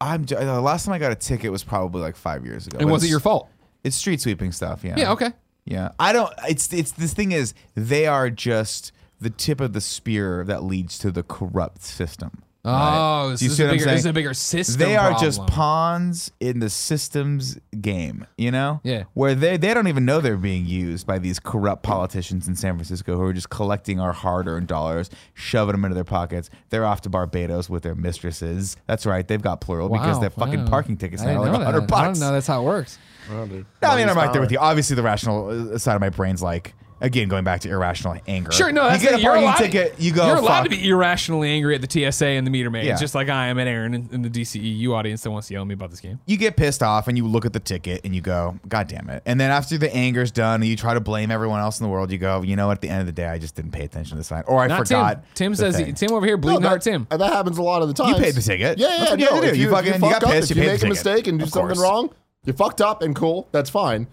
[SPEAKER 2] I'm ge- the last time I got a ticket was probably like five years ago.
[SPEAKER 1] And
[SPEAKER 2] but
[SPEAKER 1] was it
[SPEAKER 2] it's-
[SPEAKER 1] your fault?
[SPEAKER 2] It's street sweeping stuff. Yeah.
[SPEAKER 1] Yeah, okay.
[SPEAKER 2] Yeah, I don't. It's it's this thing is they are just the tip of the spear that leads to the corrupt system.
[SPEAKER 1] Oh, this
[SPEAKER 2] You
[SPEAKER 1] is,
[SPEAKER 2] see
[SPEAKER 1] a
[SPEAKER 2] what I'm
[SPEAKER 1] bigger, this is
[SPEAKER 2] saying?
[SPEAKER 1] a bigger system.
[SPEAKER 2] They are just
[SPEAKER 1] problem.
[SPEAKER 2] pawns in the system's game, you know?
[SPEAKER 1] Yeah.
[SPEAKER 2] Where they, they don't even know they're being used by these corrupt politicians in San Francisco who are just collecting our hard earned dollars, shoving them into their pockets. They're off to Barbados with their mistresses. That's right. They've got plural because
[SPEAKER 1] Wow,
[SPEAKER 2] their fucking
[SPEAKER 1] wow.
[SPEAKER 2] parking tickets
[SPEAKER 1] I
[SPEAKER 2] now
[SPEAKER 1] didn't
[SPEAKER 2] are like
[SPEAKER 1] know
[SPEAKER 2] 100
[SPEAKER 1] that.
[SPEAKER 2] bucks.
[SPEAKER 1] I don't know that's how it works.
[SPEAKER 2] I mean, I'm right there with you. Obviously, the rational uh, side of my brain's like, again, going back to irrational anger.
[SPEAKER 1] Sure, no, that's
[SPEAKER 2] you get
[SPEAKER 1] it.
[SPEAKER 2] a
[SPEAKER 1] You're
[SPEAKER 2] parking
[SPEAKER 1] allowed-
[SPEAKER 2] ticket, you go,
[SPEAKER 1] You're allowed to
[SPEAKER 2] "Fuck."
[SPEAKER 1] be irrationally angry at the TSA and the meter maid,
[SPEAKER 2] Yeah.
[SPEAKER 1] just like I am at Aaron in, in the DCEU audience that wants to yell at me about this game.
[SPEAKER 2] you get pissed off and you look at the ticket and you go, God damn it. And then after the anger's done and you try to blame everyone else in the world, you go, you know, at the end of the day, I just didn't pay attention to the sign. Or I
[SPEAKER 1] Not
[SPEAKER 2] forgot.
[SPEAKER 1] Tim. Tim
[SPEAKER 2] the
[SPEAKER 1] says
[SPEAKER 2] thing.
[SPEAKER 1] Tim over here bleeding
[SPEAKER 4] that,
[SPEAKER 1] heart Tim.
[SPEAKER 4] and that happens a lot of the time.
[SPEAKER 2] paid the ticket.
[SPEAKER 4] Yeah, yeah.
[SPEAKER 2] That's what you
[SPEAKER 4] no,
[SPEAKER 2] had to do.
[SPEAKER 4] If
[SPEAKER 2] You
[SPEAKER 4] you,
[SPEAKER 2] fucking-
[SPEAKER 4] if
[SPEAKER 2] you
[SPEAKER 4] you,
[SPEAKER 2] got
[SPEAKER 4] fucked up,
[SPEAKER 2] pissed,
[SPEAKER 4] if
[SPEAKER 2] you paid
[SPEAKER 4] make
[SPEAKER 2] the
[SPEAKER 4] a
[SPEAKER 2] ticket.
[SPEAKER 4] mistake and do
[SPEAKER 2] Of
[SPEAKER 4] something
[SPEAKER 2] course.
[SPEAKER 4] wrong, you fucked up and cool. That's fine.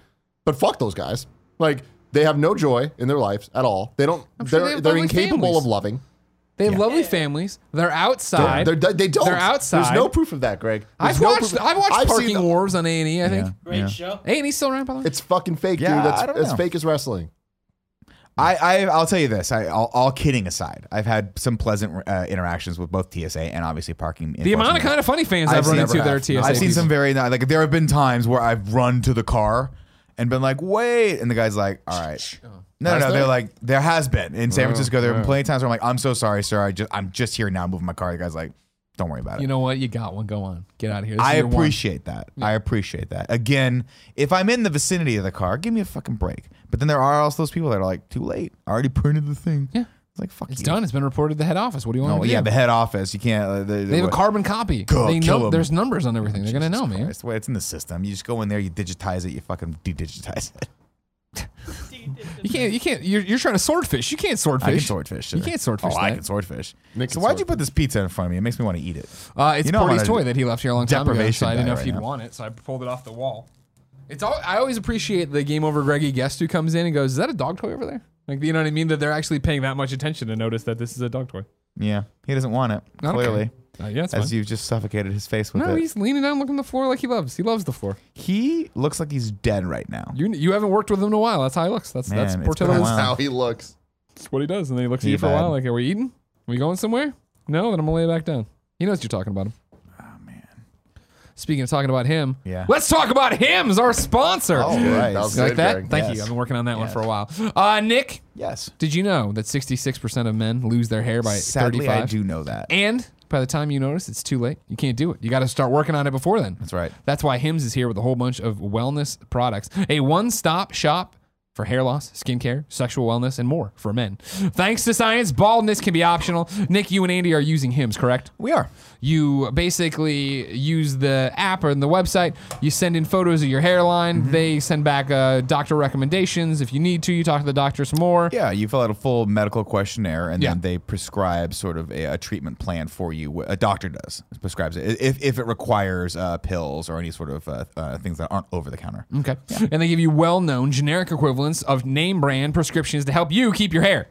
[SPEAKER 4] But fuck those guys. Like they have no joy in their lives at all. They don't.
[SPEAKER 1] sure
[SPEAKER 4] they're
[SPEAKER 1] they have
[SPEAKER 4] they're
[SPEAKER 1] lovely
[SPEAKER 4] incapable
[SPEAKER 1] families.
[SPEAKER 4] of loving.
[SPEAKER 1] They have lovely families. They're outside.
[SPEAKER 4] They're, they're, they don't.
[SPEAKER 1] They're outside.
[SPEAKER 4] There's no proof of that, Greg. There's
[SPEAKER 1] I've
[SPEAKER 4] no
[SPEAKER 1] watched.
[SPEAKER 4] proof of-
[SPEAKER 1] I've watched
[SPEAKER 4] I've seen
[SPEAKER 1] Parking
[SPEAKER 4] the-
[SPEAKER 1] Wars on A and E. I think
[SPEAKER 2] Yeah.
[SPEAKER 3] Great show.
[SPEAKER 1] A and E's still around. By the way,
[SPEAKER 4] It's fucking fake,
[SPEAKER 2] Yeah,
[SPEAKER 4] dude. That's
[SPEAKER 2] I don't
[SPEAKER 4] as
[SPEAKER 2] know.
[SPEAKER 4] fake as wrestling.
[SPEAKER 2] I, I, I'll tell you this, I, all, all kidding aside, I've had some pleasant uh, interactions with both TSA and obviously parking.
[SPEAKER 1] the amount of
[SPEAKER 2] enforcement.
[SPEAKER 1] kind of funny fans I've, run into
[SPEAKER 2] seen-
[SPEAKER 1] that are TSA.
[SPEAKER 2] I've seen
[SPEAKER 1] people.
[SPEAKER 2] some very like there have been times where I've run to the car and been like, wait, and the guy's like, all right,
[SPEAKER 1] Oh.
[SPEAKER 2] no, no,
[SPEAKER 4] Has
[SPEAKER 2] no. They're
[SPEAKER 4] there?
[SPEAKER 2] like, there has been in San Francisco. There have been plenty of times where I'm like, I'm so sorry, sir. I just I'm just here now, moving my car. The guy's like, don't worry about it.
[SPEAKER 1] You know what? You got one. Go on. Get out of here. This
[SPEAKER 2] I
[SPEAKER 1] is your one.
[SPEAKER 2] appreciate that. I appreciate that. Again, if I'm in the vicinity of the car, give me a fucking break. But then there are also those people that are like, too late. I already printed the thing.
[SPEAKER 1] Yeah.
[SPEAKER 2] it's like fuck.
[SPEAKER 1] It's
[SPEAKER 2] you.
[SPEAKER 1] done. It's been reported to the head office. What do you want?
[SPEAKER 2] Oh
[SPEAKER 1] me to
[SPEAKER 2] yeah,
[SPEAKER 1] do?
[SPEAKER 2] the head office. You can't. Uh, they,
[SPEAKER 1] They have a carbon copy.
[SPEAKER 2] Go,
[SPEAKER 1] they
[SPEAKER 2] kill
[SPEAKER 1] know
[SPEAKER 2] 'em.
[SPEAKER 1] there's numbers on everything. They're gonna know, man.
[SPEAKER 2] Christ, well, it's in the system. You just go in there, you digitize it, you fucking de-digitize it.
[SPEAKER 1] You can't. You can't. You're, you're trying to swordfish. You can't swordfish.
[SPEAKER 2] I can swordfish.
[SPEAKER 1] You
[SPEAKER 2] sure.
[SPEAKER 1] can't swordfish
[SPEAKER 2] Oh, I
[SPEAKER 1] that.
[SPEAKER 2] can swordfish.
[SPEAKER 4] Nick
[SPEAKER 2] so
[SPEAKER 4] can
[SPEAKER 2] why'd you put this pizza in front of me? It makes me want to eat it.
[SPEAKER 1] Uh, it's
[SPEAKER 2] You know I'm
[SPEAKER 1] Porty's
[SPEAKER 2] on a
[SPEAKER 1] toy that he left here a long time ago, so
[SPEAKER 2] deprivation
[SPEAKER 1] I didn't know
[SPEAKER 2] diet
[SPEAKER 1] if he'd
[SPEAKER 2] right now.
[SPEAKER 1] want it, so I pulled it off the wall. It's all, I always appreciate the game over Greggy guest who comes in and goes, "Is that a dog toy over there?" Like you know what I mean? That they're actually paying that much attention to notice that this is a dog toy.
[SPEAKER 2] Yeah, he doesn't want it.
[SPEAKER 1] I don't care.
[SPEAKER 2] Clearly,
[SPEAKER 1] Uh, yeah, it's fine.
[SPEAKER 2] as you've just suffocated his face with
[SPEAKER 1] No,
[SPEAKER 2] it.
[SPEAKER 1] he's leaning down, looking at the floor like he loves. He loves the floor.
[SPEAKER 2] He looks like he's dead right now.
[SPEAKER 1] You you haven't worked with him in a while. That's how he looks. That's that's
[SPEAKER 2] Man, it's been a
[SPEAKER 1] Portillo's.
[SPEAKER 2] while.
[SPEAKER 4] How he looks.
[SPEAKER 1] That's what he does, and then he looks at
[SPEAKER 2] He
[SPEAKER 1] you for a while
[SPEAKER 2] bad.
[SPEAKER 1] like, "Are we eating? Are we going somewhere?" No, then I'm gonna lay back down. He knows you're talking about him.
[SPEAKER 2] Oh man.
[SPEAKER 1] Speaking of talking about him,
[SPEAKER 2] Yeah.
[SPEAKER 1] let's talk about him as our sponsor.
[SPEAKER 2] Oh, right.
[SPEAKER 4] That was
[SPEAKER 1] You like
[SPEAKER 4] good,
[SPEAKER 1] that?
[SPEAKER 4] Greg.
[SPEAKER 1] Thank
[SPEAKER 2] Yes.
[SPEAKER 1] you. I've been working on that one
[SPEAKER 2] Yes.
[SPEAKER 1] for a while. Uh, Nick,
[SPEAKER 2] Yes.
[SPEAKER 1] did you know that 66% of men lose their hair by
[SPEAKER 2] Sadly,
[SPEAKER 1] 35?
[SPEAKER 2] I do know that.
[SPEAKER 1] And by the time you notice, it's too late. You can't do it. You got to start working on it before then.
[SPEAKER 2] That's right.
[SPEAKER 1] That's why Hims is here with a whole bunch of wellness products, a one-stop shop for hair loss, skincare, sexual wellness, and more for men. Thanks to science, baldness can be optional. Nick, you and Andy are using Hims, correct?
[SPEAKER 2] We are.
[SPEAKER 1] You basically use the app or the website. You send in photos of your hairline.
[SPEAKER 2] Mm-hmm.
[SPEAKER 1] They send back uh, doctor recommendations. If you need to, you talk to the doctor some more.
[SPEAKER 2] Yeah, you fill out a full medical questionnaire, and
[SPEAKER 1] Yeah.
[SPEAKER 2] then they prescribe sort of a, a treatment plan for you. A doctor does prescribes it if, if it requires uh, pills or any sort of uh, uh, things that aren't over the counter.
[SPEAKER 1] Okay. And they give you well known generic equivalents of name brand prescriptions to help you keep your hair.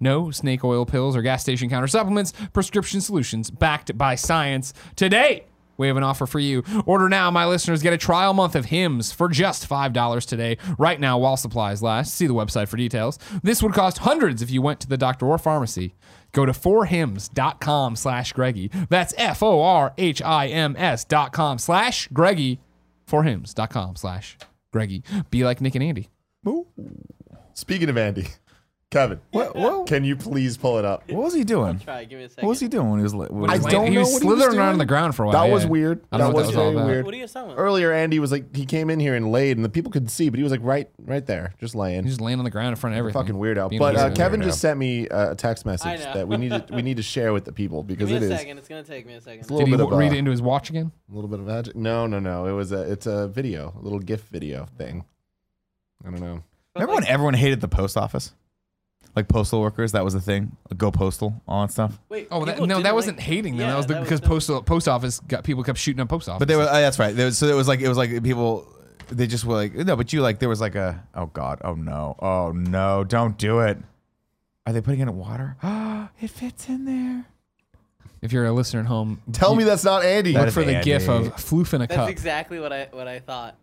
[SPEAKER 1] No snake oil pills or gas station counter supplements, prescription solutions backed by science. Today, we have an offer for you. Order now, my listeners. Get a trial month of hymns for just $5 today, right now, while supplies last. See the website for details. This would cost hundreds if you went to the doctor or pharmacy. Go to forhims.com slash Greggy. That's F O R H I M S dot com slash Greggy forhims.com slash Greggy. Be like Nick and Andy.
[SPEAKER 4] Speaking of Andy, Kevin,
[SPEAKER 2] What, what,
[SPEAKER 4] can you please pull it up?
[SPEAKER 2] what was he doing?
[SPEAKER 3] Try, give me a second.
[SPEAKER 2] What was he doing when he was? Li- when he
[SPEAKER 4] I
[SPEAKER 2] was
[SPEAKER 4] don't
[SPEAKER 1] he
[SPEAKER 4] know
[SPEAKER 1] was
[SPEAKER 4] what he was
[SPEAKER 1] slithering around
[SPEAKER 4] doing.
[SPEAKER 1] on the ground for a while.
[SPEAKER 4] That was
[SPEAKER 1] yeah.
[SPEAKER 4] weird.
[SPEAKER 1] I don't
[SPEAKER 4] That
[SPEAKER 1] know what
[SPEAKER 4] was
[SPEAKER 1] that was all
[SPEAKER 4] very
[SPEAKER 1] about.
[SPEAKER 4] weird.
[SPEAKER 3] What are you guys talking about?
[SPEAKER 4] Earlier, Andy was like, he came in here and laid, and the people could see, but he was like right, right there, just laying.
[SPEAKER 1] He's just laying on the ground in front of everything.
[SPEAKER 4] fucking weirdo.
[SPEAKER 1] Being a
[SPEAKER 4] But
[SPEAKER 1] piece
[SPEAKER 4] uh,
[SPEAKER 1] of
[SPEAKER 4] Kevin
[SPEAKER 1] weirdo.
[SPEAKER 4] just sent me uh, a text
[SPEAKER 3] I
[SPEAKER 4] message
[SPEAKER 3] know.
[SPEAKER 4] that we need to, we need to share with the people
[SPEAKER 3] Give
[SPEAKER 4] because
[SPEAKER 3] me
[SPEAKER 4] it
[SPEAKER 3] a
[SPEAKER 4] is
[SPEAKER 3] second. It's gonna take me a second.
[SPEAKER 4] It's a
[SPEAKER 1] Did
[SPEAKER 4] little
[SPEAKER 1] he
[SPEAKER 4] bit
[SPEAKER 1] w-
[SPEAKER 4] of uh,
[SPEAKER 1] read it into his watch again?
[SPEAKER 4] a little bit of magic. No, no, no. It was a it's a video, a little GIF video thing. I don't know.
[SPEAKER 2] Remember when everyone hated the post office? Like postal workers, that was the thing. Go postal, all that stuff.
[SPEAKER 3] Wait.
[SPEAKER 1] Oh, that,
[SPEAKER 3] people
[SPEAKER 1] no,
[SPEAKER 3] didn't
[SPEAKER 1] that wasn't
[SPEAKER 3] like-
[SPEAKER 1] hating them.
[SPEAKER 3] Yeah,
[SPEAKER 1] that was the, because
[SPEAKER 3] them.
[SPEAKER 1] postal post office got people kept shooting up post office.
[SPEAKER 2] But they were. Uh, that's right. There was, so it was like it was like people. They just were like no, but you like there was like a oh god oh no oh no don't do it. Are they putting in water? it fits in there.
[SPEAKER 1] if you're a listener at home,
[SPEAKER 4] Tell me that's not Andy.
[SPEAKER 2] That
[SPEAKER 1] look
[SPEAKER 2] is
[SPEAKER 1] for the
[SPEAKER 2] Andy.
[SPEAKER 1] gif of floof in a
[SPEAKER 3] That's
[SPEAKER 1] cup.
[SPEAKER 3] exactly what I what I thought.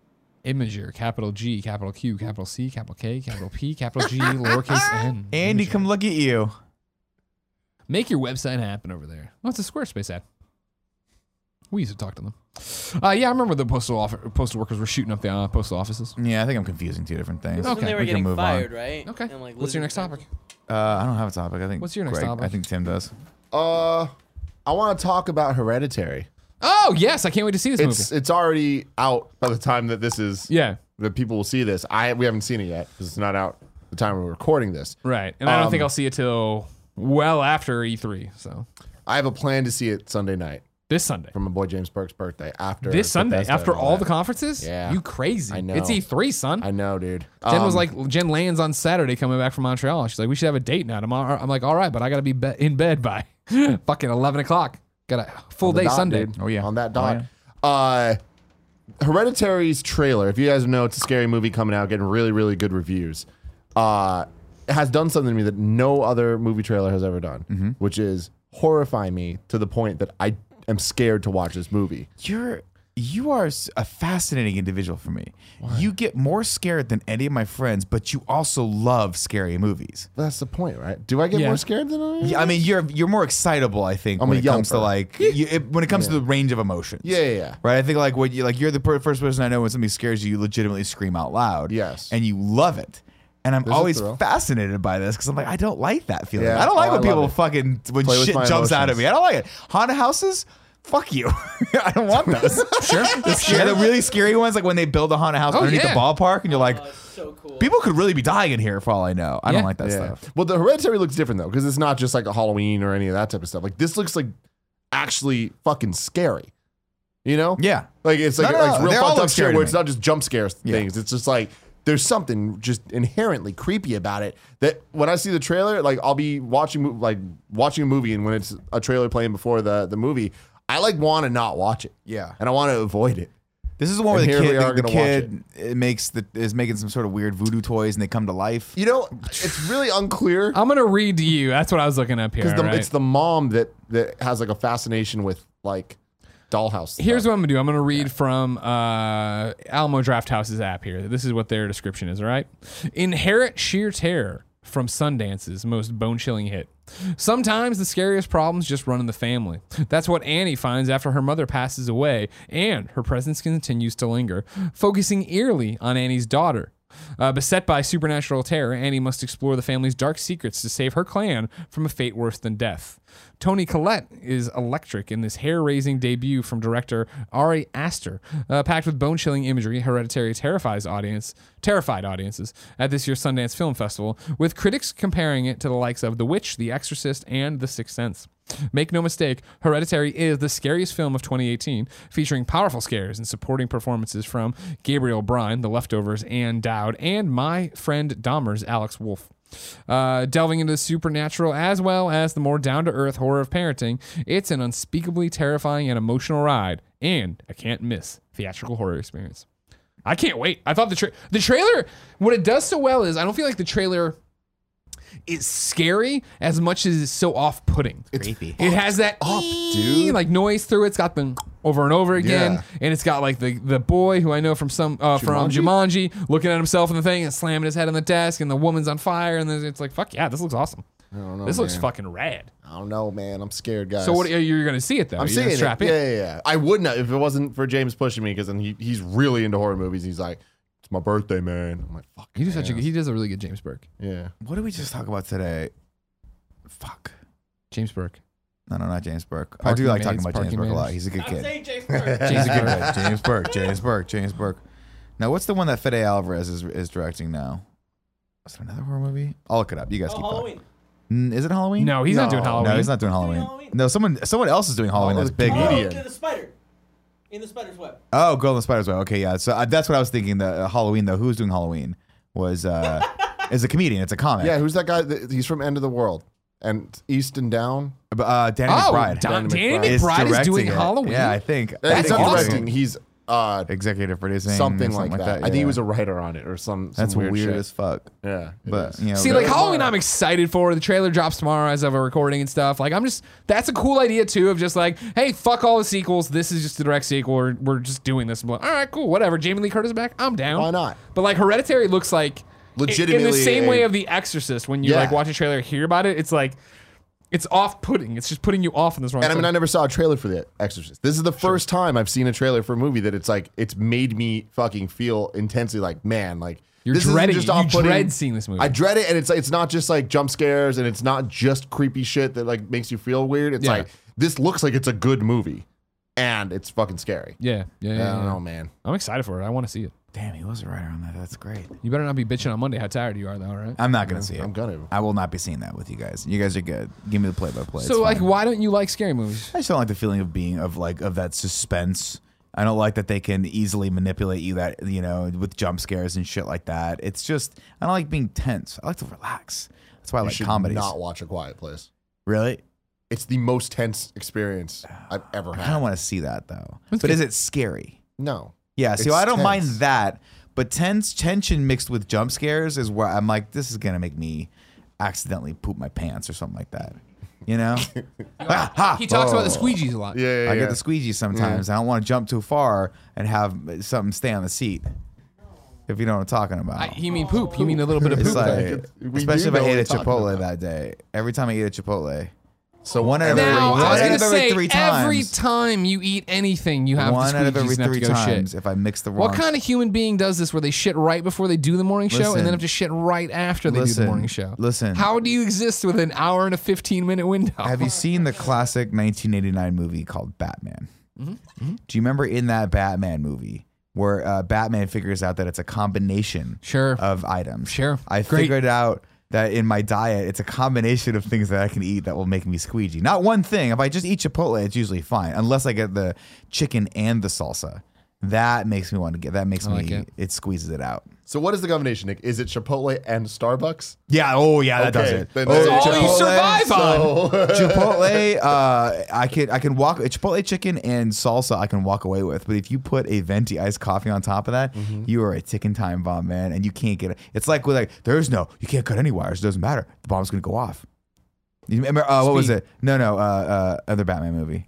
[SPEAKER 1] Imager, capital G, capital Q, capital C, capital K, capital P, capital G, lowercase n.
[SPEAKER 2] Andy,
[SPEAKER 1] Imager.
[SPEAKER 2] come look at you.
[SPEAKER 1] Make your website happen over there. Oh, it's a Squarespace ad. We used to talk to them. Uh, yeah, I remember the postal off- postal workers were shooting up the uh, postal offices.
[SPEAKER 2] Yeah, I think I'm confusing two different things.
[SPEAKER 3] This is
[SPEAKER 1] Okay,
[SPEAKER 3] when they were
[SPEAKER 2] we can
[SPEAKER 3] getting
[SPEAKER 2] move on.
[SPEAKER 3] fired, right?
[SPEAKER 1] Okay.
[SPEAKER 3] And, like,
[SPEAKER 1] What's your
[SPEAKER 3] losing
[SPEAKER 1] next
[SPEAKER 3] their-
[SPEAKER 1] topic?
[SPEAKER 2] Uh, I don't have a topic. I think.
[SPEAKER 1] What's your next
[SPEAKER 2] Greg-
[SPEAKER 1] topic?
[SPEAKER 2] I think Tim does.
[SPEAKER 4] Uh, I want to talk about Hereditary.
[SPEAKER 1] Oh yes, I can't wait to see this
[SPEAKER 4] It's
[SPEAKER 1] movie.
[SPEAKER 4] it's already out by the time that this is
[SPEAKER 1] Yeah,
[SPEAKER 4] that people will see this. I we haven't seen it yet because it's not out the time we're recording this.
[SPEAKER 1] right. And I don't
[SPEAKER 4] Um,
[SPEAKER 1] think I'll see it till well after E3. So
[SPEAKER 4] I have a plan to see it Sunday night
[SPEAKER 1] this Sunday,
[SPEAKER 4] from my boy James Burke's birthday after
[SPEAKER 1] this Sunday,
[SPEAKER 4] Bethesda
[SPEAKER 1] after
[SPEAKER 4] and
[SPEAKER 1] all
[SPEAKER 4] that.
[SPEAKER 1] the conferences.
[SPEAKER 4] Yeah.
[SPEAKER 1] you crazy.
[SPEAKER 4] I know.
[SPEAKER 1] It's E3, son.
[SPEAKER 4] I know, dude.
[SPEAKER 1] Jen was
[SPEAKER 4] Um,
[SPEAKER 1] like, Jen lands on Saturday coming back from Montreal. She's like, we should have a date now tomorrow. I'm like, all right, but I gotta be, be- in bed by fucking 11 o'clock. Got a full
[SPEAKER 4] the
[SPEAKER 1] day
[SPEAKER 4] dot,
[SPEAKER 1] Sunday.
[SPEAKER 4] dude.
[SPEAKER 2] Oh, yeah.
[SPEAKER 4] on that
[SPEAKER 2] Oh,
[SPEAKER 4] dot. Uh, Hereditary's trailer. If you guys know, it's a scary movie coming out, getting really, really good reviews. Uh, it has done something to me that no other movie trailer has ever done,
[SPEAKER 1] Mm-hmm.
[SPEAKER 4] which is horrify me to the point that I am scared to watch this movie.
[SPEAKER 2] You're you are s- a fascinating individual for me. You get more scared than any of my friends, but you also love scary movies.
[SPEAKER 4] That's the point, right? Do I get
[SPEAKER 1] Yeah.
[SPEAKER 4] more scared than I? Am?
[SPEAKER 2] Yeah, I mean, you're you're more excitable. I think
[SPEAKER 4] I'm
[SPEAKER 2] when
[SPEAKER 4] a
[SPEAKER 2] it comes to
[SPEAKER 4] yelper.
[SPEAKER 2] like you, it, when it comes to the range of emotions.
[SPEAKER 4] Yeah, yeah, yeah.
[SPEAKER 2] Right. I think like when you like you're the per- first person I know when something scares you, you legitimately scream out loud.
[SPEAKER 4] Yes.
[SPEAKER 2] And you love it. And I'm
[SPEAKER 4] a
[SPEAKER 2] always
[SPEAKER 4] thrill.
[SPEAKER 2] fascinated by this because I'm like, I don't like that feeling.
[SPEAKER 4] Yeah.
[SPEAKER 2] I don't like
[SPEAKER 4] Oh,
[SPEAKER 2] when
[SPEAKER 4] I
[SPEAKER 2] people
[SPEAKER 4] love it.
[SPEAKER 2] fucking when
[SPEAKER 4] Play with
[SPEAKER 2] shit
[SPEAKER 4] my
[SPEAKER 2] jumps out at
[SPEAKER 4] emotions.
[SPEAKER 2] me. I don't like it. Haunted houses. Fuck you. I don't want those.
[SPEAKER 1] Sure.
[SPEAKER 2] The, scare, the really scary ones, like when they build a haunted house
[SPEAKER 1] Oh,
[SPEAKER 2] underneath
[SPEAKER 1] yeah.
[SPEAKER 2] the ballpark, and you're like,
[SPEAKER 3] Oh, it's so cool.
[SPEAKER 2] people could really be dying in here for all I know. I
[SPEAKER 1] Yeah.
[SPEAKER 2] don't like that
[SPEAKER 4] Yeah.
[SPEAKER 2] stuff.
[SPEAKER 4] Well, the Hereditary looks different though, because it's not just like a Halloween or any of that type of stuff. Like this looks like actually fucking scary. You know?
[SPEAKER 2] Yeah.
[SPEAKER 4] Like it's like,
[SPEAKER 2] No, no,
[SPEAKER 4] like
[SPEAKER 2] no,
[SPEAKER 4] real
[SPEAKER 2] they all
[SPEAKER 4] fucked
[SPEAKER 2] look
[SPEAKER 4] up
[SPEAKER 2] scary
[SPEAKER 4] shit
[SPEAKER 2] to
[SPEAKER 4] where it's
[SPEAKER 2] me.
[SPEAKER 4] not just jump scare things. It's just like there's something just inherently creepy about it that when I see the trailer, like I'll be watching mo- like watching a movie, and when it's a trailer playing before the the movie, I like want to not watch it.
[SPEAKER 2] Yeah.
[SPEAKER 4] and I want to avoid it.
[SPEAKER 2] This is the one where
[SPEAKER 4] And
[SPEAKER 2] the
[SPEAKER 4] here we
[SPEAKER 2] kid,
[SPEAKER 4] are
[SPEAKER 2] the, the
[SPEAKER 4] gonna watch
[SPEAKER 2] kid uh, makes the is making some sort of weird voodoo toys and they come to life.
[SPEAKER 4] You know, it's really unclear
[SPEAKER 1] I'm gonna read to you. That's what I was looking up here.
[SPEAKER 4] because
[SPEAKER 1] all right?
[SPEAKER 4] it's the mom that that has like a fascination with like dollhouse.
[SPEAKER 1] Here's
[SPEAKER 4] stuff.
[SPEAKER 1] what I'm gonna do. I'm gonna read from uh, Alamo Drafthouse's app here. This is what their description is. All right, inherit sheer terror from Sundance's most bone-chilling hit. Sometimes the scariest problems just run in the family. That's what Annie finds after her mother passes away, and her presence continues to linger, focusing eerily on Annie's daughter. Uh, beset by supernatural terror, Annie must explore the family's dark secrets to save her clan from a fate worse than death. Tony Collette is electric in this hair raising debut from director Ari Aster, uh, packed with bone chilling imagery. Hereditary terrifies audience, terrified audiences at this year's Sundance Film Festival, with critics comparing it to the likes of The Witch, The Exorcist, and The Sixth Sense. Make no mistake, Hereditary is the scariest film of 2018, featuring powerful scares and supporting performances from Gabriel Bryan, The Leftovers, Anne Dowd, and my friend Dahmer's Alex Wolff. Uh, delving into the supernatural as well as the more down to earth horror of parenting, it's an unspeakably terrifying and emotional ride, and a can't miss theatrical horror experience. I can't wait. I thought the tra- the trailer, what it does so well is I don't feel like the trailer is scary as much as it's so off putting.
[SPEAKER 2] Creepy.
[SPEAKER 1] It has that up, dude. Like noise through it. It's got them over and over again,
[SPEAKER 4] Yeah.
[SPEAKER 1] and it's got like the the boy who I know from some uh, from Jumanji looking at himself in the thing and slamming his head on the desk, and the woman's on fire, and then it's like fuck yeah, this looks awesome.
[SPEAKER 4] Oh,
[SPEAKER 1] this looks fucking rad.
[SPEAKER 4] I don't know, man. I'm scared, guys.
[SPEAKER 1] So what are you gonna see it though?
[SPEAKER 4] Uh, I'm
[SPEAKER 1] Are you gonna
[SPEAKER 4] seeing it. Yeah,
[SPEAKER 1] strap
[SPEAKER 4] yeah, yeah. I wouldn't have if it wasn't for James pushing me because then he, he's really into horror movies. He's like, it's my birthday, man. I'm like, fuck.
[SPEAKER 1] He does such a good, he does a really good James Burke.
[SPEAKER 4] Yeah.
[SPEAKER 2] What did we just talk about today? Fuck.
[SPEAKER 1] James Burke.
[SPEAKER 2] No, no, not James Burke. I
[SPEAKER 1] Parking
[SPEAKER 2] do like talking
[SPEAKER 1] manners,
[SPEAKER 2] about James
[SPEAKER 1] parking
[SPEAKER 2] Burke a lot.
[SPEAKER 1] manners.
[SPEAKER 2] He's a good kid.
[SPEAKER 1] James
[SPEAKER 2] He's a good
[SPEAKER 1] Burke.
[SPEAKER 2] guy. James Burke. James Burke. James Burke. Now, what's the one that Fede Alvarez is, is directing now? Is it another horror movie? I'll look it up. You guys
[SPEAKER 3] Oh,
[SPEAKER 2] keep
[SPEAKER 3] Halloween.
[SPEAKER 2] talking. Mm, Is it Halloween?
[SPEAKER 1] No, he's not doing Halloween.
[SPEAKER 2] No, he's not doing Halloween.
[SPEAKER 3] Halloween.
[SPEAKER 2] No, someone someone else is doing Halloween.
[SPEAKER 4] Oh,
[SPEAKER 2] that's
[SPEAKER 4] the
[SPEAKER 2] big.
[SPEAKER 4] comedian.
[SPEAKER 2] Oh,
[SPEAKER 4] Idiot.
[SPEAKER 3] Oh, the spider. In the spider's web.
[SPEAKER 2] oh, Golden Spider's Web. Okay, yeah. So uh, that's what I was thinking. The uh, Halloween though. Who's doing Halloween? Was uh, is a comedian. It's a comic.
[SPEAKER 4] Yeah. Who's that guy? that- He's from End of the World and East and Down.
[SPEAKER 2] But, Uh, Danny
[SPEAKER 1] Oh,
[SPEAKER 2] McBride.
[SPEAKER 1] Don- Danny
[SPEAKER 4] Danny
[SPEAKER 1] McBride, is,
[SPEAKER 2] directing
[SPEAKER 1] doing
[SPEAKER 2] it.
[SPEAKER 1] Halloween.
[SPEAKER 2] Yeah, I think. I
[SPEAKER 4] he's
[SPEAKER 2] think
[SPEAKER 4] not
[SPEAKER 1] awesome.
[SPEAKER 4] directing. He's uh,
[SPEAKER 2] Executive producing.
[SPEAKER 4] something, like, that. I think
[SPEAKER 2] yeah.
[SPEAKER 4] he was a writer on it or some. some
[SPEAKER 2] That's weird,
[SPEAKER 4] shit.
[SPEAKER 2] as fuck.
[SPEAKER 4] Yeah. it
[SPEAKER 2] But
[SPEAKER 4] is.
[SPEAKER 2] you know,
[SPEAKER 1] See,
[SPEAKER 2] the-
[SPEAKER 1] like Halloween, I'm excited for. The trailer drops tomorrow as of a recording and stuff. Like, I'm just that's a cool idea too. Of just like, hey, fuck all the sequels. This is just a direct sequel. We're, we're just doing this. I'm like, all right, cool, whatever. Jamie Lee Curtis back. I'm down.
[SPEAKER 4] Why not?
[SPEAKER 1] But like, Hereditary looks like in the
[SPEAKER 4] Legitimately
[SPEAKER 1] same
[SPEAKER 4] a-
[SPEAKER 1] way of The Exorcist. When you
[SPEAKER 4] Yeah.
[SPEAKER 1] like watch a trailer, hear about it, it's like it's off-putting. It's just putting you off in this wrong.
[SPEAKER 4] And I mean,
[SPEAKER 1] direction.
[SPEAKER 4] I never saw a trailer for The Exorcist. This is the first time I've seen a trailer for a movie that it's like it's made me fucking feel intensely like man, like
[SPEAKER 1] You're
[SPEAKER 4] this isn't
[SPEAKER 1] dreading
[SPEAKER 4] just
[SPEAKER 1] it. You
[SPEAKER 4] off-putting.
[SPEAKER 1] dread seeing this movie.
[SPEAKER 4] I dread it, and it's it's not just like jump scares, and it's not just creepy shit that like makes you feel weird. It's
[SPEAKER 1] Yeah.
[SPEAKER 4] like this looks like it's a good movie, and it's fucking scary.
[SPEAKER 1] yeah, yeah, yeah,
[SPEAKER 4] I don't
[SPEAKER 1] yeah.
[SPEAKER 4] know, man.
[SPEAKER 1] I'm excited for it. I want to see it.
[SPEAKER 2] damn, he was a writer on that. That's great.
[SPEAKER 1] You better not be bitching on Monday how tired you are, though, all right?
[SPEAKER 2] I'm not gonna see it.
[SPEAKER 4] I'm gonna.
[SPEAKER 2] I will not be seeing that with you guys. You guys are good. Give me the play by play.
[SPEAKER 1] So, like, why don't you like scary movies?
[SPEAKER 2] I just don't like the feeling of being of like of that suspense. I don't like that they can easily manipulate you that you know with jump scares and shit like that. It's just I don't like being tense. I like to relax. That's why I
[SPEAKER 4] You
[SPEAKER 2] like
[SPEAKER 4] should
[SPEAKER 2] comedies.
[SPEAKER 4] not watch A Quiet Place.
[SPEAKER 2] really?
[SPEAKER 4] It's the most tense experience I've ever
[SPEAKER 2] I don't
[SPEAKER 4] had.
[SPEAKER 2] want to see that though.
[SPEAKER 1] That's
[SPEAKER 2] but
[SPEAKER 1] good.
[SPEAKER 2] is it scary?
[SPEAKER 4] No,
[SPEAKER 2] Yeah, see,
[SPEAKER 4] It's
[SPEAKER 2] I don't mind
[SPEAKER 4] tense.
[SPEAKER 2] that, but tense tension mixed with jump scares is where I'm like, this is gonna make me accidentally poop my pants or something like that. You know, Ah, ha!
[SPEAKER 1] He talks about the
[SPEAKER 2] Oh.
[SPEAKER 1] squeegees a lot.
[SPEAKER 4] yeah, yeah,
[SPEAKER 2] I
[SPEAKER 4] yeah.
[SPEAKER 2] get the squeegee sometimes. I don't want to jump too far and have something stay on the seat. If you know what I'm talking about,
[SPEAKER 1] I, you mean poop? You mean a little bit of
[SPEAKER 2] it's
[SPEAKER 1] poop?
[SPEAKER 2] like,
[SPEAKER 1] there.
[SPEAKER 4] it's- we do
[SPEAKER 2] especially if I
[SPEAKER 4] know
[SPEAKER 2] ate
[SPEAKER 4] what
[SPEAKER 2] at
[SPEAKER 4] you're talking
[SPEAKER 2] Chipotle that
[SPEAKER 4] about.
[SPEAKER 2] day. Every time I eat at Chipotle,
[SPEAKER 4] so
[SPEAKER 2] one out of every-
[SPEAKER 1] Now,
[SPEAKER 2] one
[SPEAKER 1] I was
[SPEAKER 2] out
[SPEAKER 1] gonna
[SPEAKER 2] of every
[SPEAKER 1] say,
[SPEAKER 2] three
[SPEAKER 1] every
[SPEAKER 2] times,
[SPEAKER 1] time you eat anything, you have
[SPEAKER 2] one
[SPEAKER 1] the
[SPEAKER 2] out of
[SPEAKER 1] squeegees
[SPEAKER 2] every
[SPEAKER 1] and have
[SPEAKER 2] three
[SPEAKER 1] to go
[SPEAKER 2] times,
[SPEAKER 1] shit.
[SPEAKER 2] if I mix the wrong,
[SPEAKER 1] What kind of human being does this, where they shit right before they do the morning show, and
[SPEAKER 2] Listen.
[SPEAKER 1] then have to shit right after they do
[SPEAKER 2] Listen.
[SPEAKER 1] the morning show?
[SPEAKER 2] Listen.
[SPEAKER 1] how do you exist with an hour and a fifteen-minute window?
[SPEAKER 2] Have you seen the classic 1989 movie called Batman?
[SPEAKER 1] Mm-hmm.
[SPEAKER 2] Do you remember in that Batman movie where uh, Batman figures out that it's a combination
[SPEAKER 1] Sure.
[SPEAKER 2] of items?
[SPEAKER 1] Sure.
[SPEAKER 2] I
[SPEAKER 1] Great.
[SPEAKER 2] figured out that in my diet, it's a combination of things that I can eat that will make me squeegee. Not one thing. If I just eat Chipotle, it's usually fine, unless I get the chicken and the salsa. That makes me want to get. That makes
[SPEAKER 1] like
[SPEAKER 2] me.
[SPEAKER 1] it.
[SPEAKER 2] It. squeezes it out.
[SPEAKER 4] So what is the combination, Nick? Is it Chipotle and Starbucks?
[SPEAKER 2] Yeah. Oh, yeah. That
[SPEAKER 4] Okay,
[SPEAKER 2] does it.
[SPEAKER 4] then
[SPEAKER 1] That's
[SPEAKER 4] Oh,
[SPEAKER 1] all you
[SPEAKER 2] Chipotle,
[SPEAKER 1] survive on.
[SPEAKER 2] Chipotle, uh, I can I can walk Chipotle chicken and salsa. I can walk away with, but if you put a venti iced coffee on top of that, you are a ticking time bomb, man, and you can't get it. It's like with like there's no you can't cut any wires. It doesn't matter. The bomb's gonna go off. You remember uh, what was
[SPEAKER 1] Speed.
[SPEAKER 2] it? No, no, uh, uh, other Batman movie,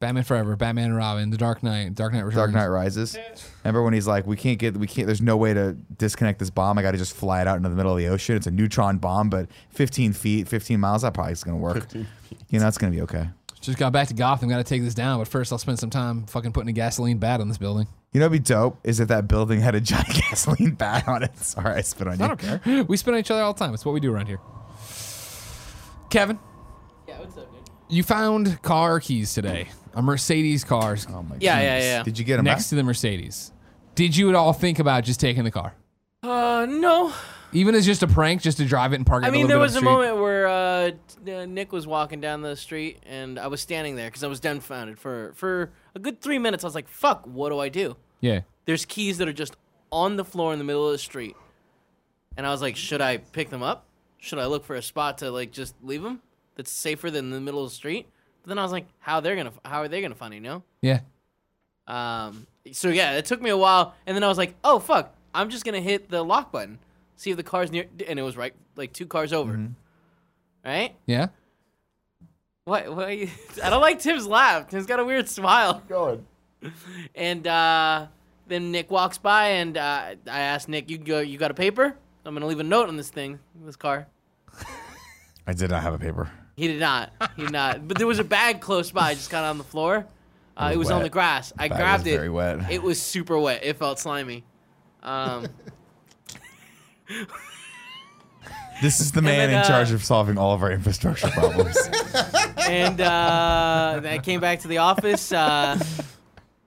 [SPEAKER 1] Batman Forever, Batman and Robin, The Dark Knight, Dark Knight
[SPEAKER 2] Dark
[SPEAKER 1] Returns.
[SPEAKER 2] Knight Rises. Remember when he's like, we can't get, we can't. There's no way to disconnect this bomb. I got to just fly it out into the middle of the ocean. It's a neutron bomb, but 15 feet, 15 miles. That probably is gonna work. You know, that's gonna be okay.
[SPEAKER 1] Just got back to Gotham. Got to take this down, but first I'll spend some time fucking putting a gasoline bat on this building.
[SPEAKER 2] You know, what'd be dope is if that building had a giant gasoline bat on it. Sorry, I spit on you.
[SPEAKER 1] I don't care. We spin on each other all the time. It's what we do around here. Kevin,
[SPEAKER 3] Yeah, what's up, dude?
[SPEAKER 1] you found car keys today. A Mercedes cars
[SPEAKER 2] Oh my
[SPEAKER 3] Yeah, yeah,
[SPEAKER 2] goodness.
[SPEAKER 3] yeah.
[SPEAKER 2] Did you get him?
[SPEAKER 1] next to the Mercedes. Did you at all think about just taking the car?
[SPEAKER 3] Uh, no.
[SPEAKER 1] Even
[SPEAKER 3] Even
[SPEAKER 1] as just a prank, just to drive it and park it.
[SPEAKER 3] I
[SPEAKER 1] a
[SPEAKER 3] mean,
[SPEAKER 1] little
[SPEAKER 3] there
[SPEAKER 1] bit up
[SPEAKER 3] was
[SPEAKER 1] the
[SPEAKER 3] a
[SPEAKER 1] street?
[SPEAKER 3] moment where uh, t- uh, Nick was walking down the street, and I was standing there because I was dumbfounded for for a good three minutes. I was like, "Fuck, what do I do?"
[SPEAKER 1] Yeah.
[SPEAKER 3] There's keys that are just on the floor in the middle of the street, and I was like, "Should I pick them up? Should I look for a spot to like just leave them that's safer than the middle of the street?" But then I was like, "How they're gonna? f- How are they gonna find it? You know?"
[SPEAKER 1] Yeah.
[SPEAKER 3] Um, so yeah, it took me a while, and then I was like, "Oh fuck, I'm just gonna hit the lock button, see if the car's near." And it was right, like two cars over. Right?
[SPEAKER 1] Yeah.
[SPEAKER 3] What? What? are you- I don't like Tim's laugh. Tim's got a weird smile.
[SPEAKER 4] Going.
[SPEAKER 3] And uh, then Nick walks by, and uh, I asked Nick, "You go? You got a paper? I'm gonna leave a note on this thing, this car."
[SPEAKER 2] I did not have a paper.
[SPEAKER 3] He did not. He did not. But there was a bag close by, just kind of on the floor. Uh,
[SPEAKER 2] was
[SPEAKER 3] it was on
[SPEAKER 2] wet.
[SPEAKER 3] the grass. I
[SPEAKER 2] bag
[SPEAKER 3] grabbed
[SPEAKER 2] was
[SPEAKER 3] it.
[SPEAKER 2] very wet.
[SPEAKER 3] It was super wet. It felt slimy. Um,
[SPEAKER 2] This is the man
[SPEAKER 3] then,
[SPEAKER 2] in charge
[SPEAKER 3] uh,
[SPEAKER 2] of solving all of our infrastructure problems.
[SPEAKER 3] and uh, then I came back to the office. Uh,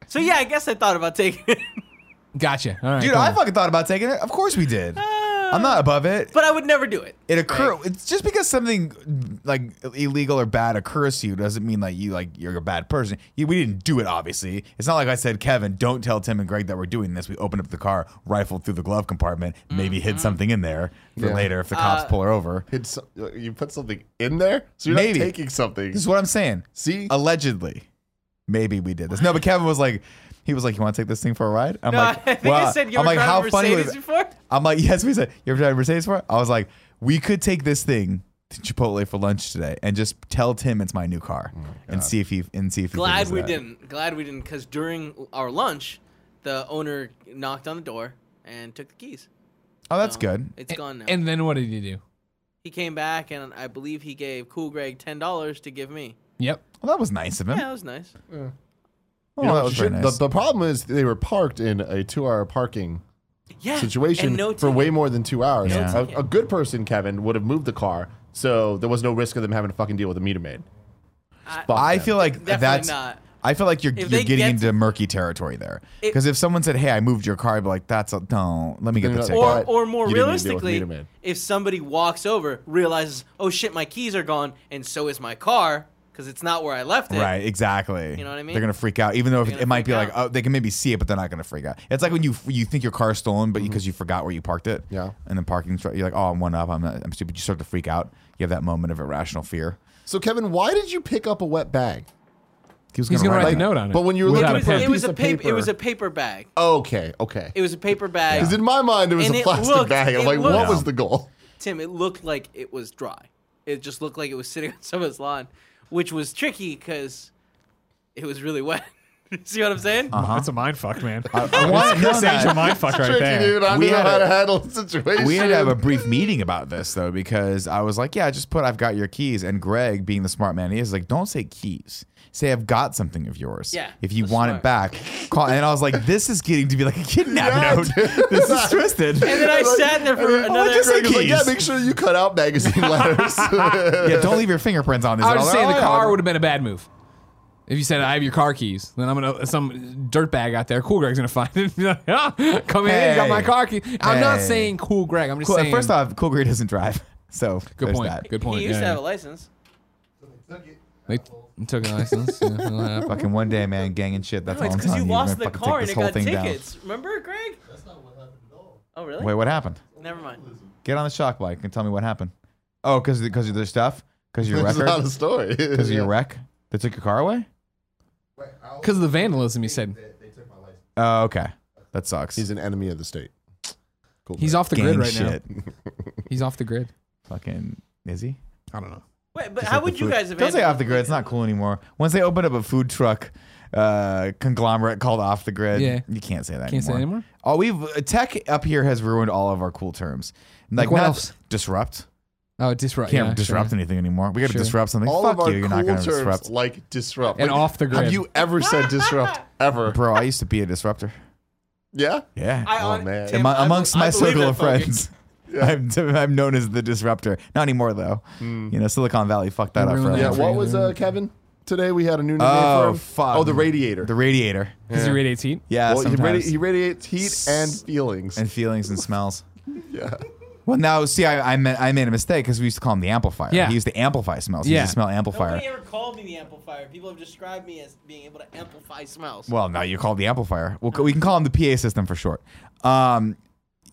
[SPEAKER 3] so yeah, I guess I thought about taking it,
[SPEAKER 1] Gotcha. All right.
[SPEAKER 2] Dude,
[SPEAKER 1] cool.
[SPEAKER 2] I fucking thought about taking it. Of course we did. I'm not above it.
[SPEAKER 3] but I would never do it.
[SPEAKER 2] It occur. It's just because something like illegal or bad occurs to you doesn't mean like you like you're a bad person. You, we didn't do it, obviously. It's not like I said, Kevin, don't tell Tim and Greg that we're doing this. We opened up the car, rifled through the glove compartment, maybe
[SPEAKER 3] Mm-hmm.
[SPEAKER 2] hid something in there for
[SPEAKER 4] Yeah.
[SPEAKER 2] later if the
[SPEAKER 3] Uh,
[SPEAKER 2] cops pull her over.
[SPEAKER 4] It's, so- you put something in there, so you're
[SPEAKER 2] Maybe.
[SPEAKER 4] not taking something.
[SPEAKER 2] This is what I'm saying.
[SPEAKER 4] See,
[SPEAKER 2] Allegedly, maybe we did this. No, but Kevin was like, he was like, you want to take this thing for a ride? I'm
[SPEAKER 3] No,
[SPEAKER 2] like,
[SPEAKER 3] I think I
[SPEAKER 2] "Well,"
[SPEAKER 3] said you
[SPEAKER 2] I'm
[SPEAKER 3] were
[SPEAKER 2] like,
[SPEAKER 3] driving
[SPEAKER 2] how funny
[SPEAKER 3] Mercedes
[SPEAKER 2] would it-
[SPEAKER 3] before.
[SPEAKER 2] I'm like, yes, we said, you ever tried Mercedes before? I was like, we could take this thing to Chipotle for lunch today and just tell Tim it's my new car
[SPEAKER 4] Oh
[SPEAKER 2] and see if he and see if he
[SPEAKER 3] Glad
[SPEAKER 2] figures
[SPEAKER 3] we
[SPEAKER 2] it out.
[SPEAKER 3] didn't. Glad we didn't, because during our lunch, the owner knocked on the door and took the keys.
[SPEAKER 2] Oh, that's
[SPEAKER 3] So
[SPEAKER 2] good.
[SPEAKER 3] It's gone now.
[SPEAKER 1] And then what did you do?
[SPEAKER 3] he came back, and I believe he gave Cool Greg ten dollars to give me.
[SPEAKER 1] Yep.
[SPEAKER 2] Well, that was nice of him.
[SPEAKER 3] Yeah, that was nice.
[SPEAKER 2] Oh,
[SPEAKER 4] You know
[SPEAKER 2] that
[SPEAKER 4] what
[SPEAKER 2] was
[SPEAKER 4] you
[SPEAKER 2] very
[SPEAKER 4] should-
[SPEAKER 2] nice.
[SPEAKER 4] the, the problem is they were parked in a two-hour parking
[SPEAKER 3] Yeah.
[SPEAKER 4] situation
[SPEAKER 3] and no
[SPEAKER 4] for
[SPEAKER 3] ticket.
[SPEAKER 4] way more than two hours.
[SPEAKER 2] Yeah.
[SPEAKER 4] A, a good person, Kevin, would have moved the car, so there was no risk of them having to fucking deal with a meter maid.
[SPEAKER 3] I-
[SPEAKER 4] Fuck
[SPEAKER 2] I
[SPEAKER 4] them.
[SPEAKER 2] feel like
[SPEAKER 3] Definitely
[SPEAKER 2] that's.
[SPEAKER 3] not.
[SPEAKER 2] I feel like you're
[SPEAKER 3] If
[SPEAKER 2] you're
[SPEAKER 3] they
[SPEAKER 2] getting
[SPEAKER 3] get-
[SPEAKER 2] into murky territory there.
[SPEAKER 3] It-
[SPEAKER 2] Because if someone said, "Hey, I moved your car," I'd be like, "That's a don't. Let me get
[SPEAKER 4] Then
[SPEAKER 2] the
[SPEAKER 4] you're
[SPEAKER 2] ticket."
[SPEAKER 4] like, But
[SPEAKER 3] Or, or more
[SPEAKER 4] you didn't need to deal with
[SPEAKER 3] realistically,
[SPEAKER 4] Meter Man.
[SPEAKER 3] if somebody walks over, realizes, oh shit, my keys are gone, and so is my car, because it's not where I left it.
[SPEAKER 2] Right, exactly.
[SPEAKER 3] You know what I mean?
[SPEAKER 2] They're gonna freak out, even though if,
[SPEAKER 3] They're
[SPEAKER 2] it
[SPEAKER 3] gonna
[SPEAKER 2] might be
[SPEAKER 3] freak
[SPEAKER 2] like,
[SPEAKER 3] out.
[SPEAKER 2] oh, they can maybe see it, but they're not gonna freak out. It's like when you you think your car's stolen,
[SPEAKER 1] Mm-hmm.
[SPEAKER 2] but because you forgot where you parked it,
[SPEAKER 4] Yeah.
[SPEAKER 2] and then parking, stri- you're like, oh, I'm one up, I'm not, I'm stupid. You start to freak out. You have that moment of irrational fear.
[SPEAKER 4] So, Kevin, why did you pick up a wet bag?
[SPEAKER 2] He was
[SPEAKER 1] He's gonna write
[SPEAKER 2] write
[SPEAKER 1] a note on it.
[SPEAKER 4] But when you were
[SPEAKER 1] Without
[SPEAKER 3] It
[SPEAKER 4] looking
[SPEAKER 3] was,
[SPEAKER 1] a
[SPEAKER 4] for
[SPEAKER 1] pen.
[SPEAKER 4] piece
[SPEAKER 3] it was a
[SPEAKER 4] of
[SPEAKER 3] paper. It was a
[SPEAKER 4] paper-
[SPEAKER 3] paper bag.
[SPEAKER 4] Okay, okay.
[SPEAKER 3] It was a paper bag.
[SPEAKER 4] Because in my mind, it was
[SPEAKER 3] And
[SPEAKER 4] a
[SPEAKER 3] it
[SPEAKER 4] plastic
[SPEAKER 3] looked-
[SPEAKER 4] bag. I'm
[SPEAKER 3] it
[SPEAKER 4] like, what
[SPEAKER 3] looked-
[SPEAKER 4] was the goal?
[SPEAKER 3] Tim, it looked like it was dry. It just looked like it was sitting on someone's lawn, which was tricky because it was really wet. See what I'm saying?
[SPEAKER 1] Uh-huh.
[SPEAKER 6] That's a mind fuck, man.
[SPEAKER 2] I want to know
[SPEAKER 6] That's a
[SPEAKER 2] that.
[SPEAKER 6] mind fuck right
[SPEAKER 4] Tricky,
[SPEAKER 6] there.
[SPEAKER 4] dude. I
[SPEAKER 2] We had
[SPEAKER 4] didn't know how
[SPEAKER 2] a-
[SPEAKER 4] to handle the situation.
[SPEAKER 2] We had to have a brief meeting about this though, because I was like, yeah, just put I've got your keys, and Greg, being the smart man he is, like, don't say keys. Say I've got something of yours.
[SPEAKER 3] Yeah,
[SPEAKER 2] If you
[SPEAKER 3] that's
[SPEAKER 2] want it
[SPEAKER 3] smart.
[SPEAKER 2] back, call. And I was like, this is getting to be like a kidnap note. This is twisted.
[SPEAKER 3] And then I sat there for another.
[SPEAKER 2] just
[SPEAKER 4] Greg was like, yeah,
[SPEAKER 2] keys.
[SPEAKER 4] make sure you cut out magazine letters.
[SPEAKER 2] yeah, don't leave your fingerprints on this.
[SPEAKER 1] I would
[SPEAKER 2] And
[SPEAKER 1] say
[SPEAKER 2] like,
[SPEAKER 1] the
[SPEAKER 2] "Oh, yeah."
[SPEAKER 1] car would have been a bad move. If you said I have your car keys, then I'm gonna some dirtbag out there. Cool Greg's gonna find it. Be like, "Ah, Come in, you got my
[SPEAKER 2] Hey.
[SPEAKER 1] car key. I'm not
[SPEAKER 2] Hey.
[SPEAKER 1] saying cool Greg. I'm just
[SPEAKER 2] Cool.
[SPEAKER 1] saying.
[SPEAKER 2] First off, Cool Green doesn't drive, so
[SPEAKER 1] good
[SPEAKER 2] there's
[SPEAKER 1] point.
[SPEAKER 2] That.
[SPEAKER 1] Good point.
[SPEAKER 3] He used to
[SPEAKER 1] yeah.
[SPEAKER 3] have a license.
[SPEAKER 1] They took a license. yeah, it'll happen.
[SPEAKER 2] Fucking one day, man, gang and shit. That's
[SPEAKER 3] No,
[SPEAKER 2] all
[SPEAKER 3] it's
[SPEAKER 2] I'm
[SPEAKER 3] because
[SPEAKER 2] telling
[SPEAKER 3] you
[SPEAKER 2] you. We're
[SPEAKER 3] lost
[SPEAKER 2] gonna
[SPEAKER 3] the
[SPEAKER 2] fucking
[SPEAKER 3] car
[SPEAKER 2] take
[SPEAKER 3] and it
[SPEAKER 2] this
[SPEAKER 3] got
[SPEAKER 2] whole thing down.
[SPEAKER 3] tickets. Remember, Greg? That's not what happened at all. Oh really?
[SPEAKER 2] Wait, what happened?
[SPEAKER 3] Never mind.
[SPEAKER 2] Get on the shock bike and tell me what happened. Oh, because because of their stuff, because your
[SPEAKER 4] It's not
[SPEAKER 2] record,
[SPEAKER 4] a story.
[SPEAKER 2] because of your wreck, they took your car away.
[SPEAKER 1] Because of the vandalism, he said.
[SPEAKER 2] Oh, okay, that sucks.
[SPEAKER 4] He's an enemy of the state. Cool.
[SPEAKER 1] He's
[SPEAKER 4] man.
[SPEAKER 1] off the
[SPEAKER 2] gang
[SPEAKER 1] grid right now.
[SPEAKER 2] shit.
[SPEAKER 1] He's off the grid.
[SPEAKER 2] Fucking is he?
[SPEAKER 1] I don't know.
[SPEAKER 3] Wait, but how would you guys have?
[SPEAKER 2] Don't say
[SPEAKER 3] handled
[SPEAKER 2] off the grid. It's not cool anymore. Once they open up a food truck uh, conglomerate called Off the Grid,
[SPEAKER 1] Yeah.
[SPEAKER 2] you can't say that.
[SPEAKER 1] Can't say
[SPEAKER 2] anymore. Oh, we've tech up here has ruined all of our cool terms. Like,
[SPEAKER 1] what
[SPEAKER 2] not
[SPEAKER 1] else?
[SPEAKER 2] Disrupt.
[SPEAKER 1] Oh, disrupt.
[SPEAKER 2] Can't
[SPEAKER 1] yeah,
[SPEAKER 2] disrupt
[SPEAKER 1] sure.
[SPEAKER 2] anything anymore. We got to
[SPEAKER 1] Sure.
[SPEAKER 2] disrupt something.
[SPEAKER 4] All
[SPEAKER 2] Fuck
[SPEAKER 4] of our
[SPEAKER 2] you. You're
[SPEAKER 4] cool
[SPEAKER 2] not going to
[SPEAKER 4] terms
[SPEAKER 2] disrupt,
[SPEAKER 4] like disrupt
[SPEAKER 1] And
[SPEAKER 4] Like,
[SPEAKER 1] off the grid.
[SPEAKER 4] Have you ever said disrupt ever?
[SPEAKER 2] bro. I used to be a disruptor.
[SPEAKER 4] Yeah?
[SPEAKER 2] Yeah.
[SPEAKER 3] I,
[SPEAKER 4] Oh,
[SPEAKER 3] hon-
[SPEAKER 4] man. Am
[SPEAKER 3] Tim,
[SPEAKER 2] Among-
[SPEAKER 3] I bel-
[SPEAKER 2] amongst
[SPEAKER 3] I
[SPEAKER 2] my
[SPEAKER 3] believe
[SPEAKER 2] circle
[SPEAKER 3] that
[SPEAKER 2] of
[SPEAKER 3] fucking-
[SPEAKER 2] friends. I'm, I'm known as the disruptor. Not anymore though. You know, Silicon Valley fucked that
[SPEAKER 1] You
[SPEAKER 2] up for
[SPEAKER 1] ruined
[SPEAKER 4] Hmm. Yeah,
[SPEAKER 1] that
[SPEAKER 2] us.
[SPEAKER 1] for
[SPEAKER 4] what
[SPEAKER 1] you.
[SPEAKER 4] was uh, Kevin? Today we had a new name for
[SPEAKER 2] Oh
[SPEAKER 4] him.
[SPEAKER 2] fuck.
[SPEAKER 4] Oh, the radiator.
[SPEAKER 2] The radiator.
[SPEAKER 1] Is he radiates heat?
[SPEAKER 2] Yeah,
[SPEAKER 4] well, he,
[SPEAKER 2] sometimes.
[SPEAKER 4] radi- he radiates heat and feelings.
[SPEAKER 2] and feelings and smells.
[SPEAKER 4] yeah.
[SPEAKER 2] Well, now see, I I, meant, I made a mistake because we used to call him the amplifier.
[SPEAKER 1] Yeah.
[SPEAKER 2] He used to amplify smells. He
[SPEAKER 1] Yeah.
[SPEAKER 2] used to smell amplifier.
[SPEAKER 3] Nobody ever called me the amplifier. People have described me as being able to amplify smells.
[SPEAKER 2] Well, now you call it the amplifier. We'll, we can call him the PA system for short. Um,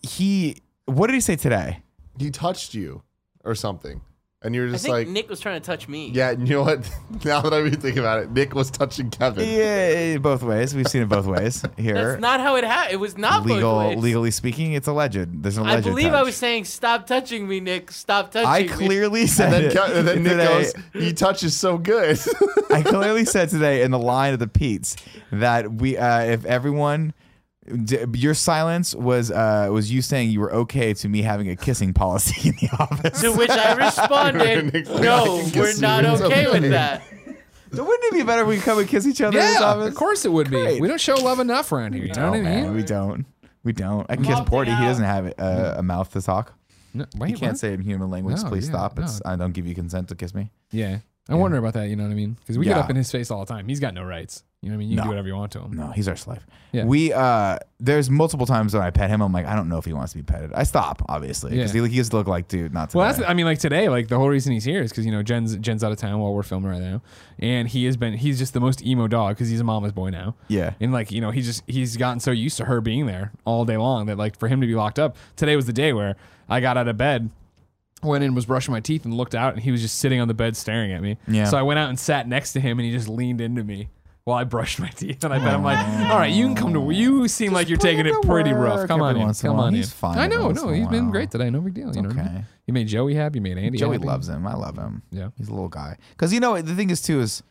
[SPEAKER 2] he. What did he say today?
[SPEAKER 4] He touched you or something. And you're
[SPEAKER 3] I
[SPEAKER 4] just
[SPEAKER 3] think
[SPEAKER 4] like,
[SPEAKER 3] Nick was trying to touch me.
[SPEAKER 4] yeah, and you know what? now that I'm even thinking about it, Nick was touching Kevin.
[SPEAKER 2] Yeah, both ways. We've seen it both ways here.
[SPEAKER 3] That's not how it happened. It was not both
[SPEAKER 2] legal,
[SPEAKER 3] ways.
[SPEAKER 2] legally speaking, it's alleged. There's an
[SPEAKER 3] I
[SPEAKER 2] alleged.
[SPEAKER 3] believe I
[SPEAKER 2] touch.
[SPEAKER 3] was saying, "Stop touching me, Nick. Stop touching
[SPEAKER 2] I
[SPEAKER 3] me."
[SPEAKER 2] clearly said
[SPEAKER 4] And then,
[SPEAKER 2] it
[SPEAKER 4] Ke- and then Nick
[SPEAKER 2] today.
[SPEAKER 4] goes, he touches so good.
[SPEAKER 2] I clearly said today in the line of the Pete's that we, uh, if everyone, d- your silence was uh, was you saying you were okay to me having a kissing policy in the office.
[SPEAKER 3] To which I responded,
[SPEAKER 4] Nick's like, I
[SPEAKER 3] "No,
[SPEAKER 4] can
[SPEAKER 3] we're
[SPEAKER 4] kiss you.
[SPEAKER 3] not
[SPEAKER 4] It's
[SPEAKER 3] okay
[SPEAKER 4] okay."
[SPEAKER 3] with that."
[SPEAKER 2] So wouldn't it be better if we come and kiss each other in this
[SPEAKER 1] Yeah,
[SPEAKER 2] office?
[SPEAKER 1] of course it would be. We don't show love enough around here. You know
[SPEAKER 2] Oh,
[SPEAKER 1] what I
[SPEAKER 2] man,
[SPEAKER 1] mean?
[SPEAKER 2] we don't. We don't. I can kiss
[SPEAKER 3] opting
[SPEAKER 2] Porty. He
[SPEAKER 3] out.
[SPEAKER 2] doesn't have uh, a, a mouth to talk.
[SPEAKER 1] No, wait,
[SPEAKER 2] He can't
[SPEAKER 1] what?
[SPEAKER 2] say it in human language.
[SPEAKER 1] No,
[SPEAKER 2] Please
[SPEAKER 1] yeah,
[SPEAKER 2] stop.
[SPEAKER 1] no.
[SPEAKER 2] It's, I don't give you consent to kiss me.
[SPEAKER 1] Yeah. I wonder about that, you know what I mean? Because we get
[SPEAKER 2] Yeah.
[SPEAKER 1] up in his face all the time. He's got no rights. You know what I mean? You
[SPEAKER 2] No.
[SPEAKER 1] can do whatever you want to him.
[SPEAKER 2] No, he's our slave.
[SPEAKER 1] Yeah.
[SPEAKER 2] We uh, there's multiple times when I pet him. I'm like, I don't know if he wants to be petted. I stop obviously because
[SPEAKER 1] Yeah.
[SPEAKER 2] he, he just look like dude. Not today.
[SPEAKER 1] Well, that's I mean, like today, like the whole reason he's here is because you know Jen's Jen's out of town while we're filming right now, and he has been he's just the most emo dog because he's a mama's boy now.
[SPEAKER 2] Yeah.
[SPEAKER 1] and like you know he's just he's gotten so used to her being there all day long that like for him to be locked up today was the day where I got out of bed. Went in, was brushing my teeth, and looked out, and he was just sitting on the bed staring at me.
[SPEAKER 2] Yeah.
[SPEAKER 1] So I went out and sat next to him, and he just leaned into me while I brushed my teeth. And I bet I'm like,
[SPEAKER 2] Oh,
[SPEAKER 1] "All right, you can come to. You seem like you're
[SPEAKER 2] put
[SPEAKER 1] taking
[SPEAKER 2] him
[SPEAKER 1] it
[SPEAKER 2] to
[SPEAKER 1] pretty rough.
[SPEAKER 2] work
[SPEAKER 1] Come on
[SPEAKER 2] every
[SPEAKER 1] in.
[SPEAKER 2] once in a
[SPEAKER 1] Come
[SPEAKER 2] while.
[SPEAKER 1] on in.
[SPEAKER 2] He's fine
[SPEAKER 1] I
[SPEAKER 2] every
[SPEAKER 1] know.
[SPEAKER 2] once in
[SPEAKER 1] No,
[SPEAKER 2] a
[SPEAKER 1] he's been
[SPEAKER 2] while.
[SPEAKER 1] great today. No big deal. You know what I mean?
[SPEAKER 2] okay.
[SPEAKER 1] You made Joey happy. You made Andy.
[SPEAKER 2] Joey
[SPEAKER 1] happy.
[SPEAKER 2] loves him. I love him.
[SPEAKER 1] Yeah.
[SPEAKER 2] He's a little guy. Because you know the thing is too is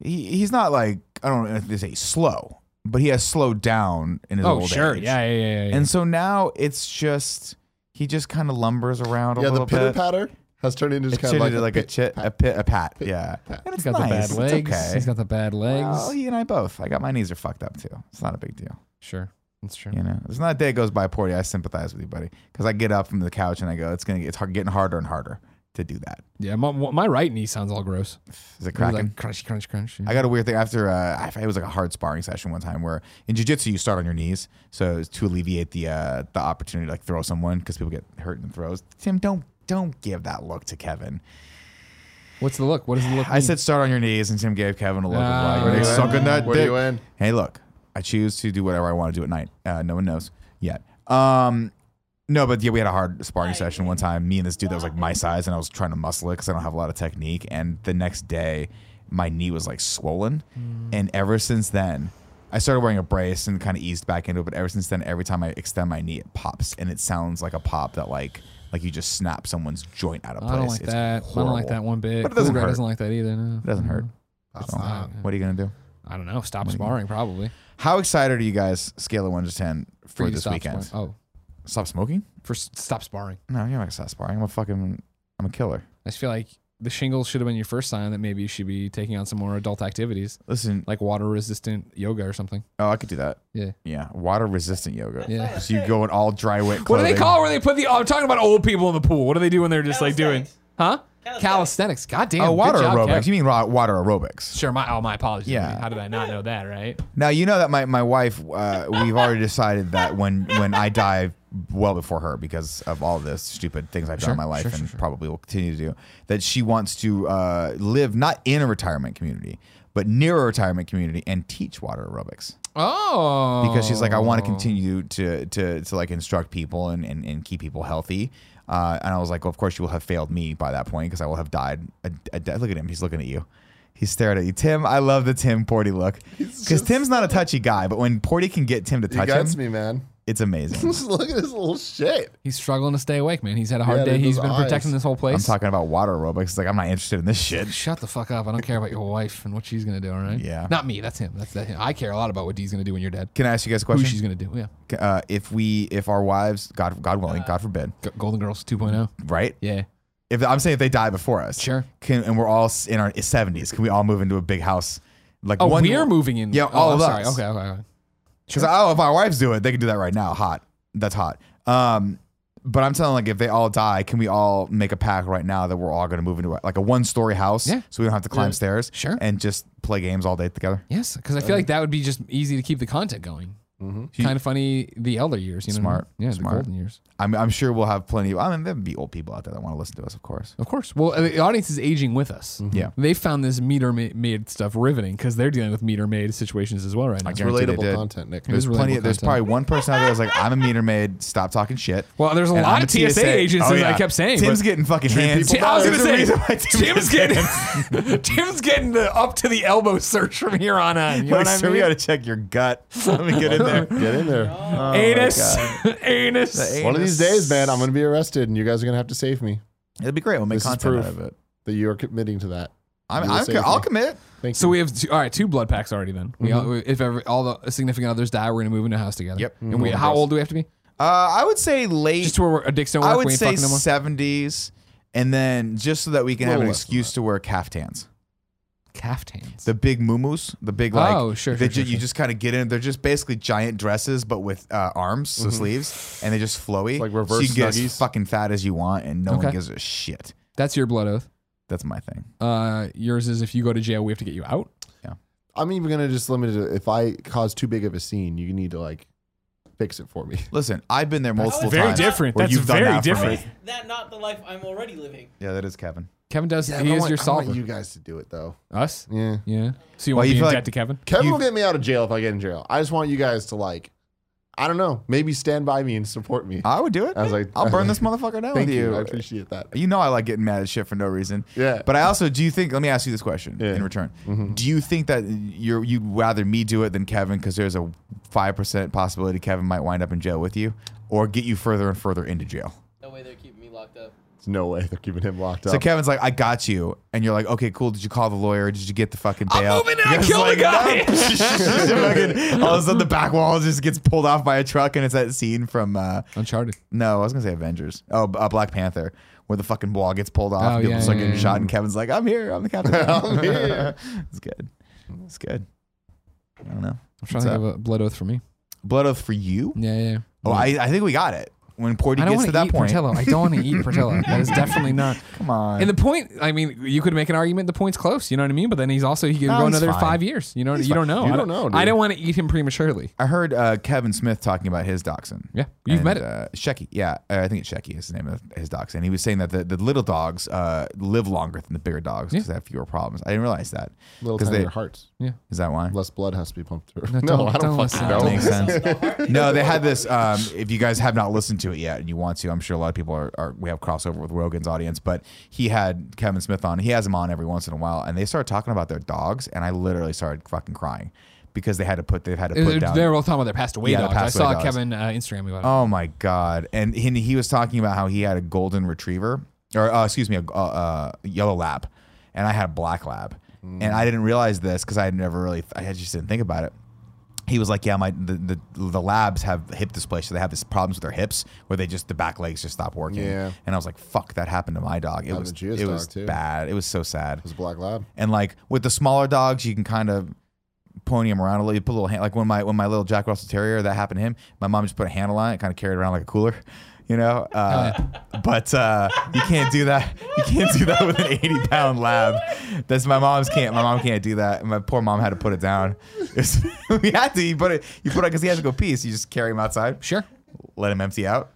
[SPEAKER 2] he he's not like I don't know if they say slow, but he has slowed down in his
[SPEAKER 1] Oh
[SPEAKER 2] old
[SPEAKER 1] sure.
[SPEAKER 2] age.
[SPEAKER 1] Yeah, yeah, yeah, yeah, yeah.
[SPEAKER 2] And so now it's just he just kind of lumbers around a
[SPEAKER 4] yeah, the
[SPEAKER 2] little
[SPEAKER 4] pitter
[SPEAKER 2] bit.
[SPEAKER 4] patter has turned into just
[SPEAKER 2] It's
[SPEAKER 4] kind of
[SPEAKER 2] turned
[SPEAKER 4] like,
[SPEAKER 2] into like a
[SPEAKER 4] pit-
[SPEAKER 2] chit, a pit, a pat. Yeah, and it's
[SPEAKER 1] he's got
[SPEAKER 2] nice.
[SPEAKER 1] the bad legs.
[SPEAKER 2] It's okay.
[SPEAKER 1] He's got the bad legs.
[SPEAKER 2] well, he and I both. I got my knees are fucked up too. It's not a big deal.
[SPEAKER 1] sure. That's true.
[SPEAKER 2] You know, there's not a day goes by, Porty. I sympathize with you, buddy, because I get up from the couch and I go, it's gonna, get, it's hard, getting harder and harder to do that.
[SPEAKER 1] Yeah, my, my right knee sounds all gross.
[SPEAKER 2] Is it
[SPEAKER 1] It was
[SPEAKER 2] cracking?
[SPEAKER 1] like crunch, crunch, crunch. Yeah.
[SPEAKER 2] I got a weird thing after uh, I- it was like a hard sparring session one time where in jujitsu you start on your knees, so it's to alleviate the uh, the opportunity to like throw someone because people get hurt in throws. Tim, don't don't give that look to Kevin.
[SPEAKER 1] What's the look? What does the look?
[SPEAKER 2] I
[SPEAKER 1] mean?
[SPEAKER 2] said start on your knees, and Tim gave Kevin a look
[SPEAKER 1] Ah,
[SPEAKER 2] of like, "Are they
[SPEAKER 1] where
[SPEAKER 2] sucking that
[SPEAKER 4] Where do
[SPEAKER 2] dick?"
[SPEAKER 4] you in?
[SPEAKER 2] Hey, look, I choose to do whatever I want to do at night. Uh, no one knows yet. Um, no, but yeah, we had a hard sparring session one time. Me and this dude that was like my size, and I was trying to muscle it because I don't have a lot of technique. And the next day, my knee was like swollen,
[SPEAKER 1] Hmm.
[SPEAKER 2] and ever since then. I started wearing a brace and kind of eased back into it, but ever since then, every time I extend my knee, it pops, and it sounds like a pop that like like you just snap someone's joint out of place.
[SPEAKER 1] I don't like
[SPEAKER 2] It's
[SPEAKER 1] that. I don't like
[SPEAKER 2] horrible.
[SPEAKER 1] that one bit.
[SPEAKER 2] But it doesn't
[SPEAKER 1] Cougar
[SPEAKER 2] hurt.
[SPEAKER 1] doesn't like that either. No.
[SPEAKER 2] It doesn't hurt. So,
[SPEAKER 1] not.
[SPEAKER 2] What are you gonna do?
[SPEAKER 1] I don't know. Stop sparring, probably.
[SPEAKER 2] How excited are you guys, scale of one to ten,
[SPEAKER 1] For
[SPEAKER 2] for
[SPEAKER 1] you to
[SPEAKER 2] this
[SPEAKER 1] stop
[SPEAKER 2] weekend?
[SPEAKER 1] sparring. Oh,
[SPEAKER 2] Stop smoking?
[SPEAKER 1] for s- stop sparring.
[SPEAKER 2] No, you're not gonna stop sparring. I'm a fucking, I'm a killer.
[SPEAKER 1] I just feel like the shingles should have been your first sign that maybe you should be taking on some more adult activities,
[SPEAKER 2] Listen,
[SPEAKER 1] like water resistant yoga or something.
[SPEAKER 2] oh, I could do that.
[SPEAKER 1] Yeah.
[SPEAKER 2] Yeah, water resistant yoga.
[SPEAKER 1] Yeah.
[SPEAKER 2] So you go in all dry wet
[SPEAKER 1] What
[SPEAKER 2] clothing.
[SPEAKER 1] do they call it where they put the? Oh, I'm talking about old people in the pool. What do they do when they're just like doing? Huh? Calisthenics. God damn.
[SPEAKER 2] Oh, water
[SPEAKER 1] good job,
[SPEAKER 2] aerobics.
[SPEAKER 1] Kev.
[SPEAKER 2] You mean raw water aerobics?
[SPEAKER 1] Sure. My oh, my apologies.
[SPEAKER 2] Yeah.
[SPEAKER 1] Yeah. How did I not know that? Right.
[SPEAKER 2] Now you know that my my wife. Uh, we've already decided that when when I die, well before her, because of all the stupid things I've done in my life and probably will continue to do, that she wants to uh, live not in a retirement community, but near a retirement community and teach water aerobics
[SPEAKER 1] Oh.
[SPEAKER 2] because she's like, I want to continue to to to like instruct people and and, and keep people healthy. Uh, and I was like, well, of course you will have failed me by that point because I will have died. A, a death. Look at him; he's looking at you. He's staring at you, Tim. I love the Tim Porty look because Tim's not a touchy guy, but when Porty can get Tim to
[SPEAKER 4] He
[SPEAKER 2] touch him,
[SPEAKER 4] gets me, man.
[SPEAKER 2] it's amazing.
[SPEAKER 4] Just look at this little shit.
[SPEAKER 1] He's struggling to stay awake, man. He's had a hard
[SPEAKER 4] Yeah,
[SPEAKER 1] day.
[SPEAKER 4] those-
[SPEAKER 1] He's
[SPEAKER 4] those
[SPEAKER 1] been
[SPEAKER 4] eyes.
[SPEAKER 1] protecting this whole place.
[SPEAKER 2] I'm talking about water aerobics. It's like I'm not interested in this shit.
[SPEAKER 1] Shut the fuck up. I don't care about your wife and what she's gonna do. All right.
[SPEAKER 2] Yeah.
[SPEAKER 1] Not me. That's him. That's that him. I care a lot about what Dee's gonna do when you're dead.
[SPEAKER 2] Can I ask you guys a
[SPEAKER 1] Who
[SPEAKER 2] question?
[SPEAKER 1] she's gonna do. Yeah.
[SPEAKER 2] uh, if we, if our wives, God, God willing,
[SPEAKER 1] Uh.
[SPEAKER 2] God forbid,
[SPEAKER 1] G- Golden Girls 2.0.
[SPEAKER 2] right?
[SPEAKER 1] Yeah.
[SPEAKER 2] If I'm saying if they die before us,
[SPEAKER 1] Sure.
[SPEAKER 2] Can, and we're all s- in our 70s, can we all move into a big house? Like
[SPEAKER 1] Oh,
[SPEAKER 2] one-
[SPEAKER 1] we're moving in.
[SPEAKER 2] Yeah,
[SPEAKER 1] oh,
[SPEAKER 2] all
[SPEAKER 1] I'm
[SPEAKER 2] of
[SPEAKER 1] sorry.
[SPEAKER 2] us.
[SPEAKER 1] Okay. Okay. okay.
[SPEAKER 2] Because oh, if my wife's doing it, they can do that right now. Hot. That's hot. Um, but I'm telling like if they all die, can we all make a pact right now that we're all going to move into like a one story house?
[SPEAKER 1] Yeah.
[SPEAKER 2] So we don't have to climb stairs.
[SPEAKER 1] Sure.
[SPEAKER 2] And just play games all day together.
[SPEAKER 1] Yes, because I feel like that would be just easy to keep the content going. Kind of funny, the elder years, you know,
[SPEAKER 2] Smart,
[SPEAKER 1] yeah,
[SPEAKER 2] smart.
[SPEAKER 1] the golden years,
[SPEAKER 2] I'm, I'm sure we'll have plenty. Of, I mean, there'll be old people out there that want to listen to us, of course.
[SPEAKER 1] of course. Well, uh, the audience is aging with us.
[SPEAKER 2] Yeah.
[SPEAKER 1] they found this meter ma- made stuff riveting because they're dealing with meter made situations as well right now.
[SPEAKER 2] I guarantee they
[SPEAKER 4] Relatable
[SPEAKER 2] did.
[SPEAKER 4] content, Nick.
[SPEAKER 1] It
[SPEAKER 2] There's
[SPEAKER 1] is
[SPEAKER 2] plenty.
[SPEAKER 1] relatable
[SPEAKER 2] Of, there's
[SPEAKER 1] content.
[SPEAKER 2] probably one person out there that's like, I'm a meter maid. Stop talking shit.
[SPEAKER 1] Well, there's a
[SPEAKER 2] And
[SPEAKER 1] lot
[SPEAKER 2] I'm
[SPEAKER 1] of TSA agents that I kept saying,
[SPEAKER 2] oh, Tim's
[SPEAKER 1] but-
[SPEAKER 2] getting fucking hands.
[SPEAKER 1] Ti- I was gonna
[SPEAKER 2] There's a
[SPEAKER 1] say,
[SPEAKER 2] reason why
[SPEAKER 1] Tim's getting Tim's getting the up to the elbow search from here on out. You know
[SPEAKER 2] Like,
[SPEAKER 1] what I
[SPEAKER 2] sir, we
[SPEAKER 1] mean?
[SPEAKER 2] gotta check your gut. Let me get in there.
[SPEAKER 4] Get in there.
[SPEAKER 1] anus, anus.
[SPEAKER 4] One of these days, man, I'm going to be arrested, and you guys are going to have to save me
[SPEAKER 2] It'd be great. We'll make
[SPEAKER 4] This is
[SPEAKER 2] content out
[SPEAKER 4] proof.
[SPEAKER 2] of it.
[SPEAKER 4] that you are committing to that.
[SPEAKER 2] I'm,
[SPEAKER 4] You will
[SPEAKER 2] I'm,
[SPEAKER 4] save
[SPEAKER 2] I'll
[SPEAKER 4] me.
[SPEAKER 2] commit.
[SPEAKER 4] Thank
[SPEAKER 1] So
[SPEAKER 4] you.
[SPEAKER 1] we have two, all right two blood packs already. Then we all, if every, all the significant others die, we're gonna move into a house together.
[SPEAKER 2] Yep.
[SPEAKER 1] And we, how old do we have to be?
[SPEAKER 2] Uh, I would say late.
[SPEAKER 1] Just to where we're- dicks don't work.
[SPEAKER 2] I
[SPEAKER 1] we
[SPEAKER 2] would
[SPEAKER 1] ain't
[SPEAKER 2] say
[SPEAKER 1] fucking no more.
[SPEAKER 2] 70s, and then just so that we can have
[SPEAKER 4] Little
[SPEAKER 2] an
[SPEAKER 4] less than
[SPEAKER 2] excuse to wear caftans.
[SPEAKER 1] caftans.
[SPEAKER 2] The big muumuus, the big like.
[SPEAKER 1] Oh, sure,
[SPEAKER 2] they
[SPEAKER 1] sure, sure,
[SPEAKER 2] ju- You
[SPEAKER 1] sure.
[SPEAKER 2] just kind of get in. They're just basically giant dresses, but with uh, arms, so
[SPEAKER 1] Mm-hmm.
[SPEAKER 2] sleeves, and they just flowy.
[SPEAKER 4] like
[SPEAKER 2] so you
[SPEAKER 4] reverse
[SPEAKER 2] can get
[SPEAKER 4] snuggies.
[SPEAKER 2] as fucking fat as you want, and no
[SPEAKER 1] Okay.
[SPEAKER 2] one gives a shit.
[SPEAKER 1] That's your blood oath.
[SPEAKER 2] That's my thing.
[SPEAKER 1] Uh, yours is if you go to jail, we have to get you out.
[SPEAKER 4] I'm even going to just limit it. to- If I cause too big of a scene, you need to like fix it for me.
[SPEAKER 2] Listen, I've been there multiple
[SPEAKER 1] very
[SPEAKER 2] times.
[SPEAKER 1] different.
[SPEAKER 2] where
[SPEAKER 1] That's
[SPEAKER 2] you've done
[SPEAKER 1] very
[SPEAKER 2] that for me.
[SPEAKER 1] different.
[SPEAKER 3] That not the life I'm already living.
[SPEAKER 2] Yeah, that is Kevin.
[SPEAKER 1] Kevin does.
[SPEAKER 4] Yeah, but
[SPEAKER 1] he
[SPEAKER 4] I
[SPEAKER 1] is
[SPEAKER 4] want-
[SPEAKER 1] your
[SPEAKER 4] I
[SPEAKER 1] solver.
[SPEAKER 4] want you guys to do it though.
[SPEAKER 1] Us.
[SPEAKER 4] Yeah.
[SPEAKER 1] Yeah. So you
[SPEAKER 2] Well,
[SPEAKER 1] want
[SPEAKER 2] you
[SPEAKER 1] to be
[SPEAKER 2] feel
[SPEAKER 1] in
[SPEAKER 2] like-
[SPEAKER 1] debt to Kevin?
[SPEAKER 4] Kevin
[SPEAKER 2] You-
[SPEAKER 4] will get me out of jail if I get in jail. I just want you guys to like, I don't know, maybe stand by me and support me.
[SPEAKER 2] I would do it.
[SPEAKER 4] I was like-
[SPEAKER 2] I'll burn this motherfucker down
[SPEAKER 4] Thank
[SPEAKER 2] with
[SPEAKER 4] you.
[SPEAKER 2] you.
[SPEAKER 4] I appreciate that.
[SPEAKER 2] You know I like getting mad at shit for no reason.
[SPEAKER 4] Yeah.
[SPEAKER 2] But I also do you think let me ask you this question
[SPEAKER 4] Yeah. Mm-hmm.
[SPEAKER 2] in return. Do you think that you're you'd rather me do it than Kevin because there's a five percent possibility Kevin might wind up in jail with you or get you further and further into jail?
[SPEAKER 3] No way they're keeping me locked up.
[SPEAKER 4] There's no way they're keeping him locked
[SPEAKER 2] So
[SPEAKER 4] up.
[SPEAKER 2] Kevin's like, I got you. And you're like, okay, cool. Did you call the lawyer? Did you get the fucking
[SPEAKER 1] I'm
[SPEAKER 2] bail?
[SPEAKER 1] moving in. I
[SPEAKER 2] It's
[SPEAKER 1] killed a guy.
[SPEAKER 2] fucking- all of a sudden the back wall just gets pulled off by a truck and it's that scene from uh,
[SPEAKER 1] Uncharted.
[SPEAKER 2] No, I was gonna say Avengers. Oh, uh, Black Panther, where the fucking wall gets pulled off,
[SPEAKER 1] Oh,
[SPEAKER 2] and people
[SPEAKER 1] yeah,
[SPEAKER 2] start
[SPEAKER 1] yeah,
[SPEAKER 2] getting
[SPEAKER 1] yeah.
[SPEAKER 2] shot, and Kevin's like, "I'm here, I'm the captain."
[SPEAKER 4] I'm here.
[SPEAKER 2] it's good. It's good. I don't know.
[SPEAKER 1] I'm trying to think
[SPEAKER 2] What's
[SPEAKER 1] of a blood oath for me.
[SPEAKER 2] Blood oath for you?
[SPEAKER 1] Yeah, yeah. yeah.
[SPEAKER 2] Oh, I, I think we got it. When Porty
[SPEAKER 1] I don't
[SPEAKER 2] gets
[SPEAKER 1] want
[SPEAKER 2] to that
[SPEAKER 1] eat
[SPEAKER 2] point,
[SPEAKER 1] Portillo. I don't want to eat Portillo. That is definitely not.
[SPEAKER 2] come on.
[SPEAKER 1] And the point, I mean, you could make an argument. The point's close. You know what I mean. But then he's also he could
[SPEAKER 2] No,
[SPEAKER 1] go
[SPEAKER 2] he's
[SPEAKER 1] another
[SPEAKER 2] fine.
[SPEAKER 1] five years. You know, you don't know.
[SPEAKER 4] You
[SPEAKER 1] I
[SPEAKER 4] don't know, dude.
[SPEAKER 1] I don't want to eat him prematurely.
[SPEAKER 2] I heard uh, Kevin Smith talking about his dachshund.
[SPEAKER 1] Yeah, you've
[SPEAKER 2] And,
[SPEAKER 1] met it.
[SPEAKER 2] Uh, Shecky. Yeah, uh, I think it's Shecky is the name of his dachshund. He was saying that the, the little dogs uh, live longer than the bigger dogs because they have fewer problems. I didn't realize that.
[SPEAKER 4] Little
[SPEAKER 2] 'Cause
[SPEAKER 4] tiny
[SPEAKER 2] they-
[SPEAKER 4] their hearts.
[SPEAKER 2] Is that why?
[SPEAKER 4] Less blood has to be pumped through.
[SPEAKER 1] No,
[SPEAKER 4] No,
[SPEAKER 1] don't-
[SPEAKER 4] I
[SPEAKER 1] don't
[SPEAKER 4] don't,
[SPEAKER 1] listen.
[SPEAKER 4] fucking
[SPEAKER 1] Don't
[SPEAKER 4] know.
[SPEAKER 2] Makes sense. No, they had this. Um, if you guys have not listened to it yet and you want to, I'm sure a lot of people are, are. We have crossover with Rogan's audience, but he had Kevin Smith on. He has him on every once in a while, and they started talking about their dogs, and I literally started fucking crying because they had to put. They've had to put
[SPEAKER 1] They're,
[SPEAKER 2] down.
[SPEAKER 1] they're all talking about their passed away
[SPEAKER 2] Yeah, their
[SPEAKER 1] dogs.
[SPEAKER 2] passed
[SPEAKER 1] I saw
[SPEAKER 2] away dogs.
[SPEAKER 1] Kevin uh, Instagram about it.
[SPEAKER 2] oh my god! And he, he was talking about how he had a golden retriever, or uh, excuse me, a uh, uh, yellow lab, and I had a black lab,
[SPEAKER 4] Mm.
[SPEAKER 2] and I didn't realize this because I had never really. I just didn't think about it. he was like, yeah, my the, the the labs have hip dysplasia. They have these problems with their hips where they just the back legs just stop working.
[SPEAKER 4] Yeah.
[SPEAKER 2] And I was like, fuck, that happened to my dog. It
[SPEAKER 4] Happened
[SPEAKER 2] was
[SPEAKER 4] to Gia's
[SPEAKER 2] it
[SPEAKER 4] dog,
[SPEAKER 2] was
[SPEAKER 4] too.
[SPEAKER 2] bad. It was so sad.
[SPEAKER 4] It was a black lab.
[SPEAKER 2] And like with the smaller dogs, you can kind of pony them around a little. You put a little hand, like when my when my little Jack Russell Terrier that happened to him, my mom just put a handle on it, kind of carried it around like a cooler, you know. Uh, But uh, you can't do that. You can't do that with an eighty pound lab. That's my mom's can't. My mom can't do that. And my poor mom had to put it down. It's- we had to. You put it. You put it because he has to go pee. So you just carry him outside.
[SPEAKER 1] Sure.
[SPEAKER 2] Let him empty out.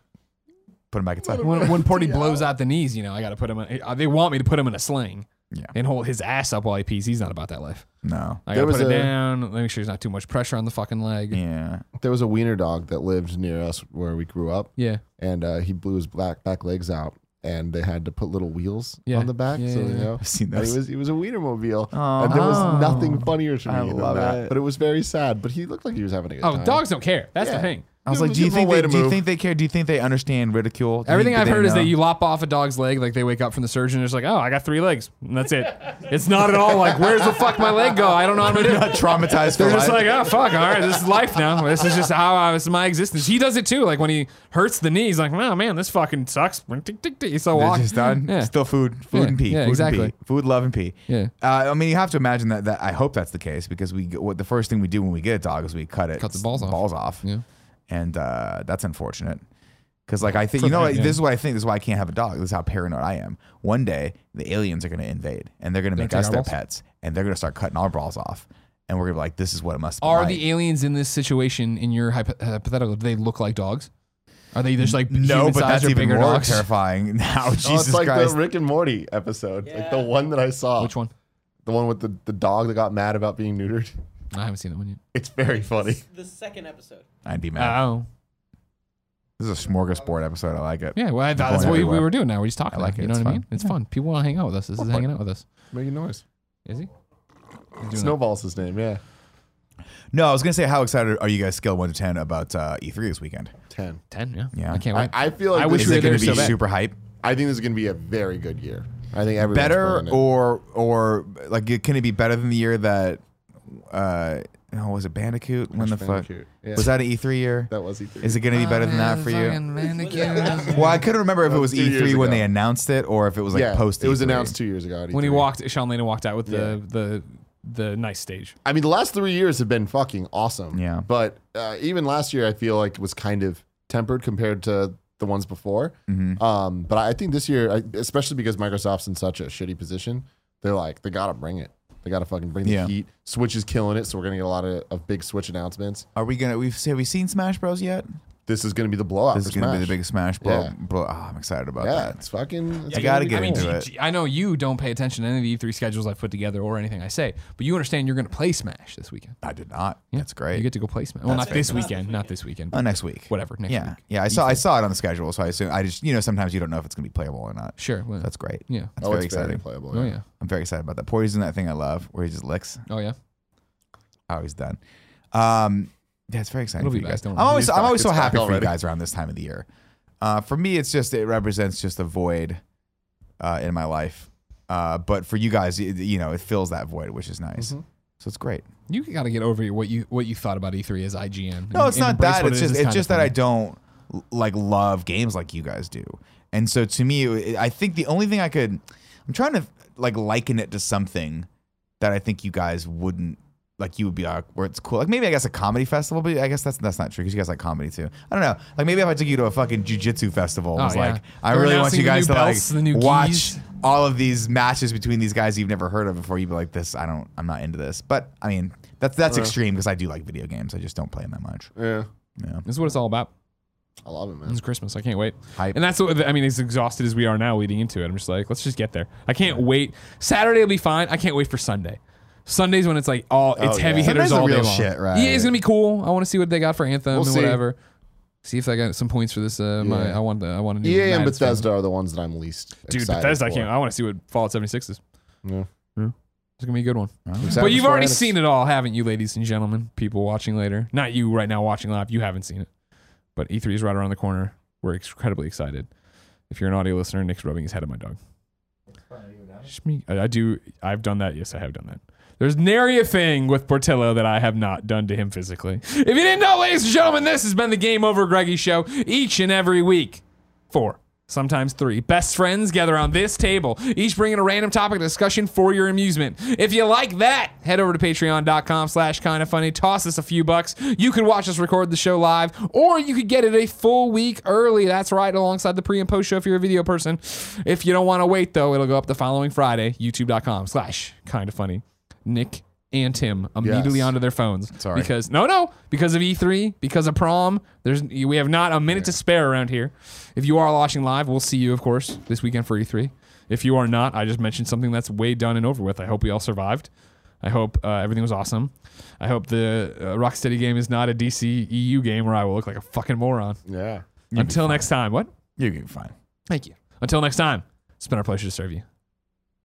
[SPEAKER 2] Put him back inside.
[SPEAKER 1] When, when Porty blows out the knees, you know, I got to put him. In, uh, they want me to put him in a sling.
[SPEAKER 2] Yeah.
[SPEAKER 1] And hold his ass up while he pees. He's not about that life.
[SPEAKER 2] No.
[SPEAKER 1] I
[SPEAKER 4] There
[SPEAKER 1] gotta
[SPEAKER 4] was
[SPEAKER 1] put it
[SPEAKER 4] a-
[SPEAKER 1] down. Make sure there's not too much pressure on the fucking leg. Yeah.
[SPEAKER 2] Yeah.
[SPEAKER 4] There was a wiener dog that lived near us where we grew up,
[SPEAKER 1] Yeah.
[SPEAKER 4] and uh, he blew his black back legs out, and they had to put little wheels
[SPEAKER 1] Yeah.
[SPEAKER 4] on the back.
[SPEAKER 1] Yeah,
[SPEAKER 4] so
[SPEAKER 1] yeah,
[SPEAKER 4] you
[SPEAKER 1] yeah.
[SPEAKER 4] know,
[SPEAKER 2] I've seen
[SPEAKER 4] and
[SPEAKER 2] those. Oh.
[SPEAKER 4] it was it was a wienermobile, and there was nothing funnier to me
[SPEAKER 2] I
[SPEAKER 4] than
[SPEAKER 2] love
[SPEAKER 4] that.
[SPEAKER 2] it.
[SPEAKER 4] But it was very sad. But he looked like he was having a good
[SPEAKER 1] Oh,
[SPEAKER 4] time.
[SPEAKER 1] dogs don't care. That's the
[SPEAKER 4] Yeah.
[SPEAKER 1] thing.
[SPEAKER 2] I was like,
[SPEAKER 4] Give
[SPEAKER 2] do you
[SPEAKER 4] them a
[SPEAKER 2] think
[SPEAKER 4] way
[SPEAKER 2] they,
[SPEAKER 4] to
[SPEAKER 2] do you
[SPEAKER 4] move.
[SPEAKER 2] think they care? Do you think they understand ridicule? Do you
[SPEAKER 1] Everything
[SPEAKER 2] think
[SPEAKER 1] I've
[SPEAKER 2] they
[SPEAKER 1] heard is
[SPEAKER 2] know?
[SPEAKER 1] that you lop off a dog's leg, like they wake up from the surgeon, it's like, oh, I got three legs, and that's it. It's not at all like, where's the fuck my leg go? I don't know what I'm gonna do.
[SPEAKER 2] traumatized for
[SPEAKER 1] They're just
[SPEAKER 2] life.
[SPEAKER 1] like, oh fuck, all right, this is life now. This is just how I, this is my existence. He does it too. Like when he hurts the knee, he's like, oh man, this fucking sucks. Tick, tick, tick. He's so
[SPEAKER 2] They're
[SPEAKER 1] walk.
[SPEAKER 2] just done.
[SPEAKER 1] Yeah.
[SPEAKER 2] Still food, food
[SPEAKER 1] Yeah,
[SPEAKER 2] and pee,
[SPEAKER 1] yeah,
[SPEAKER 2] food
[SPEAKER 1] exactly.
[SPEAKER 2] and pee, food, love and pee.
[SPEAKER 1] Yeah.
[SPEAKER 2] Uh, I mean, you have to imagine that. That I hope that's the case because we g- what the first thing we do when we get a dog is we cut it,
[SPEAKER 1] Cut the balls off.
[SPEAKER 2] balls off.
[SPEAKER 1] Yeah.
[SPEAKER 2] And uh, that's unfortunate because like I think you know
[SPEAKER 1] them,
[SPEAKER 2] what,
[SPEAKER 1] yeah.
[SPEAKER 2] this is what I think this is why I can't have a dog. This is how paranoid I am. One day the aliens are going to invade and they're going to make
[SPEAKER 1] take
[SPEAKER 2] us
[SPEAKER 1] our
[SPEAKER 2] their
[SPEAKER 1] balls?
[SPEAKER 2] pets and they're going to start cutting our balls off and we're going to be like, this is what it must be.
[SPEAKER 1] Are
[SPEAKER 2] like.
[SPEAKER 1] the aliens in this situation in your hypo- hypothetical? Do they look like dogs? Are they just like
[SPEAKER 2] no,
[SPEAKER 1] human
[SPEAKER 2] but
[SPEAKER 1] size
[SPEAKER 2] that's
[SPEAKER 1] or
[SPEAKER 2] even
[SPEAKER 1] bigger
[SPEAKER 2] more
[SPEAKER 1] dogs?
[SPEAKER 2] terrifying now.
[SPEAKER 4] Oh,
[SPEAKER 2] Jesus
[SPEAKER 4] it's like
[SPEAKER 2] Christ!
[SPEAKER 4] the Rick and Morty episode, like the one that I saw.
[SPEAKER 1] Which one?
[SPEAKER 4] The one with the, the dog that got mad about being neutered.
[SPEAKER 1] I haven't seen that one yet.
[SPEAKER 4] It's very funny.
[SPEAKER 3] The second episode.
[SPEAKER 2] I'd be mad.
[SPEAKER 1] Oh,
[SPEAKER 2] this is a smorgasbord episode. I like it.
[SPEAKER 1] yeah. Well, I thought
[SPEAKER 2] Going
[SPEAKER 1] that's what we, we
[SPEAKER 2] everywhere.
[SPEAKER 1] were doing. Now we're just talking.
[SPEAKER 2] I like
[SPEAKER 1] now,
[SPEAKER 2] it.
[SPEAKER 1] You know
[SPEAKER 2] It's
[SPEAKER 1] what I mean?
[SPEAKER 2] fun.
[SPEAKER 1] It's fun. People want to hang out with us. This is hanging out with us.
[SPEAKER 4] Making noise.
[SPEAKER 1] Is he? He's doing
[SPEAKER 4] Snowball's his name, yeah.
[SPEAKER 2] No, I was gonna say how excited are you guys scale one to ten about uh, E3 this weekend?
[SPEAKER 4] 10.
[SPEAKER 1] that. ten. Yeah.
[SPEAKER 2] Yeah.
[SPEAKER 1] I can't
[SPEAKER 4] I,
[SPEAKER 1] wait.
[SPEAKER 4] I feel like
[SPEAKER 1] I
[SPEAKER 4] I,
[SPEAKER 1] wish
[SPEAKER 4] this
[SPEAKER 2] Is
[SPEAKER 1] we
[SPEAKER 4] is
[SPEAKER 1] were there
[SPEAKER 2] it gonna
[SPEAKER 4] gonna
[SPEAKER 2] be
[SPEAKER 1] so bad.
[SPEAKER 2] super hype?
[SPEAKER 4] I think this is going to be a very good year. I think everyone's
[SPEAKER 2] Better
[SPEAKER 4] building it.
[SPEAKER 2] or or like it- can it be better than the year that uh oh, was it Bandicoot? When the fuck
[SPEAKER 4] Bandicoot, yeah.
[SPEAKER 2] was that an E3 year?
[SPEAKER 4] That was E E3.
[SPEAKER 2] Is it gonna be better than
[SPEAKER 1] Uh,
[SPEAKER 2] that for you? Well, I couldn't remember if it was
[SPEAKER 4] two years
[SPEAKER 2] E3 when
[SPEAKER 4] ago.
[SPEAKER 2] they announced it or if it was like
[SPEAKER 4] yeah,
[SPEAKER 2] post. E
[SPEAKER 4] It was
[SPEAKER 2] E3.
[SPEAKER 4] announced two years ago. at
[SPEAKER 1] E
[SPEAKER 4] E
[SPEAKER 1] when he
[SPEAKER 4] E3.
[SPEAKER 1] walked, Sean Lena walked out with the the the nice stage.
[SPEAKER 4] I mean, the last three years have been fucking awesome.
[SPEAKER 2] Yeah.
[SPEAKER 4] But uh, even last year, I feel like it was kind of tempered compared to the ones before.
[SPEAKER 2] Mm-hmm.
[SPEAKER 4] Um, but I think this year, I, especially because Microsoft's in such a shitty position, they're like, they gotta bring it. They gotta fucking bring the
[SPEAKER 2] Yeah.
[SPEAKER 4] heat. Switch is killing it, so we're gonna get a lot of, of big Switch announcements.
[SPEAKER 2] Are we gonna we've have we seen Smash Bros yet?
[SPEAKER 4] This is gonna be the blowout.
[SPEAKER 2] This is
[SPEAKER 4] for
[SPEAKER 2] gonna be
[SPEAKER 4] Smash.
[SPEAKER 2] the big Smash blow.
[SPEAKER 4] Yeah.
[SPEAKER 2] blow oh, I'm excited about
[SPEAKER 4] Yeah,
[SPEAKER 2] that.
[SPEAKER 4] it's fucking. It's
[SPEAKER 2] You
[SPEAKER 4] gonna
[SPEAKER 2] gotta
[SPEAKER 4] be
[SPEAKER 2] get
[SPEAKER 4] cool.
[SPEAKER 2] into it.
[SPEAKER 1] G- G- I know you don't pay attention to any of the E3 schedules I put together or anything I say, but you understand you're going to play Smash this weekend.
[SPEAKER 2] I did not. That's great.
[SPEAKER 1] You get to go play Smash. Well, not this weekend, not this weekend.
[SPEAKER 2] Uh,
[SPEAKER 1] But
[SPEAKER 2] next week.
[SPEAKER 1] whatever, next
[SPEAKER 2] yeah,
[SPEAKER 1] week.
[SPEAKER 2] yeah. I saw I saw it on the schedule, so I assume I just you know sometimes you don't know if it's gonna be playable or not.
[SPEAKER 1] Sure. well,
[SPEAKER 2] That's great.
[SPEAKER 1] Yeah.
[SPEAKER 2] that's
[SPEAKER 4] Oh,
[SPEAKER 2] very
[SPEAKER 4] it's very
[SPEAKER 2] exciting.
[SPEAKER 4] playable.
[SPEAKER 1] Oh, yeah.
[SPEAKER 2] I'm very excited about that. Poison, that thing I love, where he just licks.
[SPEAKER 1] Oh, yeah.
[SPEAKER 2] Oh, he's done. Um, that's very exciting
[SPEAKER 1] It'll
[SPEAKER 2] for
[SPEAKER 1] be
[SPEAKER 2] you
[SPEAKER 1] back,
[SPEAKER 2] guys.
[SPEAKER 1] don't
[SPEAKER 2] I'm
[SPEAKER 1] worry.
[SPEAKER 2] always
[SPEAKER 4] It's
[SPEAKER 2] I'm
[SPEAKER 4] back,
[SPEAKER 2] always so
[SPEAKER 4] it's back
[SPEAKER 2] happy for you
[SPEAKER 4] already.
[SPEAKER 2] guys around this time of the year. Uh, for me, it's just it represents just a void uh, in my life. Uh, but for you guys, it, you know, it fills that void, which is nice.
[SPEAKER 1] Mm-hmm.
[SPEAKER 2] So it's great.
[SPEAKER 1] You got to get over what you what you thought about E3 as IGN.
[SPEAKER 2] No,
[SPEAKER 1] and-
[SPEAKER 2] it's
[SPEAKER 1] and
[SPEAKER 2] not
[SPEAKER 1] embrace
[SPEAKER 2] that.
[SPEAKER 1] what
[SPEAKER 2] It's
[SPEAKER 1] it is
[SPEAKER 2] just
[SPEAKER 1] this
[SPEAKER 2] it's
[SPEAKER 1] time
[SPEAKER 2] just
[SPEAKER 1] of
[SPEAKER 2] that I
[SPEAKER 1] thing.
[SPEAKER 2] don't l- like love games like you guys do. And so to me, it- I think the only thing I could I'm trying to like liken it to something that I think you guys wouldn't like you would be like where it's cool. Like maybe I guess a comedy festival, but I guess that's that's not true because you guys like comedy too. I don't know. Like maybe if I took you to a fucking jujitsu festival, and
[SPEAKER 1] Oh,
[SPEAKER 2] was
[SPEAKER 1] yeah.
[SPEAKER 2] like I
[SPEAKER 1] They're
[SPEAKER 2] really want you
[SPEAKER 1] announcing the new
[SPEAKER 2] guys to
[SPEAKER 1] belts and the
[SPEAKER 2] like
[SPEAKER 1] new
[SPEAKER 2] watch
[SPEAKER 1] gis.
[SPEAKER 2] all of these matches between these guys you've never heard of before. You'd be like, this I don't I'm not into this. But I mean that's that's extreme because I do like video games. I just don't play them that much.
[SPEAKER 4] Yeah,
[SPEAKER 2] Yeah.
[SPEAKER 1] This is what it's all about.
[SPEAKER 4] I love it, man.
[SPEAKER 1] It's Christmas. I can't wait.
[SPEAKER 2] Hype.
[SPEAKER 1] And that's what I mean. As exhausted as we are now, leading into it, I'm just like, let's just get there. I can't wait. Saturday will be fine. I can't wait for Sunday. Sunday's when it's like all it's
[SPEAKER 4] yeah.
[SPEAKER 1] heavy hitters
[SPEAKER 2] Oh, Sunday's the
[SPEAKER 1] all day
[SPEAKER 2] real
[SPEAKER 1] long.
[SPEAKER 2] shit, right?
[SPEAKER 1] Yeah, it's gonna be cool. I want to see what they got for Anthem and
[SPEAKER 4] We'll see.
[SPEAKER 1] whatever. See if I got some points for this. Uh, my
[SPEAKER 4] Yeah.
[SPEAKER 1] I want. The, I want to do.
[SPEAKER 2] E
[SPEAKER 4] EA E and
[SPEAKER 1] Madness for-
[SPEAKER 4] Bethesda are the ones that I'm least.
[SPEAKER 1] Dude,
[SPEAKER 4] excited
[SPEAKER 1] Bethesda. I
[SPEAKER 4] for.
[SPEAKER 1] can't. I want to see what Fallout 76 is.
[SPEAKER 4] Yeah.
[SPEAKER 1] It's gonna be a good one.
[SPEAKER 4] Excited
[SPEAKER 1] But you've
[SPEAKER 4] for
[SPEAKER 1] already
[SPEAKER 4] Enix.
[SPEAKER 1] seen it all, haven't you, ladies and gentlemen? People watching later, not you right now watching live. You haven't seen it, but E3 is right around the corner. We're incredibly excited. If you're an audio listener, Nick's rubbing his head at my dog. Just me. I I do. I've done that. Yes, I have done that. There's nary a thing with Portillo that I have not done to him physically. If you didn't know, ladies and gentlemen, this has been the Game Over Greggy Show each and every week. Four, sometimes three. Best friends gather on this table, each bringing a random topic of discussion for your amusement. If you like that, head over to patreon.com slash kind of funny. Toss us a few bucks. You could watch us record the show live, or you could get it a full week early. That's right, alongside the pre and post show if you're a video person. If you don't want to wait, though, it'll go up the following Friday, youtube.com slash kind of funny. Nick and Tim immediately
[SPEAKER 4] Yes.
[SPEAKER 1] onto their phones.
[SPEAKER 2] Sorry.
[SPEAKER 1] Because no, no, because of E3, because of prom. There's we have not a minute to spare around here. If you are watching live, we'll see you, of course, this weekend for E3. If you are not, I just mentioned something that's way done and over with. I hope we all survived. I hope uh, everything was awesome. I hope the uh, Rocksteady game is not a DC EU game where I will look like a fucking moron.
[SPEAKER 4] Yeah.
[SPEAKER 1] Until next time, what?
[SPEAKER 2] You're gonna be fine.
[SPEAKER 1] Thank you. Until next time, it's been our pleasure to serve you.